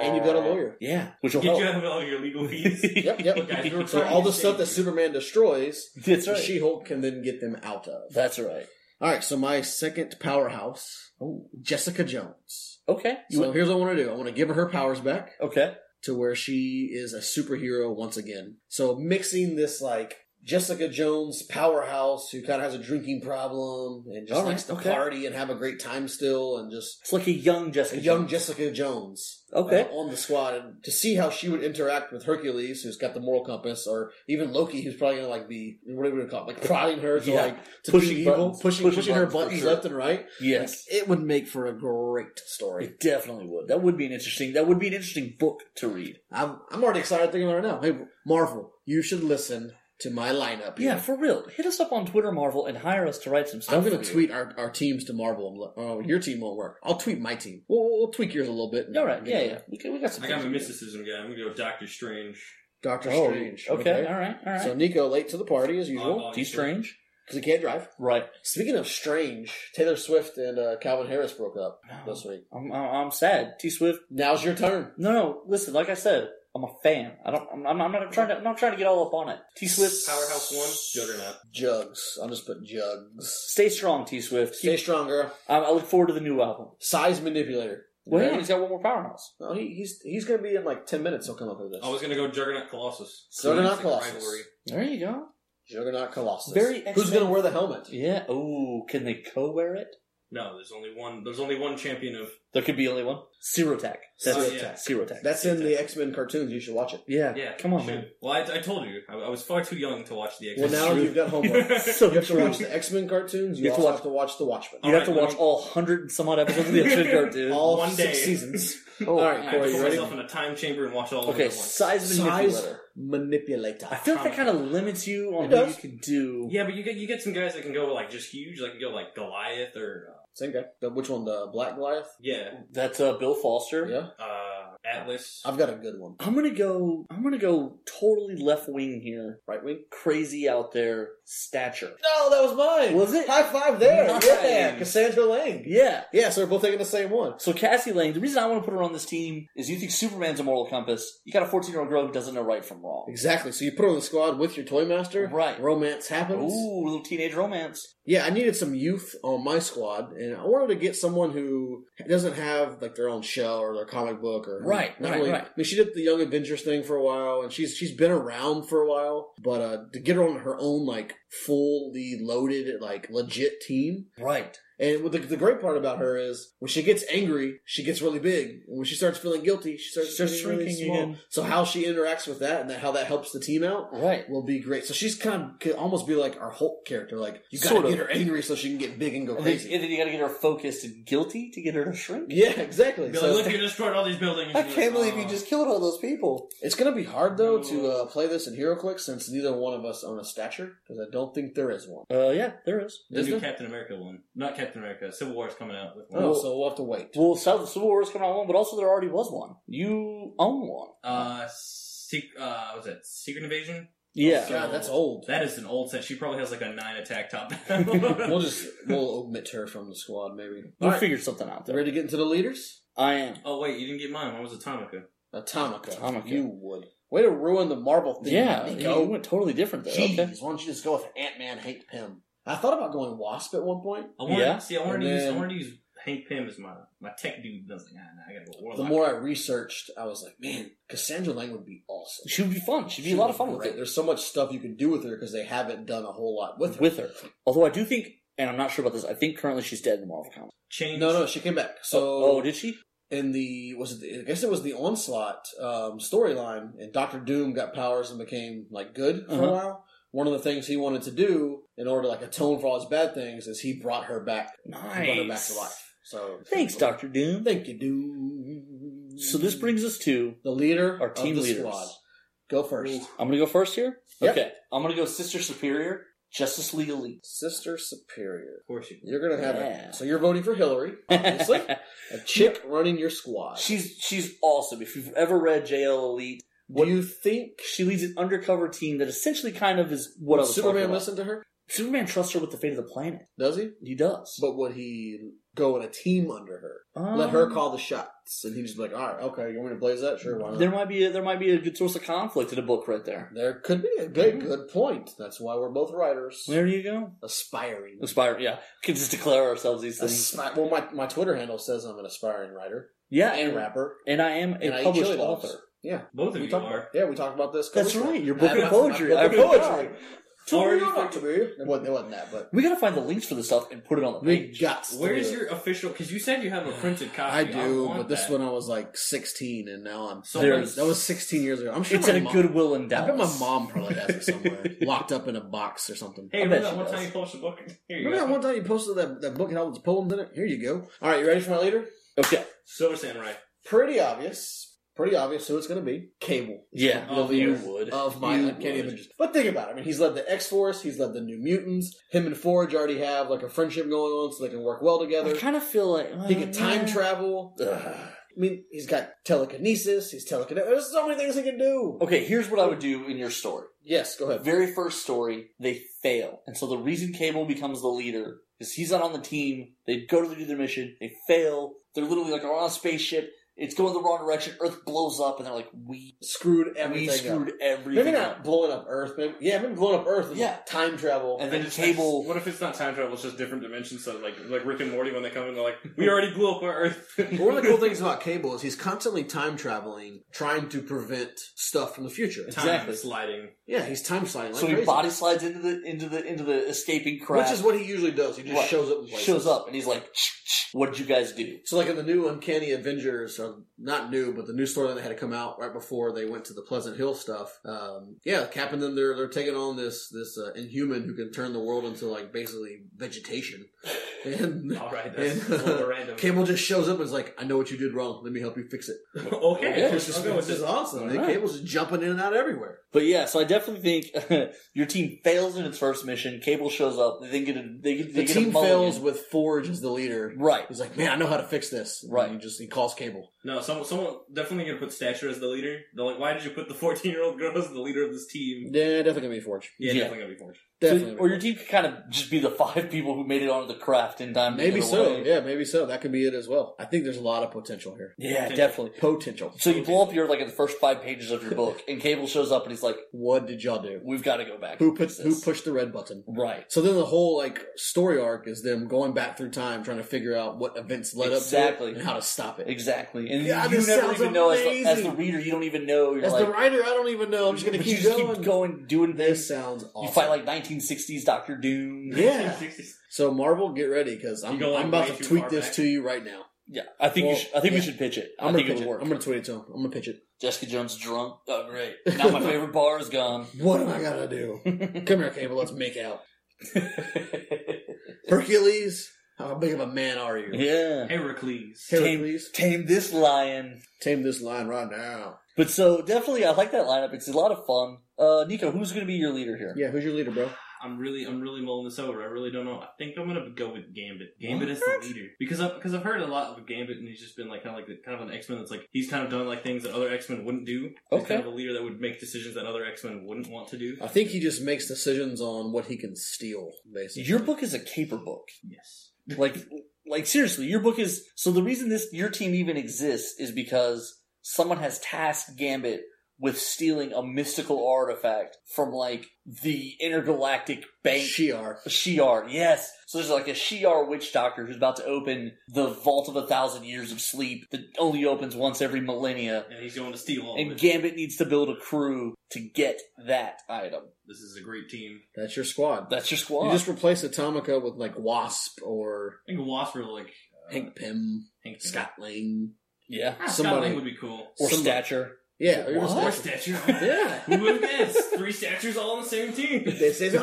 and you've got a lawyer. *laughs* yeah, which will Get Oh. help. Oh. you out of all your legal fees. *laughs* Yep, *laughs* yep. Look, guys, we were So trying all to the stuff save that you. Superman destroys, That's right. She-Hulk can then get them out of. That's right. All right, so my second powerhouse, Oh, Jessica Jones. okay. You So went- here's what I want to do. I want to give her her powers back okay. to where she is a superhero once again. So mixing this like Jessica Jones powerhouse who kind of has a drinking problem and just All right, likes to okay. party and have a great time still and just It's like a young Jessica. a young Jones. Jessica Jones Okay. uh, on the squad and to see how she would interact with Hercules, who's got the moral compass, or even Loki, who's probably gonna like be what are we gonna call it, like prodding her to Yeah. like to Pushing do evil, buttons. pushing pushing, Pushing her buttons for buttons sure. left and right. Yes. It would make for a great story. It definitely would. That would be an interesting. That would be an interesting book to read. I'm I'm already excited thinking about it now. Hey, Marvel, you should listen to my lineup. here. Yeah, for real. Hit us up on Twitter, Marvel, and hire us to write some stuff. I'm gonna for you. tweet our, our teams to Marvel. and look- Oh, your team won't work. I'll tweet my team. We'll, we'll, we'll tweak yours a little bit. and- All right. Yeah, yeah. We, got- we got some. I got things my to do. mysticism guy. I'm gonna go Doctor Strange. Doctor Oh, Strange. Okay. All right. All right. So Nico late to the party as usual Oddball. He's strange. because he can't drive. Right. Speaking of strange, Taylor Swift and uh, Calvin Harris broke up No. this week. I'm, I'm I'm sad. T Swift. Now's your turn. No, no. Listen, like I said, I'm a fan. I don't. I'm, I'm not trying to. I'm not trying to get all up on it. T Swift. Powerhouse One, Juggernaut. Jugs. I'll just put jugs. Stay strong, T Swift. Stay stronger. I, I look forward to the new album. Size manipulator. Well, Okay? hang on, he's got one more powerhouse. No, he, he's he's gonna be in like ten minutes. He'll come up with this. I was gonna go Juggernaut Colossus. Juggernaut Classic Colossus. rivalry. There you go. Juggernaut Colossus. Very Who's X-Men. gonna wear the helmet? Yeah. Oh, can they co-wear it? No, there's only one. There's only one champion of. There could be only one. Serotech. Oh, That's yeah. it. Serotech. That's in the X Men cartoons. You should watch it. Yeah. Yeah, Come on, should- man. Well, I, I told you, I, I was far too young to watch the X. Well, now you've got homework. You *laughs* So have to true. watch the X Men cartoons. You, You have to also watch- have to watch The Watchmen. You All have to right, watch well- all hundred and some odd episodes of the X-Men cartoon. All One six day. seasons. Oh, All right, I Corey, put you ready? myself in a time chamber and watch all of okay, them at once. size Size manipulator. manipulator. I feel like that kind of limits you on It what you does. can do. Yeah, but you get you get some guys that can go like just huge, like you go like Goliath or uh, Same guy. The, which one? The Black Goliath? yeah, That's uh, Bill Foster. Yeah. uh, Atlas. I've got a good one. I'm gonna go. I'm gonna go totally left wing here. Right wing? Crazy out there stature. No, that was mine. Was it? High five there. Nice. Yeah, Cassandra Lang. Yeah. Yeah, so we're both taking the same one. So Cassie Lang, the reason I want to put her on this team is you think Superman's a moral compass. You got a 14 year old girl who doesn't know right from wrong. Exactly. So you put her on the squad with your toy master. Right. Romance happens. Ooh, little teenage romance. Yeah, I needed some youth on my squad, and I wanted to get someone who doesn't have like their own shell or their comic book or Right, not right, really- right. I mean, she did the Young Avengers thing for a while, and she's she's been around for a while. But uh, to get her on her own like fully loaded, like legit team. Right. And what the, the great part about her is when she gets angry, she gets really big. And when she starts feeling guilty, she starts, She starts getting really shrinking small. again. So how she interacts with that and that, how that helps the team out Right. will be great. So she's kind of could almost be like our Hulk character. Like you gotta Sort of. get her angry so she can get big and go And then, crazy. and then you got to get her focused and guilty to get her to shrink. yeah, exactly. Be So like, look, you destroyed all *laughs* these buildings. I You're can't like, believe you "Oh." just killed all those people. it's gonna be hard though to uh, play this in HeroClix since neither one of us own a stature because I don't think there is one. Uh, yeah, there is. The Is new there? Captain America one, not Captain America. Civil War is coming out with one. Oh, so we'll have to wait. Well, South Civil War is coming out one, but also there already was one. You own one. Oh, Uh, sec- uh, what was it Secret Invasion? Yeah. God, that's old. That is an old set. She probably has like a nine attack top. *laughs* *laughs* We'll just we'll omit her from the squad maybe. We'll Alright, figure something out there. Ready to get into the leaders? I am. oh wait, you didn't get mine. Mine was Atomica. Atomica. Atomica. You would. Way to ruin the Marvel thing. Yeah, you Nico. went totally different there. Jeez, Okay. why don't you just go with Ant Man, Hank Pym? I thought about going Wasp at one point. I wanted, Yeah. See, I wanted And to use. then- I wanted to use Hank Pym as my my tech dude. And I was like, nah, nah, I gotta go Warlock. The more I researched, I was like, man, Cassandra Lang would be awesome. She would be fun. She'd be a lot of fun with Right? it. There's so much stuff you can do with her because they haven't done a whole lot with her. With her. Although I do think, and I'm not sure about this, I think currently she's dead in the Marvel comics. change. No, no, she came back. So oh, did she? in the was it? The, I guess it was the onslaught um, storyline, and Doctor Doom got powers and became like good for Uh-huh. a while. One of the things he wanted to do in order to like atone for all his bad things is he brought her back, he brought her back to Nice. life. So Thanks, Doctor Doom. Thank you, Doom. So this brings us to the leader our team of the leaders. squad. Go first. I'm gonna go first here. Yep. Okay, I'm gonna go Sister Superior, Justice League Elite. Sister Superior. Of course you. You're gonna have Yeah. it. So you're voting for Hillary, *laughs* *laughs* obviously. a chick running your squad. she's she's awesome. If you've ever read JL Elite, Do you think she leads an undercover team that essentially kind of is what I was talking Superman about. listened to her? Superman trusts her with the fate of the planet. Does he? He does. But would he go in a team under her? Um, Let her call the shots, and he'd just be like, "All right, okay, you want me to blaze that? Sure, why not?" There might be a, there might be a good source of conflict in a book right there. There could be a good, good point. That's why Mm-hmm. we're both writers, There you go. aspiring. Inspire. Yeah, we can just declare ourselves these things. Aspi- well, my, my Twitter handle says I'm an aspiring writer yeah, and and rapper and I am a and I eat published chili dogs. author. Yeah, Both of we you talked are. About, yeah, we talked about this. a couple That's weeks ago. right. Your book I- of poetry. my I book of poetry. Or Totally you fine. want to be. It wasn't, it wasn't that, but We gotta find the links for this stuff and put it on the we page. got. Where is your official? Because you said you have a *sighs* printed copy. I do, want but this that. one I was like 16, and now I'm. So There's- that was 16 years ago. I'm sure It's my at a mom- Goodwill in I Dallas. bet my mom probably has *laughs* it somewhere, locked up in a box or something. I Hey, bet remember that she one does. time you posted a book? *laughs* Here you Remember that go. one time you posted that, that book had all those poems in it? Here you go. All right, you ready for my leader? Okay. Silver Samurai. Pretty obvious. Pretty obvious who it's going to be. Cable. Yeah. Oh, you yeah. would. Of my You Uncanny would. Avengers. But think about it. I mean, he's led the X Force, he's led the New Mutants. Him and Forge already have like a friendship going on so they can work well I together. kind of feel like eh, He can *sighs* time travel. travel. I mean, he's got telekinesis, he's telekinetic. There's so many things he can do. Okay, here's what I would do in your story. Yes, go The ahead. very first story, they fail, and so the reason Cable becomes the leader is he's not on the team. They go to do their mission, they fail. They're literally like on a spaceship. It's going the wrong direction. Earth blows up, and they're like, "We, Screwed we everything screwed up. everything Maybe not up." blowing up Earth. Maybe, yeah, maybe blowing up Earth. is Yeah. Time travel. And I then just- Cable. What if it's not time travel? It's just different dimensions. So like like Rick and Morty when they come in, they're like, we already blew up our Earth. But *laughs* one of *laughs* the cool things about Cable is he's constantly time traveling, trying to prevent stuff from the future. Time Exactly. sliding. Yeah, he's time sliding like so he crazy. body slides into the into the into the escaping craft, which is what he usually does. He just Right. shows up. And places. shows up, and he's like, "What did you guys do?" So, like in the new Uncanny Avengers, uh, so not new, but the new storyline that had to come out right before they went to the Pleasant Hill stuff. Um, yeah, Cap and them they're they're taking on this this uh, inhuman who can turn the world into like basically vegetation, *laughs* and All right, that's and- a little *laughs* random. Cable just shows up and is like, "I know what you did wrong. Let me help you fix it." *laughs* okay, I'll this is, go with this is this. awesome. And All right. Cable's just jumping in and out everywhere. But yeah, so I definitely think *laughs* your team fails in its first mission. Cable shows up. They get a they get, they The get a team mulligan. fails with Forge as the leader. right. He's like, "Man, I know how to fix this." And Right. He just he calls Cable. No, someone, someone definitely gonna put Stature as the leader. They're like, why did you put the fourteen-year-old girl as the leader of this team? Yeah, definitely gonna be Forge. Yeah, Yeah. definitely gonna be Forge. Definitely. So- or your team could kind of just be the five people who made it onto the craft in time. to Maybe get so. away. Yeah, maybe so. That could be it as well. I think there's a lot of potential here. Yeah, definitely. Potential. So you blow up your like in the first five pages of your book, and Cable shows up and he's like, What did y'all do? "We've got to go back." Who and fix puts who this." pushed the red button? Right. So then the whole like story arc is them going back through time, trying to figure out what events led up to Exactly. it and how to stop it. Exactly. And Yeah, you this never sounds even know as the, as amazing. the reader, you don't even know. You're As like, the writer, I don't even know. I'm just gonna but keep, you just going. keep going, doing This this. sounds awesome. You fight like 1960s Doctor Doom. yeah. *laughs* So Marvel, get ready because I'm, go, like, I'm about way to too tweet far this back. to you right now. Yeah, I think Well, you should, I think yeah. we should pitch it. i I'm think gonna pitch it it. would work. I'm gonna tweet it to him. I'm gonna pitch it. Jessica Jones drunk. Oh, *laughs* great! Now my favorite bar is gone. *laughs* What am I gonna do? Come here, Cable. Let's make out. Hercules, how big of a man are you? yeah. Heracles. Tame, Hercules, tame this lion. tame this line right now. But so definitely, I like that lineup. It's a lot of fun. Uh, Nico, who's going to be your leader here? Yeah, who's your leader, bro? I'm really, I'm really mulling this over. I really don't know. I think I'm gonna go with Gambit. Gambit is the leader because I've because I've heard a lot of Gambit, and he's just been like kind of like the, kind of an X Men that's like he's kind of done like things that other X Men wouldn't do. He's Okay. kind of a leader that would make decisions that other X Men wouldn't want to do. I think he just makes decisions on what he can steal, basically. Your book is a caper book. Yes. like like seriously your book is so the reason this your team even exists is because someone has tasked gambit with stealing a mystical artifact from like the intergalactic bank Shiar. Shiar, yes. So there's like a Shiar witch doctor who's about to open the Vault of a Thousand Years of Sleep that only opens once every millennia. And he's going to steal all of And it. Gambit needs to build a crew to get that item. this is a great team. That's your squad. That's your squad. You just replace Atomica with like Wasp or I think Wasp or like uh, Hank Pym, Hank Scott Lang. yeah. Ah, Scott somebody. Lang would be cool. Or Somebody- stature. Yeah, or What? Or your stature. Stature. Yeah. *laughs* Who *laughs* would have guessed? Three Statures all on the same team. this is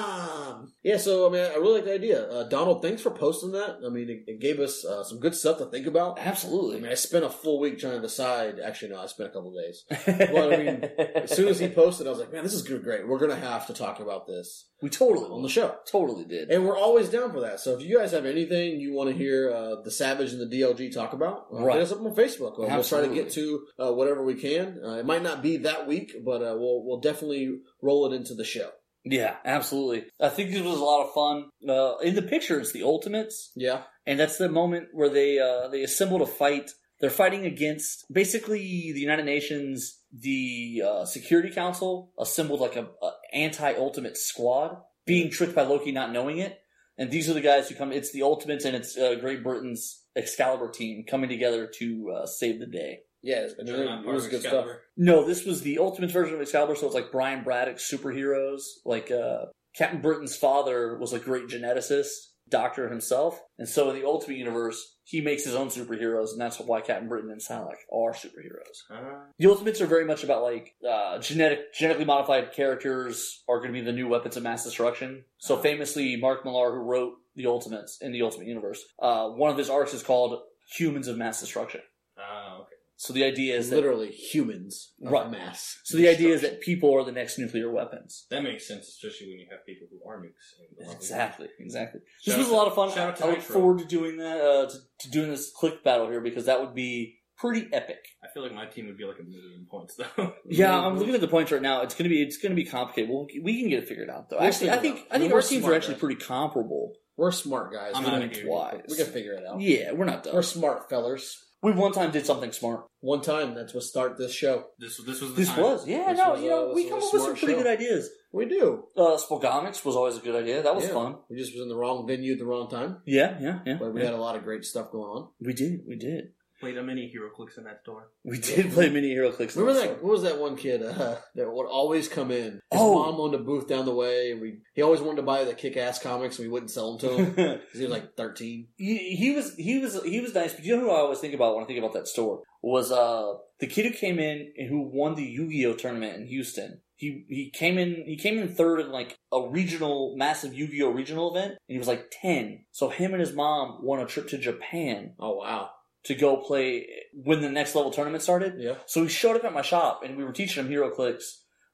awesome. Yeah, so I mean, I really like the idea. Uh, Donald, thanks for posting that. I mean, it, it gave us uh, some good stuff to think about. I *laughs* Absolutely. mean, I spent a full week trying to decide. Actually, no, I spent a couple of days. Well, I mean, As soon as *laughs* he posted, I was like, "Man, this is good, great. We're gonna have to talk about this we totally on the show." Totally did. And we're always down for that. So if you guys have anything you want to hear uh, the Savage and the DLG talk about, uh, Right. hit us up on Facebook. Uh, we'll try to Absolutely. get to uh, whatever we can. Uh, it might not be that week, but uh, we'll we'll definitely roll it into the show. Yeah, absolutely. I think this was a lot of fun. Uh, in the picture, it's the Ultimates, Yeah, and that's the moment where they uh, they assemble to fight. They're fighting against basically the United Nations, the uh, Security Council assembled like a, a anti Ultimate squad, being tricked by Loki not knowing it. And these are the guys who come. It's the Ultimates and it's uh, Great Britain's Excalibur team coming together to uh, save the day. yeah, it, They're not it part was of good stuff. Excalibur. No, this was the Ultimate version of Excalibur, so it's like Brian Braddock's superheroes. Like uh, Captain Britain's father was a great geneticist, doctor himself, and so in the Ultimate universe, he makes his own superheroes, and that's why Captain Britain and Sonic are superheroes. Ah. The Ultimates are very much about like uh, genetic, genetically modified characters are going to be the new weapons of mass destruction. So famously, Mark Millar, who wrote the Ultimates in the Ultimate universe, uh, one of his arcs is called Humans of Mass Destruction. Ah, okay. So the idea is that literally humans of Right. mass. So the idea is that people are the next nuclear weapons. That makes sense, especially when you have people who are nukes. and a lot of- Exactly, exactly. this Shout was out a lot of fun. to- shout out to I look Nitro. forward to doing that, uh, to, to doing this click battle here because that would be pretty epic. I feel like my team would be like a million points though. *laughs* Yeah, I'm looking at the points right now. It's gonna be it's gonna be complicated. We'll, we can get it figured out though. We'll actually, I figure it think out. I think We're our teams are smart actually guys. pretty comparable We're smart guys. I'm we, outta can, here. points wise. we can figure it out. Yeah, we're not done. We're smart fellers. we one time did something smart. One time, that's what start this show. This this was the This time. was yeah. This no, was, you uh, know this we was come a up with some smart pretty show. good ideas. We do. Uh, Spolgomics was always a good idea. That was Yeah. fun. We just was in the wrong venue at the wrong time, Yeah, yeah, yeah. but we yeah. had a lot of great stuff going on. We did, we did. played a mini hero clicks in that store. We did play Mini Hero Clicks. Remember that? What was that one kid uh, *laughs* that would always come in? His Oh. mom owned a booth down the way, and we he always wanted to buy the kick ass comics, and we wouldn't sell them to him because he was like thirteen. *laughs* he, he was he was he was nice, but you know who I always think about when I think about that store was uh the kid who came in and who won the Yu-Gi-Oh tournament in Houston. He he came in he came in third in like a regional massive Yu-Gi-Oh regional event and he was like 10. So him and his mom won a trip to Japan Oh wow, to go play when the next level tournament started. yeah. So he showed up at my shop, and we were teaching him HeroClix.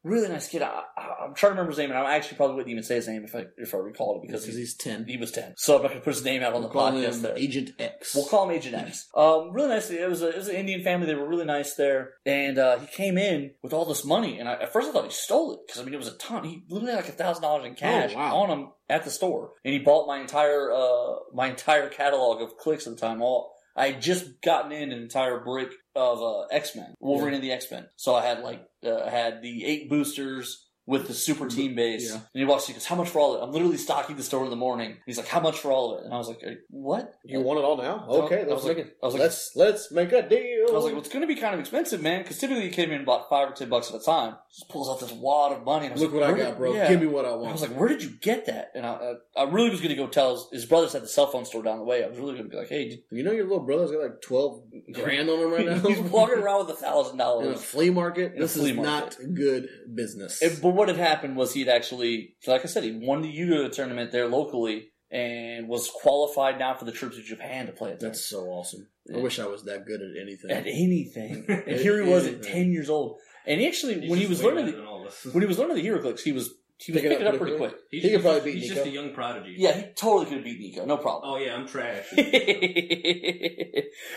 Really nice kid. I, I, I'm trying to remember his name, and I actually probably wouldn't even say his name if I if I recalled it because Because he, he's ten. he was ten. So I'm not gonna put his name out on the We'll call podcast. him There, Agent X. we'll call him *laughs* Agent X. Um, really nice. It was a, it was an Indian family. They were really nice there, and uh, he came in with all this money, and I, at first I thought he stole it because I mean it was a ton. He literally had like a thousand dollars in cash Oh, wow. on him at the store, and he bought my entire uh, my entire catalog of clicks at the time. All I had just gotten in an entire brick of uh, X Men, Wolverine and the X Men. So I had like uh, I had the eight boosters. With the super team base, Yeah. and he walks. in, He goes, "How much for all of it?" I'm literally stocking the store in the morning. He's like, "How much for all of it?" And I was like, "Uh, "What?" you want it all now? Okay, I was let's like- make it. I was like- let's let's make a deal. I was like, well, it's going to be kind of expensive, man, because typically you came in and bought five or ten bucks at a time. Just pulls out this wad of money. And I was Look like, what I where- got, bro. yeah. Give me what I And I was want. like, where did you get that? And I, I, I really was going to go tell his, his brothers at the cell phone store down the way. I was really going to be like, hey, did, you know your little brother's got like twelve grand on him *laughs* right now. he's walking around with a thousand in a dollars. flea market. In a This flea is market. not good business. And- But what had happened was he'd actually, like I said, he won the Yugo tournament there locally and was qualified now for the trip to Japan to play it. there. That's so awesome. I Yeah. wish I was that good at anything. *laughs* at anything. And here he was at Anything. ten years old. And he actually, He's when he just was way learning, better than all of us. when he was learning the HeroClix, he was he was Pick it picking it up pretty quick. He's He could just- probably beat He's Nico. just a young prodigy. Yeah, he totally could have beat Nico, no problem. Oh yeah, I'm trash.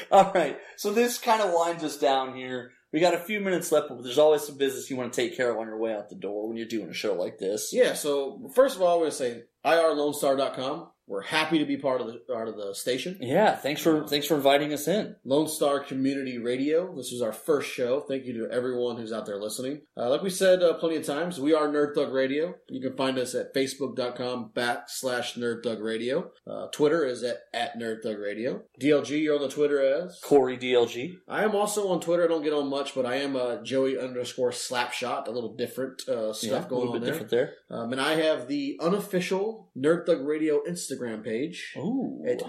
*laughs* All right, so this kind of winds us down here. We got a few minutes left, but there's always some business you want to take care of on your way out the door when you're doing a show like this. Yeah, so first of all, I want to say irlonestar.com. We're happy to be part of the part of the station. Yeah, thanks for thanks for inviting us in. Lone Star Community Radio. This was our first show. Thank you to everyone who's out there listening. Uh, like we said uh, plenty of times, we are Nerd Thug Radio. You can find us at facebook.com backslash Nerd Thug Radio. Uh, Twitter is at, at Nerd Thug Radio. DLG, you're on the Twitter as? Corey DLG. I am also on Twitter. I don't get on much, but I am uh, Joey underscore Slapshot. A little different uh, Yeah, stuff a going little on bit there. different there. Um, and I have the unofficial Nerd Thug Radio Instagram page Ooh, at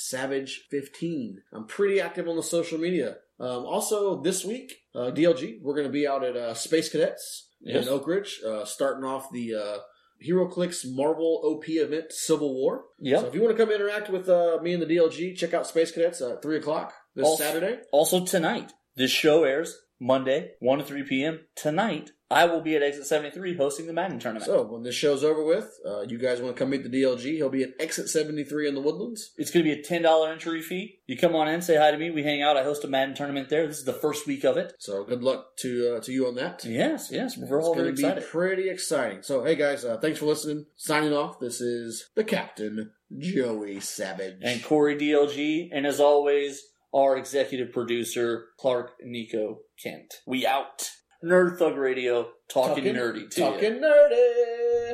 joey.savage15. I'm pretty active on the social media. Um, also, this week, uh, DLG, we're going to be out at uh, Space Cadets Yes. in Oak Ridge, uh, starting off the uh, HeroClix Marvel OP event Civil War. yeah. So if you want to come interact with uh, me and the DLG, check out Space Cadets at 3 o'clock this Also- Saturday. Also tonight, this show airs Monday, one to three p.m. Tonight, I will be at Exit Seventy Three hosting the Madden tournament. So when this show's over with, uh, you guys want to come meet the DLG, he'll be at Exit 73 in the Woodlands. It's going to be a ten dollar entry fee. You come on in, say hi to me. We hang out. I host a Madden tournament there. This is the first week of it. So good luck to uh, to you on that. Yes, yes, we're It's all very going to be excited. pretty exciting. So hey guys, uh, thanks for listening. Signing off. This is the Captain Joey Savage. and Corey DLG, and as always, our executive producer Clark Nico Kent. We out. Nerd Thug Radio, talking, nerdy to you. Talking nerdy.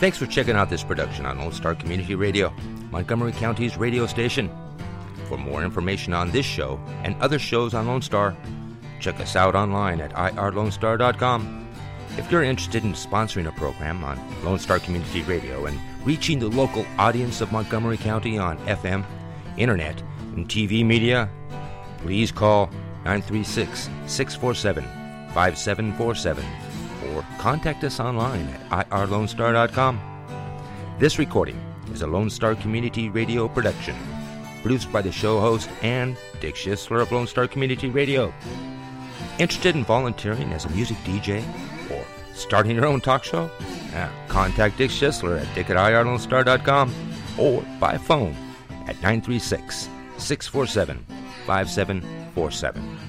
Thanks for checking out this production on Lone Star Community Radio, Montgomery County's radio station. For more information on this show and other shows on Lone Star, check us out online at irlonestar.com. If you're interested in sponsoring a program on Lone Star Community Radio and reaching the local audience of Montgomery County on FM, internet, and TV media, please call 936 647 5747 or contact us online at irlonestar.com. This recording is a Lone Star Community Radio production, produced by the show host and Dick Schisler of Lone Star Community Radio. Interested in volunteering as a music DJ or starting your own talk show? Yeah, contact Dick Schisler at dick at irlonestar.com or by phone at 936 647 5747.